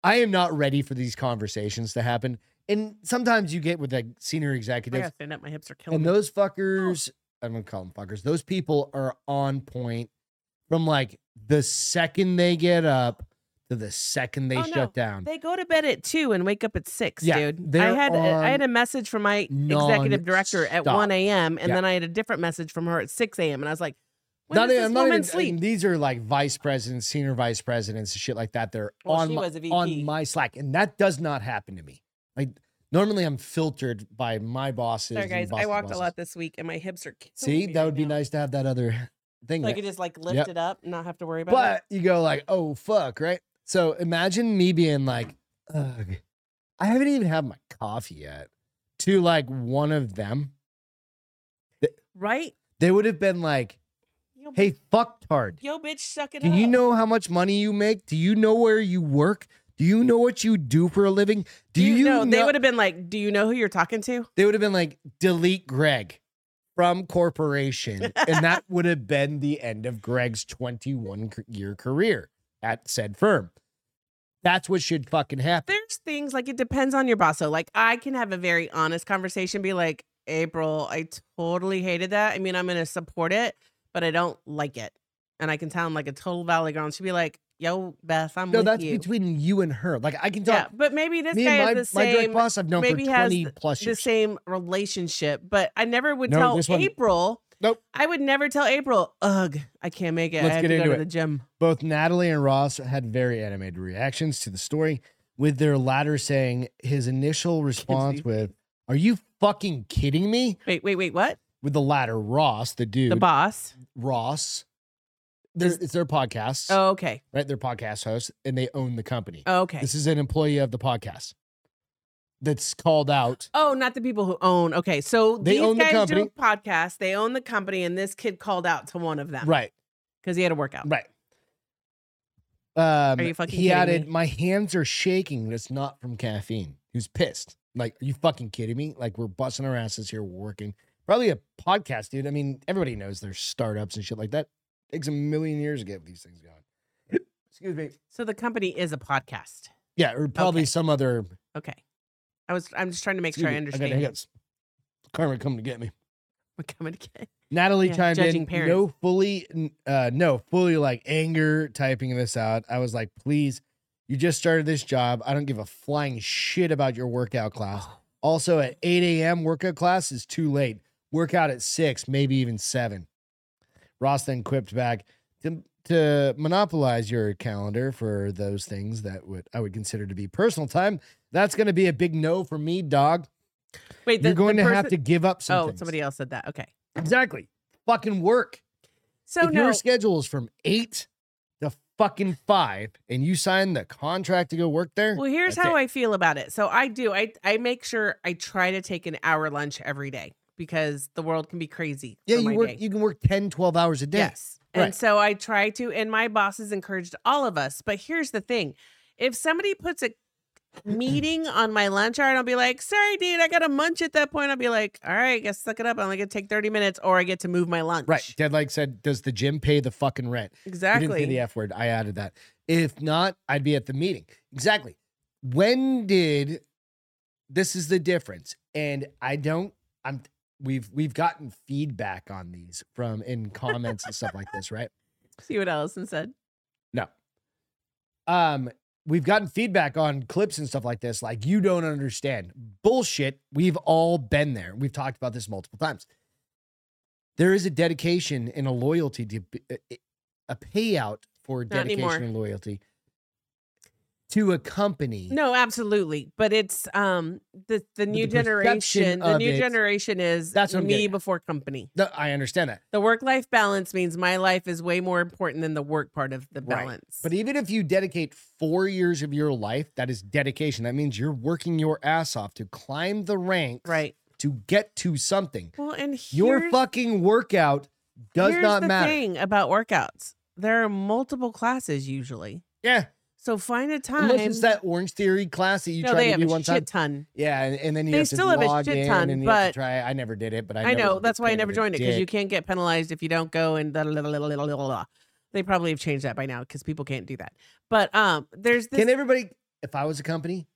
[SPEAKER 2] i am not ready for these conversations to happen and sometimes you get with like senior
[SPEAKER 3] I
[SPEAKER 2] executives
[SPEAKER 3] gotta stand up. My hips are killing
[SPEAKER 2] and
[SPEAKER 3] me.
[SPEAKER 2] those fuckers i'm gonna call them fuckers those people are on point from like the second they get up to the second they
[SPEAKER 3] Oh,
[SPEAKER 2] shut
[SPEAKER 3] no.
[SPEAKER 2] down
[SPEAKER 3] They go to bed at two and wake up at six,
[SPEAKER 2] Yeah,
[SPEAKER 3] dude. I
[SPEAKER 2] they're
[SPEAKER 3] had a- I had
[SPEAKER 2] on
[SPEAKER 3] a message from my executive director at
[SPEAKER 2] nonstop.
[SPEAKER 3] one a.m. and
[SPEAKER 2] Yeah.
[SPEAKER 3] then I had a different message from her at six a.m. and I was like, when
[SPEAKER 2] Not
[SPEAKER 3] does
[SPEAKER 2] even-
[SPEAKER 3] this
[SPEAKER 2] not
[SPEAKER 3] woman
[SPEAKER 2] even- uh, I
[SPEAKER 3] sleep?
[SPEAKER 2] mean, these are like vice presidents, senior vice presidents, and shit like that. They're
[SPEAKER 3] Well,
[SPEAKER 2] on
[SPEAKER 3] she
[SPEAKER 2] my,
[SPEAKER 3] was a VP.
[SPEAKER 2] on my Slack, and that does not happen to me. Like normally, I'm filtered by my bosses.
[SPEAKER 3] Sorry,
[SPEAKER 2] and
[SPEAKER 3] guys, I
[SPEAKER 2] bosses'
[SPEAKER 3] walked a
[SPEAKER 2] bosses.
[SPEAKER 3] lot this week and my hips are. killing
[SPEAKER 2] See,
[SPEAKER 3] me
[SPEAKER 2] that
[SPEAKER 3] right
[SPEAKER 2] would be
[SPEAKER 3] now.
[SPEAKER 2] nice to have that other thing.
[SPEAKER 3] So I
[SPEAKER 2] that-
[SPEAKER 3] could just like lift
[SPEAKER 2] Yep.
[SPEAKER 3] it up and not have to worry about it.
[SPEAKER 2] but you go like, oh fuck, right? So imagine me being like, ugh, I haven't even had my coffee yet. To like one of them,
[SPEAKER 3] Right?
[SPEAKER 2] they would have been like,
[SPEAKER 3] Yo,
[SPEAKER 2] hey, fucktard.
[SPEAKER 3] yo, bitch, suck it
[SPEAKER 2] Do
[SPEAKER 3] up.
[SPEAKER 2] you know how much money you make? Do you know where you work? Do you know what you do for a living? Do you, know?
[SPEAKER 3] They would have been like, "Do you know who you're talking to?"
[SPEAKER 2] they would have been like, delete Greg from corporation. and that would have been the end of Greg's 21 c- year career at said firm. That's what should fucking happen.
[SPEAKER 3] There's things like it depends on your boss. So, like, I can have a very honest conversation, be like, "April, I totally hated that. I mean, I'm gonna support it, but I don't like it." And I can sound like a total valley girl. And she'd be like, "Yo, Beth, I'm
[SPEAKER 2] No,
[SPEAKER 3] with
[SPEAKER 2] that's
[SPEAKER 3] you."
[SPEAKER 2] between you and her. Like I can
[SPEAKER 3] yeah,
[SPEAKER 2] talk.
[SPEAKER 3] but maybe this
[SPEAKER 2] me
[SPEAKER 3] guy
[SPEAKER 2] and my,
[SPEAKER 3] is the
[SPEAKER 2] my direct
[SPEAKER 3] same.
[SPEAKER 2] boss I've known for
[SPEAKER 3] maybe has
[SPEAKER 2] 20 plus
[SPEAKER 3] the
[SPEAKER 2] years.
[SPEAKER 3] same relationship, but I never would
[SPEAKER 2] No,
[SPEAKER 3] tell
[SPEAKER 2] this one-
[SPEAKER 3] April.
[SPEAKER 2] Nope.
[SPEAKER 3] I would never tell April, ugh, I can't make it.
[SPEAKER 2] Let's
[SPEAKER 3] I have
[SPEAKER 2] get
[SPEAKER 3] to go
[SPEAKER 2] into
[SPEAKER 3] to
[SPEAKER 2] it.
[SPEAKER 3] the gym.
[SPEAKER 2] Both Natalie and Ross had very animated reactions to the story, with their latter saying his initial response
[SPEAKER 3] Kinsey.
[SPEAKER 2] with, Are you fucking kidding me?
[SPEAKER 3] Wait, wait, wait, what?
[SPEAKER 2] With the latter, Ross, the dude,
[SPEAKER 3] The boss.
[SPEAKER 2] Ross. Their, it's their podcast,
[SPEAKER 3] Oh, okay.
[SPEAKER 2] right? Their podcast host, and they own the company.
[SPEAKER 3] Oh, okay.
[SPEAKER 2] This is an employee of the podcast that's called out.
[SPEAKER 3] Oh, not the people who own. Okay. So
[SPEAKER 2] They
[SPEAKER 3] these
[SPEAKER 2] own the
[SPEAKER 3] guys
[SPEAKER 2] company.
[SPEAKER 3] do podcasts. They own the company, and this kid called out to one of them.
[SPEAKER 2] Right,
[SPEAKER 3] Because he had a workout.
[SPEAKER 2] right. Um,
[SPEAKER 3] Are you fucking
[SPEAKER 2] he
[SPEAKER 3] kidding
[SPEAKER 2] added,
[SPEAKER 3] me?
[SPEAKER 2] "My hands are shaking. but It's not from caffeine." He was pissed. Like, are you fucking kidding me? Like, we're busting our asses here, working. Probably a podcast, dude. I mean, everybody knows there's startups and shit like that. Takes a million years to get these things going. Excuse me.
[SPEAKER 3] So the company is a podcast.
[SPEAKER 2] Yeah, or probably
[SPEAKER 3] Okay.
[SPEAKER 2] some other
[SPEAKER 3] Okay. I was I'm just trying to make
[SPEAKER 2] Excuse
[SPEAKER 3] sure I
[SPEAKER 2] me, I got
[SPEAKER 3] understand.
[SPEAKER 2] hiccups. Karma come to get me.
[SPEAKER 3] We're coming again.
[SPEAKER 2] Natalie
[SPEAKER 3] Yeah,
[SPEAKER 2] chimed in.
[SPEAKER 3] judging parents.
[SPEAKER 2] No fully, n- uh, no fully like anger typing this out. I was like, please, you just started this job. I don't give a flying shit about your workout class. Also, at 8 a.m. workout class is too late. Workout at six, maybe even seven. Ross then quipped back to, to monopolize your calendar for those things that would I would consider to be personal time. That's going to be a big no for me, dog.
[SPEAKER 3] Wait, the,
[SPEAKER 2] You're going
[SPEAKER 3] the
[SPEAKER 2] to have to
[SPEAKER 3] person-
[SPEAKER 2] give up some.
[SPEAKER 3] Oh,
[SPEAKER 2] things.
[SPEAKER 3] somebody else said that. Okay.
[SPEAKER 2] Exactly. Fucking work.
[SPEAKER 3] So
[SPEAKER 2] if
[SPEAKER 3] no.
[SPEAKER 2] your schedule is from eight to fucking five and you sign the contract to go work there,
[SPEAKER 3] Well, here's
[SPEAKER 2] That's
[SPEAKER 3] how
[SPEAKER 2] it.
[SPEAKER 3] I feel about it. So I do. I I make sure I try to take an hour lunch every day because the world can be crazy.
[SPEAKER 2] yeah,
[SPEAKER 3] for
[SPEAKER 2] you
[SPEAKER 3] my
[SPEAKER 2] work
[SPEAKER 3] day.
[SPEAKER 2] you can work 10, 12 hours a day.
[SPEAKER 3] Yes. And
[SPEAKER 2] Right.
[SPEAKER 3] so I try to, and my bosses encouraged all of us. But here's the thing if somebody puts a meeting on my lunch hour and I'll be like, sorry, dude, I got a munch at that point, I'll be like, all right, I guess suck it up. I'm only going to take 30 minutes or I get to move my lunch.
[SPEAKER 2] Right. Dead like said, does the gym pay the fucking rent? You didn't
[SPEAKER 3] Exactly.
[SPEAKER 2] say the F word. I added that. If not, I'd be at the meeting. Exactly. When did this is the difference? And I don't. I'm. We've we've gotten feedback on these from in comments and stuff like this, right?
[SPEAKER 3] See what Allison said.
[SPEAKER 2] No. Um, we've gotten feedback on clips and stuff like this, like you don't understand. Bullshit. We've all been there. We've talked about this multiple times. There is a dedication and a loyalty to b- a- a payout for dedication
[SPEAKER 3] anymore.
[SPEAKER 2] and loyalty to a company.
[SPEAKER 3] No, absolutely. But it's um the, the new
[SPEAKER 2] the perception
[SPEAKER 3] generation. The
[SPEAKER 2] of
[SPEAKER 3] new
[SPEAKER 2] it-
[SPEAKER 3] generation is
[SPEAKER 2] That's what I'm getting
[SPEAKER 3] me
[SPEAKER 2] at.
[SPEAKER 3] before company.
[SPEAKER 2] No, I understand that.
[SPEAKER 3] The work life balance means my life is way more important than the work part of the
[SPEAKER 2] Right.
[SPEAKER 3] balance.
[SPEAKER 2] But even if you dedicate four years of your life, that is dedication. That means you're working your ass off to climb the ranks
[SPEAKER 3] right.
[SPEAKER 2] to get to something.
[SPEAKER 3] Well, and here's,
[SPEAKER 2] Your fucking workout does
[SPEAKER 3] Here's
[SPEAKER 2] not
[SPEAKER 3] the
[SPEAKER 2] matter.
[SPEAKER 3] Thing about workouts, there are multiple classes usually,
[SPEAKER 2] Yeah,
[SPEAKER 3] so find a time.
[SPEAKER 2] unless it's that Orange Theory class that you
[SPEAKER 3] no,
[SPEAKER 2] try
[SPEAKER 3] they
[SPEAKER 2] to
[SPEAKER 3] have
[SPEAKER 2] do
[SPEAKER 3] a
[SPEAKER 2] one
[SPEAKER 3] shit
[SPEAKER 2] time.
[SPEAKER 3] ton.
[SPEAKER 2] Yeah, and, and then you
[SPEAKER 3] They
[SPEAKER 2] have to
[SPEAKER 3] still have a
[SPEAKER 2] log
[SPEAKER 3] shit
[SPEAKER 2] in
[SPEAKER 3] ton,
[SPEAKER 2] and you have
[SPEAKER 3] but-
[SPEAKER 2] to try. I never did it, but I,
[SPEAKER 3] I,
[SPEAKER 2] never
[SPEAKER 3] know
[SPEAKER 2] was a
[SPEAKER 3] that's why I
[SPEAKER 2] pain
[SPEAKER 3] never
[SPEAKER 2] in
[SPEAKER 3] joined it because you
[SPEAKER 2] dick.
[SPEAKER 3] can't get penalized if you don't go and. Da, da, da, da, da, da, da, da. They probably have changed that by now because people can't do that. But um, there's this.
[SPEAKER 2] Can everybody? If I was a company,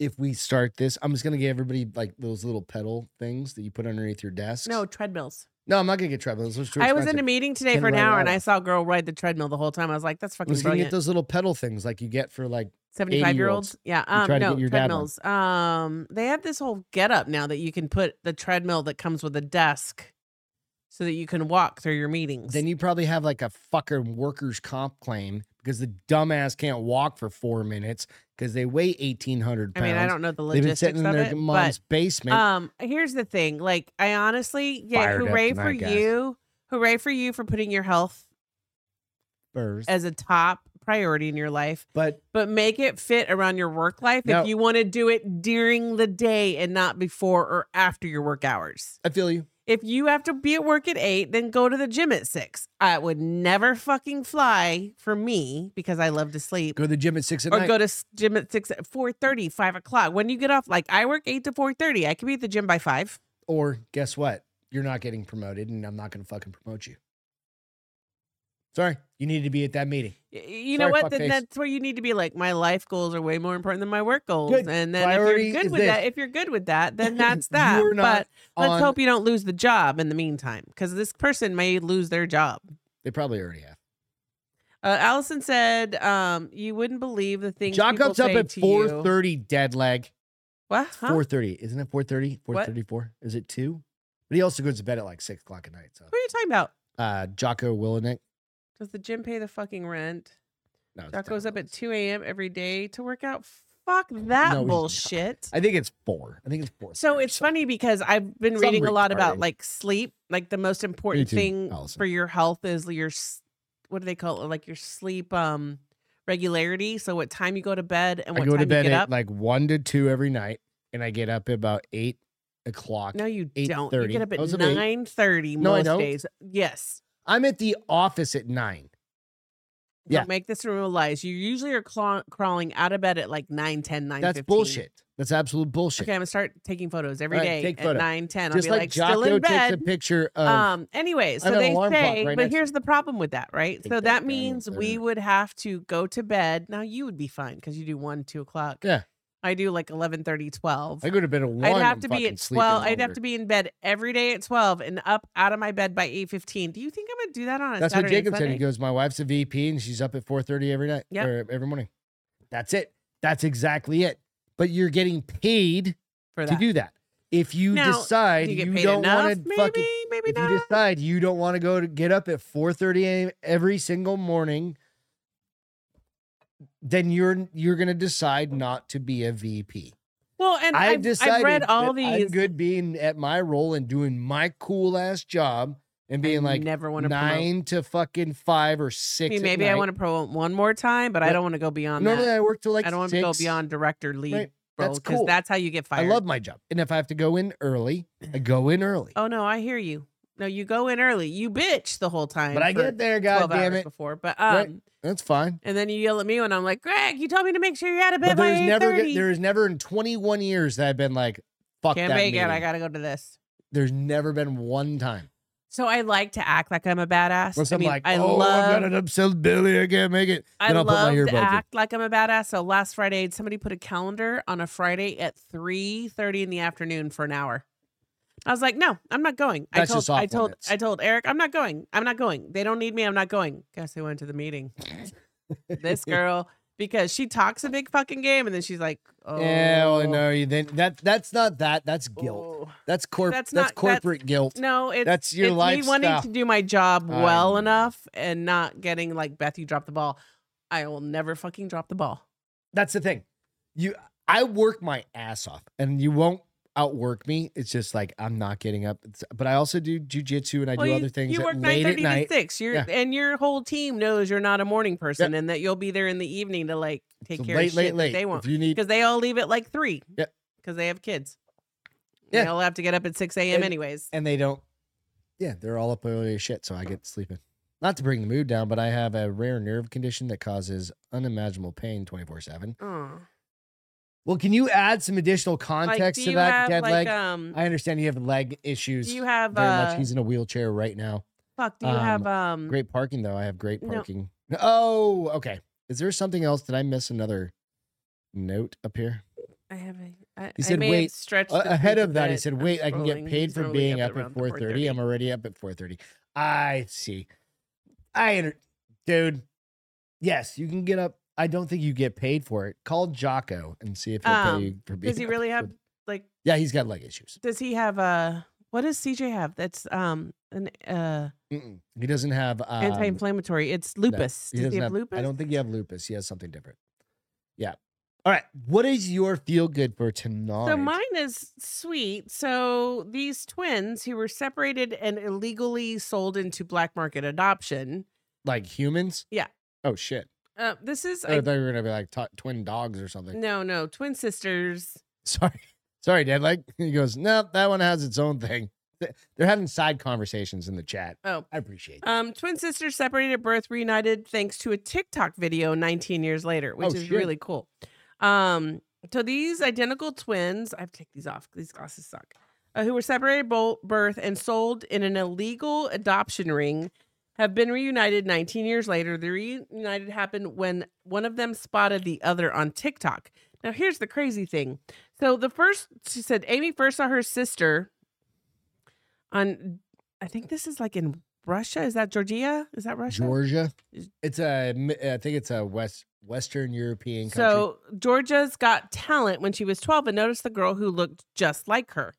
[SPEAKER 2] if we start this, I'm just gonna give everybody like those little pedal things that you put underneath your desk.
[SPEAKER 3] no treadmills.
[SPEAKER 2] no, I'm not gonna get trouble. Those are too
[SPEAKER 3] I was in a
[SPEAKER 2] expensive.
[SPEAKER 3] meeting today
[SPEAKER 2] Can
[SPEAKER 3] for an
[SPEAKER 2] run
[SPEAKER 3] hour
[SPEAKER 2] out
[SPEAKER 3] and
[SPEAKER 2] of-
[SPEAKER 3] I saw a girl ride the treadmill the whole time. I was like, "That's
[SPEAKER 2] I was gonna
[SPEAKER 3] fucking
[SPEAKER 2] get
[SPEAKER 3] brilliant."
[SPEAKER 2] those little pedal things like you get for like
[SPEAKER 3] Seventy-five year olds.
[SPEAKER 2] 80-year-olds.
[SPEAKER 3] Yeah.
[SPEAKER 2] You
[SPEAKER 3] Um,
[SPEAKER 2] try to
[SPEAKER 3] no
[SPEAKER 2] get your dad one.
[SPEAKER 3] treadmills. Um, they have this whole getup now that you can put the treadmill that comes with a desk, so that you can walk through your meetings.
[SPEAKER 2] then you probably have like a fucking workers' comp claim because the dumbass can't walk for four minutes because they weigh eighteen hundred
[SPEAKER 3] I
[SPEAKER 2] pounds.
[SPEAKER 3] mean, I don't know the
[SPEAKER 2] They've been
[SPEAKER 3] logistics
[SPEAKER 2] sitting in
[SPEAKER 3] of
[SPEAKER 2] their
[SPEAKER 3] it,
[SPEAKER 2] mom's
[SPEAKER 3] but
[SPEAKER 2] basement.
[SPEAKER 3] um, here's the thing. Like, I honestly, yeah,
[SPEAKER 2] Fired up
[SPEAKER 3] hooray for
[SPEAKER 2] tonight, guys.
[SPEAKER 3] you, hooray for you for putting your health
[SPEAKER 2] first,
[SPEAKER 3] as a top priority in your life.
[SPEAKER 2] but
[SPEAKER 3] But make it fit around your work life
[SPEAKER 2] No.
[SPEAKER 3] if you want to do it during the day and not before or after your work hours.
[SPEAKER 2] I feel you.
[SPEAKER 3] If you have to be at work at eight, then go to the gym at six. I would never fucking fly for me because I love to sleep.
[SPEAKER 2] Go to the gym at six at
[SPEAKER 3] or
[SPEAKER 2] night.
[SPEAKER 3] go to s- gym at six at 4.30 5 o'clock when you get off like i work 8 to 4.30 i could be at the gym by 5
[SPEAKER 2] or guess what? You're not getting promoted, and I'm not going to fucking promote you. Sorry, you need to be at that meeting.
[SPEAKER 3] Y- you know
[SPEAKER 2] Sorry,
[SPEAKER 3] what then
[SPEAKER 2] fuckface.
[SPEAKER 3] that's where you need to be like my life goals are way more important than my work goals
[SPEAKER 2] Good.
[SPEAKER 3] and then
[SPEAKER 2] Priority
[SPEAKER 3] if you're
[SPEAKER 2] is
[SPEAKER 3] good with
[SPEAKER 2] this.
[SPEAKER 3] that if you're good with that then that's that
[SPEAKER 2] You're
[SPEAKER 3] but
[SPEAKER 2] not on-
[SPEAKER 3] let's hope you don't lose the job in the meantime because this person may lose their job
[SPEAKER 2] They probably already have.
[SPEAKER 3] Uh, Allison said, um, "You wouldn't believe the things
[SPEAKER 2] John
[SPEAKER 3] people
[SPEAKER 2] comes up
[SPEAKER 3] say
[SPEAKER 2] at
[SPEAKER 3] to you."
[SPEAKER 2] four thirty. Dead leg.
[SPEAKER 3] What? Huh?
[SPEAKER 2] Four thirty. Isn't it four thirty? Four
[SPEAKER 3] What?
[SPEAKER 2] thirty-four. Is it two? But he also goes to bed at like six o'clock at night. So
[SPEAKER 3] What are you talking about?
[SPEAKER 2] uh, Jocko Willenick.
[SPEAKER 3] Does the gym pay the fucking rent?
[SPEAKER 2] No, it's
[SPEAKER 3] Doc goes up at
[SPEAKER 2] $10.
[SPEAKER 3] two a.m. every day to work out. Fuck that
[SPEAKER 2] No, he's not.
[SPEAKER 3] bullshit.
[SPEAKER 2] I think it's four. I think it's four.
[SPEAKER 3] So
[SPEAKER 2] thirty,
[SPEAKER 3] it's funny because I've been
[SPEAKER 2] Some
[SPEAKER 3] reading a lot
[SPEAKER 2] retarded.
[SPEAKER 3] about like sleep. Like the most important
[SPEAKER 2] too,
[SPEAKER 3] thing
[SPEAKER 2] Allison.
[SPEAKER 3] for your health is your s- what do they call it? Like your sleep um regularity. So what time you go to bed and
[SPEAKER 2] I
[SPEAKER 3] what
[SPEAKER 2] go
[SPEAKER 3] time
[SPEAKER 2] to bed
[SPEAKER 3] you get
[SPEAKER 2] at
[SPEAKER 3] up.
[SPEAKER 2] like one to two every night, and I get up at about eight o'clock.
[SPEAKER 3] no, you don't. You
[SPEAKER 2] 8:30.
[SPEAKER 3] get up
[SPEAKER 2] I was
[SPEAKER 3] at
[SPEAKER 2] up at eight.
[SPEAKER 3] nine thirty
[SPEAKER 2] No, I
[SPEAKER 3] most
[SPEAKER 2] don't.
[SPEAKER 3] days. Yes.
[SPEAKER 2] I'm at the office at nine.
[SPEAKER 3] Don't
[SPEAKER 2] Yeah.
[SPEAKER 3] make this room a lies. You usually are claw- crawling out of bed at like 9, 10, 9,
[SPEAKER 2] That's bullshit. That's absolute bullshit.
[SPEAKER 3] Okay, I'm gonna start taking photos every
[SPEAKER 2] All
[SPEAKER 3] day
[SPEAKER 2] right, take
[SPEAKER 3] at
[SPEAKER 2] photo.
[SPEAKER 3] nine ten. I'll
[SPEAKER 2] Just
[SPEAKER 3] be
[SPEAKER 2] like,
[SPEAKER 3] like still
[SPEAKER 2] Jocko
[SPEAKER 3] in
[SPEAKER 2] takes
[SPEAKER 3] bed.
[SPEAKER 2] a picture of
[SPEAKER 3] Um. Anyway, so
[SPEAKER 2] an
[SPEAKER 3] they
[SPEAKER 2] alarm clock
[SPEAKER 3] say,
[SPEAKER 2] right
[SPEAKER 3] but
[SPEAKER 2] next-
[SPEAKER 3] here's the problem with that, right?
[SPEAKER 2] Take
[SPEAKER 3] So
[SPEAKER 2] that
[SPEAKER 3] that
[SPEAKER 2] down
[SPEAKER 3] means we
[SPEAKER 2] there.
[SPEAKER 3] would have to go to bed. Now you would be fine because you do one, two o'clock.
[SPEAKER 2] Yeah.
[SPEAKER 3] I do like 11, 12.
[SPEAKER 2] I go to bed at one.
[SPEAKER 3] I'd
[SPEAKER 2] I'm
[SPEAKER 3] have to be
[SPEAKER 2] fucking
[SPEAKER 3] at
[SPEAKER 2] sleeping
[SPEAKER 3] twelve. I'd have
[SPEAKER 2] longer.
[SPEAKER 3] to be in bed every day at twelve and up out of my bed by eight fifteen. Do you think I'm gonna do that on a
[SPEAKER 2] That's
[SPEAKER 3] Saturday?
[SPEAKER 2] what Jacob
[SPEAKER 3] and
[SPEAKER 2] said. He
[SPEAKER 3] Sunday?
[SPEAKER 2] goes, "My wife's a VP and she's up at 4:30 every night
[SPEAKER 3] Yep.
[SPEAKER 2] or every morning." That's it. That's exactly it. But you're getting paid
[SPEAKER 3] for
[SPEAKER 2] to
[SPEAKER 3] that.
[SPEAKER 2] do that. If you
[SPEAKER 3] Now,
[SPEAKER 2] decide
[SPEAKER 3] Do you
[SPEAKER 2] you,
[SPEAKER 3] get paid
[SPEAKER 2] don't
[SPEAKER 3] enough?
[SPEAKER 2] want to
[SPEAKER 3] Maybe,
[SPEAKER 2] fucking,
[SPEAKER 3] maybe
[SPEAKER 2] if
[SPEAKER 3] not.
[SPEAKER 2] you decide you don't want to go to get up at 4:30 a.m. every single morning, then you're you're gonna decide not to be a VP.
[SPEAKER 3] well, and I've,
[SPEAKER 2] I've
[SPEAKER 3] I've
[SPEAKER 2] decided
[SPEAKER 3] read all
[SPEAKER 2] that
[SPEAKER 3] these.
[SPEAKER 2] I'm good being at my role and doing my cool ass job and being
[SPEAKER 3] I
[SPEAKER 2] like
[SPEAKER 3] never want to promote.
[SPEAKER 2] nine to fucking five or six.
[SPEAKER 3] I mean,
[SPEAKER 2] at
[SPEAKER 3] maybe I
[SPEAKER 2] night.
[SPEAKER 3] want to promote one more time, but I
[SPEAKER 2] But
[SPEAKER 3] don't want to go beyond
[SPEAKER 2] Normally,
[SPEAKER 3] that.
[SPEAKER 2] I work till like
[SPEAKER 3] I don't want to
[SPEAKER 2] six.
[SPEAKER 3] go beyond director lead
[SPEAKER 2] Right.
[SPEAKER 3] role
[SPEAKER 2] That's
[SPEAKER 3] because
[SPEAKER 2] cool.
[SPEAKER 3] that's how you get
[SPEAKER 2] I
[SPEAKER 3] fired.
[SPEAKER 2] love my job, and if I have to go in early, I go in early.
[SPEAKER 3] Oh no, I hear you. No, you go in early. You bitch the whole time.
[SPEAKER 2] but I
[SPEAKER 3] for
[SPEAKER 2] get there,
[SPEAKER 3] 12
[SPEAKER 2] god damn
[SPEAKER 3] hours
[SPEAKER 2] it.
[SPEAKER 3] before. But um,
[SPEAKER 2] Right. That's fine.
[SPEAKER 3] and then you yell at me when I'm like, Greg, you told me to make sure you're out of
[SPEAKER 2] But
[SPEAKER 3] bed by
[SPEAKER 2] there's
[SPEAKER 3] eight
[SPEAKER 2] never
[SPEAKER 3] thirty.
[SPEAKER 2] g- there is never in 21 years that I've been like fuck
[SPEAKER 3] Can't
[SPEAKER 2] that
[SPEAKER 3] make it.
[SPEAKER 2] meeting.
[SPEAKER 3] I gotta go to this.
[SPEAKER 2] There's never been one time
[SPEAKER 3] So I like to act like I'm a badass.
[SPEAKER 2] where
[SPEAKER 3] I
[SPEAKER 2] I'm
[SPEAKER 3] mean,
[SPEAKER 2] like,
[SPEAKER 3] I
[SPEAKER 2] oh,
[SPEAKER 3] love,
[SPEAKER 2] I've got an upset belly, I can't make it.
[SPEAKER 3] I
[SPEAKER 2] then I'll put my
[SPEAKER 3] love to
[SPEAKER 2] earbuds in.
[SPEAKER 3] act like I'm a badass. So last Friday, somebody put a calendar on a Friday at three thirty in the afternoon for an hour. I was like, no, I'm not going. I
[SPEAKER 2] That's
[SPEAKER 3] told,
[SPEAKER 2] just off
[SPEAKER 3] I told,
[SPEAKER 2] limits.
[SPEAKER 3] I told Eric, I'm not going. I'm not going. They don't need me. I'm not going. Guess who went to the meeting? this girl, because she talks a big fucking game, and then she's like, oh,
[SPEAKER 2] Yeah, well, no, you then that that's not that. That's guilt.
[SPEAKER 3] oh."
[SPEAKER 2] That's corp.
[SPEAKER 3] That's
[SPEAKER 2] That's,
[SPEAKER 3] not- that's-
[SPEAKER 2] corporate guilt.
[SPEAKER 3] No, it's
[SPEAKER 2] That's your
[SPEAKER 3] it's
[SPEAKER 2] lifestyle.
[SPEAKER 3] me wanting to do my job
[SPEAKER 2] I
[SPEAKER 3] well
[SPEAKER 2] know.
[SPEAKER 3] enough and not getting like Beth, you dropped the ball. I will never fucking drop the ball.
[SPEAKER 2] That's the thing. You, I work my ass off, and you won't outwork me. It's just like I'm not getting up. It's- but I also do jujitsu and I do
[SPEAKER 3] you,
[SPEAKER 2] other things
[SPEAKER 3] You
[SPEAKER 2] at-
[SPEAKER 3] work nine
[SPEAKER 2] late at
[SPEAKER 3] thirty to
[SPEAKER 2] night.
[SPEAKER 3] six. You're
[SPEAKER 2] Yeah.
[SPEAKER 3] and your whole team knows you're not a morning person and that you'll be there in the evening to like take
[SPEAKER 2] So
[SPEAKER 3] care
[SPEAKER 2] late,
[SPEAKER 3] of
[SPEAKER 2] late,
[SPEAKER 3] shit
[SPEAKER 2] late.
[SPEAKER 3] that they
[SPEAKER 2] If
[SPEAKER 3] want
[SPEAKER 2] you need,
[SPEAKER 3] because they all leave at like three.
[SPEAKER 2] Yeah.
[SPEAKER 3] because they have kids.
[SPEAKER 2] Yeah.
[SPEAKER 3] they all have to get up at six a.m.
[SPEAKER 2] And-
[SPEAKER 3] anyways.
[SPEAKER 2] and they don't. Yeah, they're all up early as shit, so I get sleeping. Not to bring the mood down, but I have a rare nerve condition that causes unimaginable pain twenty four seven.
[SPEAKER 3] Oh.
[SPEAKER 2] Well, can you add some additional
[SPEAKER 3] Like,
[SPEAKER 2] context
[SPEAKER 3] do
[SPEAKER 2] to
[SPEAKER 3] you
[SPEAKER 2] that
[SPEAKER 3] have
[SPEAKER 2] dead
[SPEAKER 3] like
[SPEAKER 2] leg?
[SPEAKER 3] um?
[SPEAKER 2] I understand you have leg issues.
[SPEAKER 3] do you have
[SPEAKER 2] very much.
[SPEAKER 3] uh?
[SPEAKER 2] He's in a wheelchair right now.
[SPEAKER 3] Fuck. Do you
[SPEAKER 2] um,
[SPEAKER 3] have um?
[SPEAKER 2] Great parking though. I have great
[SPEAKER 3] No.
[SPEAKER 2] parking. Oh, okay. Is there something else? Did I miss another note up here?
[SPEAKER 3] I have a. I,
[SPEAKER 2] He
[SPEAKER 3] I
[SPEAKER 2] said,
[SPEAKER 3] may have
[SPEAKER 2] "Wait,"
[SPEAKER 3] stretched
[SPEAKER 2] A-
[SPEAKER 3] the
[SPEAKER 2] ahead
[SPEAKER 3] truth
[SPEAKER 2] of
[SPEAKER 3] a
[SPEAKER 2] that, he
[SPEAKER 3] bit.
[SPEAKER 2] said,
[SPEAKER 3] I'm
[SPEAKER 2] "Wait, I can get
[SPEAKER 3] scrolling.
[SPEAKER 2] paid
[SPEAKER 3] He's
[SPEAKER 2] for
[SPEAKER 3] only
[SPEAKER 2] being up at
[SPEAKER 3] around the
[SPEAKER 2] 4:30. I'm already up at 4:30. I see. I inter- dude. Yes, you can get up. I don't think you get paid for it. Call Jocko and see if he'll
[SPEAKER 3] Um,
[SPEAKER 2] pay you for being.
[SPEAKER 3] Does he
[SPEAKER 2] up
[SPEAKER 3] really
[SPEAKER 2] at
[SPEAKER 3] have
[SPEAKER 2] 4:30.
[SPEAKER 3] like?
[SPEAKER 2] Yeah, he's got leg issues.
[SPEAKER 3] Does he have uh? What does CJ have? That's um an uh
[SPEAKER 2] Mm-mm. He doesn't have um,
[SPEAKER 3] anti-inflammatory. It's lupus.
[SPEAKER 2] He
[SPEAKER 3] does he
[SPEAKER 2] doesn't
[SPEAKER 3] have,
[SPEAKER 2] have,
[SPEAKER 3] lupus?
[SPEAKER 2] I don't think you have lupus. He has something different. Yeah. All right. What is your feel good for tonight?
[SPEAKER 3] So mine is sweet. So these twins who were separated and illegally sold into black market adoption.
[SPEAKER 2] like humans?
[SPEAKER 3] Yeah.
[SPEAKER 2] Oh shit! Oh,
[SPEAKER 3] Uh, this is
[SPEAKER 2] I,
[SPEAKER 3] I-
[SPEAKER 2] thought you were gonna be like t- twin dogs or something.
[SPEAKER 3] no, no, twin sisters.
[SPEAKER 2] Sorry, sorry, Dad. Like he goes, no, that one has its own thing. Th- They're having side conversations in the chat.
[SPEAKER 3] Oh.
[SPEAKER 2] I appreciate that.
[SPEAKER 3] Um, twin sisters separated at birth, reunited thanks to a TikTok video 19 years later, which
[SPEAKER 2] Oh,
[SPEAKER 3] is
[SPEAKER 2] shit.
[SPEAKER 3] really cool. Um, so these identical twins, I have to take these off. These glasses suck. Uh, who were separated at birth and sold in an illegal adoption ring, have been reunited 19 years later. The reunited happened when one of them spotted the other on TikTok. Now here's the crazy thing. So the first, she said, Amy first saw her sister on, I think this is like in Russia. Is that Georgia? Is that Russia?
[SPEAKER 2] Georgia.
[SPEAKER 3] Is-
[SPEAKER 2] It's a. mi- I think it's a West Western European country.
[SPEAKER 3] So Georgia's got talent when she was 12 and noticed the girl who looked just like her.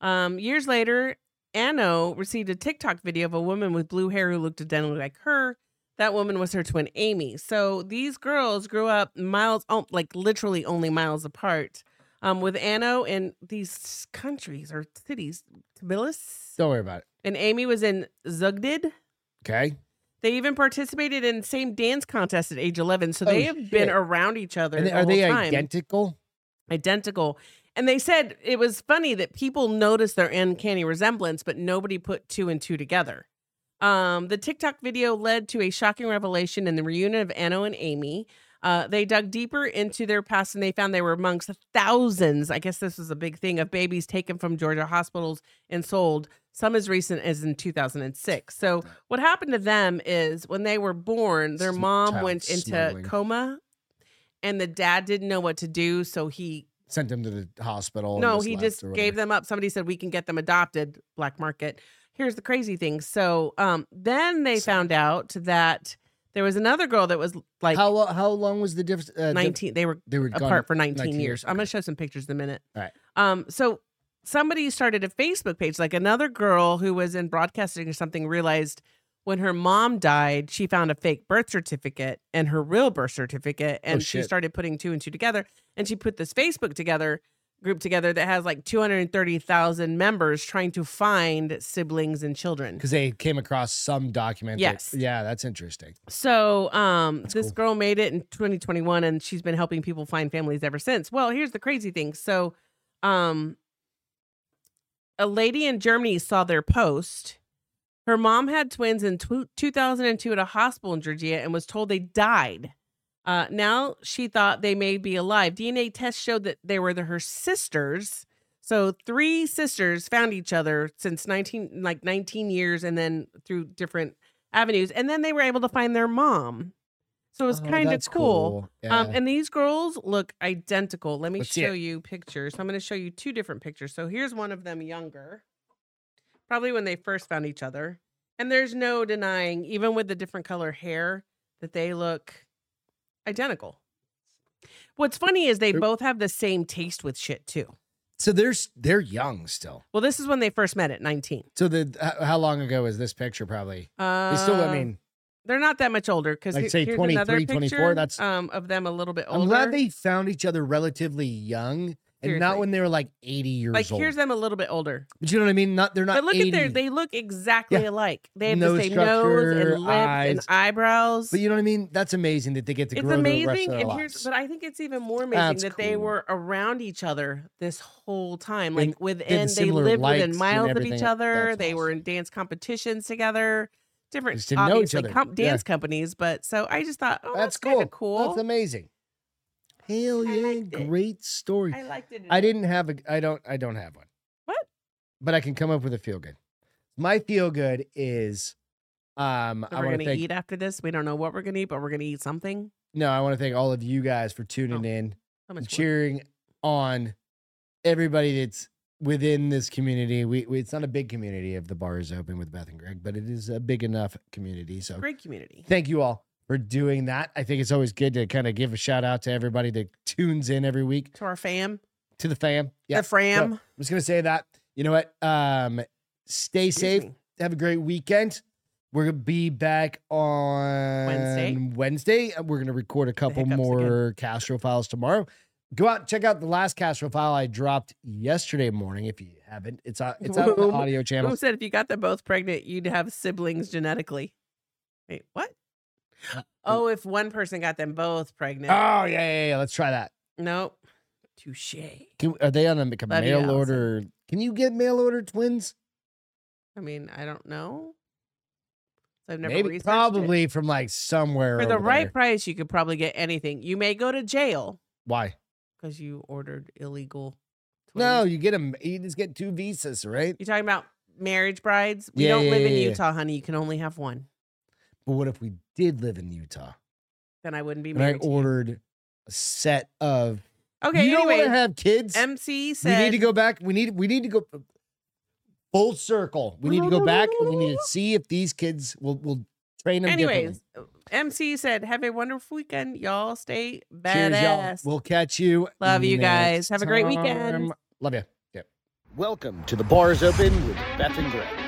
[SPEAKER 3] Um, years later, Anno received a TikTok video of a woman with blue hair who looked identically like her. That woman was her twin Amy. So these girls grew up miles, oh, like literally only miles apart. Um, with Anno in these countries or cities, Tbilisi,
[SPEAKER 2] Don't worry about it.
[SPEAKER 3] and Amy was in Zugdid.
[SPEAKER 2] Okay.
[SPEAKER 3] They even participated in the same dance contest at age 11. So
[SPEAKER 2] Oh,
[SPEAKER 3] they have
[SPEAKER 2] shit.
[SPEAKER 3] been around each other.
[SPEAKER 2] And
[SPEAKER 3] the
[SPEAKER 2] are they
[SPEAKER 3] whole time
[SPEAKER 2] identical?
[SPEAKER 3] identical. And they said it was funny that people noticed their uncanny resemblance, but nobody put two and two together. Um, the TikTok video led to a shocking revelation in the reunion of Anno and Amy. Uh, they dug deeper into their past and they found they were amongst thousands. I guess this was a big thing of babies taken from Georgia hospitals and sold, some as recent as in 2006. So, what happened to them is when they were born, their
[SPEAKER 2] Sm-
[SPEAKER 3] mom
[SPEAKER 2] child
[SPEAKER 3] went into
[SPEAKER 2] smuggling.
[SPEAKER 3] coma and the dad didn't know what to do. So, he
[SPEAKER 2] Sent him to the hospital. and
[SPEAKER 3] no,
[SPEAKER 2] was
[SPEAKER 3] he
[SPEAKER 2] left
[SPEAKER 3] just
[SPEAKER 2] or
[SPEAKER 3] gave
[SPEAKER 2] whatever.
[SPEAKER 3] them up. Somebody said we can get them adopted, black market. Here's the crazy thing. So um, then they
[SPEAKER 2] Sad.
[SPEAKER 3] found out that there was another girl that was like
[SPEAKER 2] how lo- how long was the difference? Uh, diff-
[SPEAKER 3] 19. They were
[SPEAKER 2] They were gone-
[SPEAKER 3] apart for 19,
[SPEAKER 2] 19
[SPEAKER 3] years.
[SPEAKER 2] years,
[SPEAKER 3] I'm going
[SPEAKER 2] okay.
[SPEAKER 3] to show some pictures in a minute.
[SPEAKER 2] All right.
[SPEAKER 3] Um, so somebody started a Facebook page, like another girl who was in broadcasting or something realized when her mom died, she found a fake birth certificate and her real birth certificate. And she
[SPEAKER 2] Oh, shit.
[SPEAKER 3] started putting two and two together. And she put this Facebook together group together that has like 230,000 members trying to find siblings and children.
[SPEAKER 2] because they came across some document. that-
[SPEAKER 3] Yes.
[SPEAKER 2] yeah, that's interesting.
[SPEAKER 3] So um,
[SPEAKER 2] That's
[SPEAKER 3] this
[SPEAKER 2] cool.
[SPEAKER 3] girl made it in 2021, and she's been helping people find families ever since. Well, here's the crazy thing. So, um, a lady in Germany saw their post. Her mom had twins in tw- 2002 at a hospital in Georgia and was told they died. Uh, now she thought they may be alive. DNA tests showed that they were the, her sisters. So three sisters found each other since 19 like 19 years and then through different avenues and then they were able to find their mom. So it was
[SPEAKER 2] Oh,
[SPEAKER 3] kind of
[SPEAKER 2] that's
[SPEAKER 3] cool.
[SPEAKER 2] Yeah.
[SPEAKER 3] Um, and these girls look identical. Let me
[SPEAKER 2] Let's see
[SPEAKER 3] show
[SPEAKER 2] it.
[SPEAKER 3] you pictures. I'm going to show you two different pictures. So here's one of them younger, probably when they first found each other. And there's no denying, even with the different color hair, that they look identical. What's funny is they
[SPEAKER 2] Oop.
[SPEAKER 3] both have the same taste with shit too.
[SPEAKER 2] so they're s- they're young still.
[SPEAKER 3] Well, this is when they first met at 19.
[SPEAKER 2] So the h- how long ago is this picture? Probably
[SPEAKER 3] Uh,
[SPEAKER 2] they still. I mean,
[SPEAKER 3] they're not that much older because
[SPEAKER 2] Like, say
[SPEAKER 3] here's another
[SPEAKER 2] 23, 24,
[SPEAKER 3] picture
[SPEAKER 2] that's-
[SPEAKER 3] um, of them a little bit older.
[SPEAKER 2] I'm glad they found each other relatively young and not
[SPEAKER 3] Seriously.
[SPEAKER 2] when they were like 80 years
[SPEAKER 3] like
[SPEAKER 2] old.
[SPEAKER 3] here's them a little bit older.
[SPEAKER 2] but you know what I mean? Not they're not.
[SPEAKER 3] but look
[SPEAKER 2] 80.
[SPEAKER 3] at their they look exactly alike. They have
[SPEAKER 2] Nose
[SPEAKER 3] the same nose
[SPEAKER 2] structure,
[SPEAKER 3] and lips and
[SPEAKER 2] eyes.
[SPEAKER 3] eyebrows.
[SPEAKER 2] But you know what I mean? That's amazing that they get to
[SPEAKER 3] it's
[SPEAKER 2] grow the rest
[SPEAKER 3] amazing.
[SPEAKER 2] of their
[SPEAKER 3] And
[SPEAKER 2] lives.
[SPEAKER 3] here's but I think it's even more amazing
[SPEAKER 2] That's
[SPEAKER 3] that they
[SPEAKER 2] cool.
[SPEAKER 3] were around each other this whole time.
[SPEAKER 2] And
[SPEAKER 3] Like within they
[SPEAKER 2] similar
[SPEAKER 3] lived
[SPEAKER 2] likes
[SPEAKER 3] within
[SPEAKER 2] and
[SPEAKER 3] miles of each
[SPEAKER 2] everything.
[SPEAKER 3] other.
[SPEAKER 2] That's
[SPEAKER 3] they were
[SPEAKER 2] awesome.
[SPEAKER 3] in dance competitions together. Different
[SPEAKER 2] Just didn't know each
[SPEAKER 3] obviously
[SPEAKER 2] other.
[SPEAKER 3] com-
[SPEAKER 2] Yeah.
[SPEAKER 3] dance companies, but so I just thought, oh
[SPEAKER 2] that's
[SPEAKER 3] that's,
[SPEAKER 2] cool.
[SPEAKER 3] kinda cool.
[SPEAKER 2] That's amazing. Hell
[SPEAKER 3] I
[SPEAKER 2] yeah!
[SPEAKER 3] liked it.
[SPEAKER 2] Great story.
[SPEAKER 3] I liked it.
[SPEAKER 2] I didn't have a. I don't. I don't have one.
[SPEAKER 3] What?
[SPEAKER 2] But I can come up with a feel good. My feel good is, um,
[SPEAKER 3] So
[SPEAKER 2] I
[SPEAKER 3] we're
[SPEAKER 2] want
[SPEAKER 3] gonna
[SPEAKER 2] to thank.
[SPEAKER 3] eat after this. We don't know what we're gonna eat, but we're gonna eat something.
[SPEAKER 2] No, I want to thank all of you guys for tuning
[SPEAKER 3] Oh,
[SPEAKER 2] in,
[SPEAKER 3] So
[SPEAKER 2] and
[SPEAKER 3] much work.
[SPEAKER 2] cheering on everybody that's within this community. We, we it's not a big community if the bar is open with Beth and Greg, but it is a big enough community. So
[SPEAKER 3] great community.
[SPEAKER 2] thank you all for doing that. I think it's always good to kind of give a shout out to everybody that tunes in every week
[SPEAKER 3] To our fam.
[SPEAKER 2] to the fam. Yeah,
[SPEAKER 3] The fram.
[SPEAKER 2] I'm just gonna say that. You know what? Um, stay
[SPEAKER 3] Excuse
[SPEAKER 2] safe.
[SPEAKER 3] me.
[SPEAKER 2] Have a great weekend. We're gonna be back on Wednesday. Uh, We're gonna record a couple
[SPEAKER 3] hiccups
[SPEAKER 2] more Castro files tomorrow. Go out and check out the last Castro file I dropped yesterday morning. If you haven't, it's on it's out on
[SPEAKER 3] Boom.
[SPEAKER 2] the audio
[SPEAKER 3] Who
[SPEAKER 2] channel.
[SPEAKER 3] said if you got them both pregnant, you'd have siblings genetically? Wait, what?
[SPEAKER 2] Uh,
[SPEAKER 3] Oh, if one person got them both
[SPEAKER 2] Oh
[SPEAKER 3] pregnant.
[SPEAKER 2] yeah, yeah, yeah. Let's try that.
[SPEAKER 3] nope. Touche.
[SPEAKER 2] Can, are they on a, like a
[SPEAKER 3] Love you,
[SPEAKER 2] mail
[SPEAKER 3] Allison.
[SPEAKER 2] order? Can you get mail order twins?
[SPEAKER 3] I mean, I don't know. I've never
[SPEAKER 2] Maybe
[SPEAKER 3] researched it.
[SPEAKER 2] probably from like somewhere
[SPEAKER 3] for the
[SPEAKER 2] over
[SPEAKER 3] right
[SPEAKER 2] there.
[SPEAKER 3] price, you could probably get anything. You may go to jail
[SPEAKER 2] Why?
[SPEAKER 3] because you ordered illegal. Twins.
[SPEAKER 2] No, you get them. You just get two visas, right?
[SPEAKER 3] you're talking about marriage brides. We
[SPEAKER 2] Yeah,
[SPEAKER 3] don't
[SPEAKER 2] yeah,
[SPEAKER 3] live in
[SPEAKER 2] yeah, yeah.
[SPEAKER 3] Utah, honey. You can only have one.
[SPEAKER 2] But what if we did live in Utah
[SPEAKER 3] Then I wouldn't be
[SPEAKER 2] and I
[SPEAKER 3] married. to you.
[SPEAKER 2] ordered a set of?
[SPEAKER 3] okay,
[SPEAKER 2] you don't
[SPEAKER 3] anyway,
[SPEAKER 2] want to have kids.
[SPEAKER 3] MC
[SPEAKER 2] we
[SPEAKER 3] said
[SPEAKER 2] need to go back. We need. We need to go uh, full circle. We need to go back and we need to see if these kids will will train them.
[SPEAKER 3] Anyways,
[SPEAKER 2] differently.
[SPEAKER 3] MC said, "Have a wonderful weekend, y'all. Stay
[SPEAKER 2] Cheers, y'all.
[SPEAKER 3] badass."
[SPEAKER 2] We'll catch you.
[SPEAKER 3] Love you guys.
[SPEAKER 2] next
[SPEAKER 3] Have a great weekend.
[SPEAKER 2] time. Love you.
[SPEAKER 1] Welcome to the Bars Open with Beth and Greg.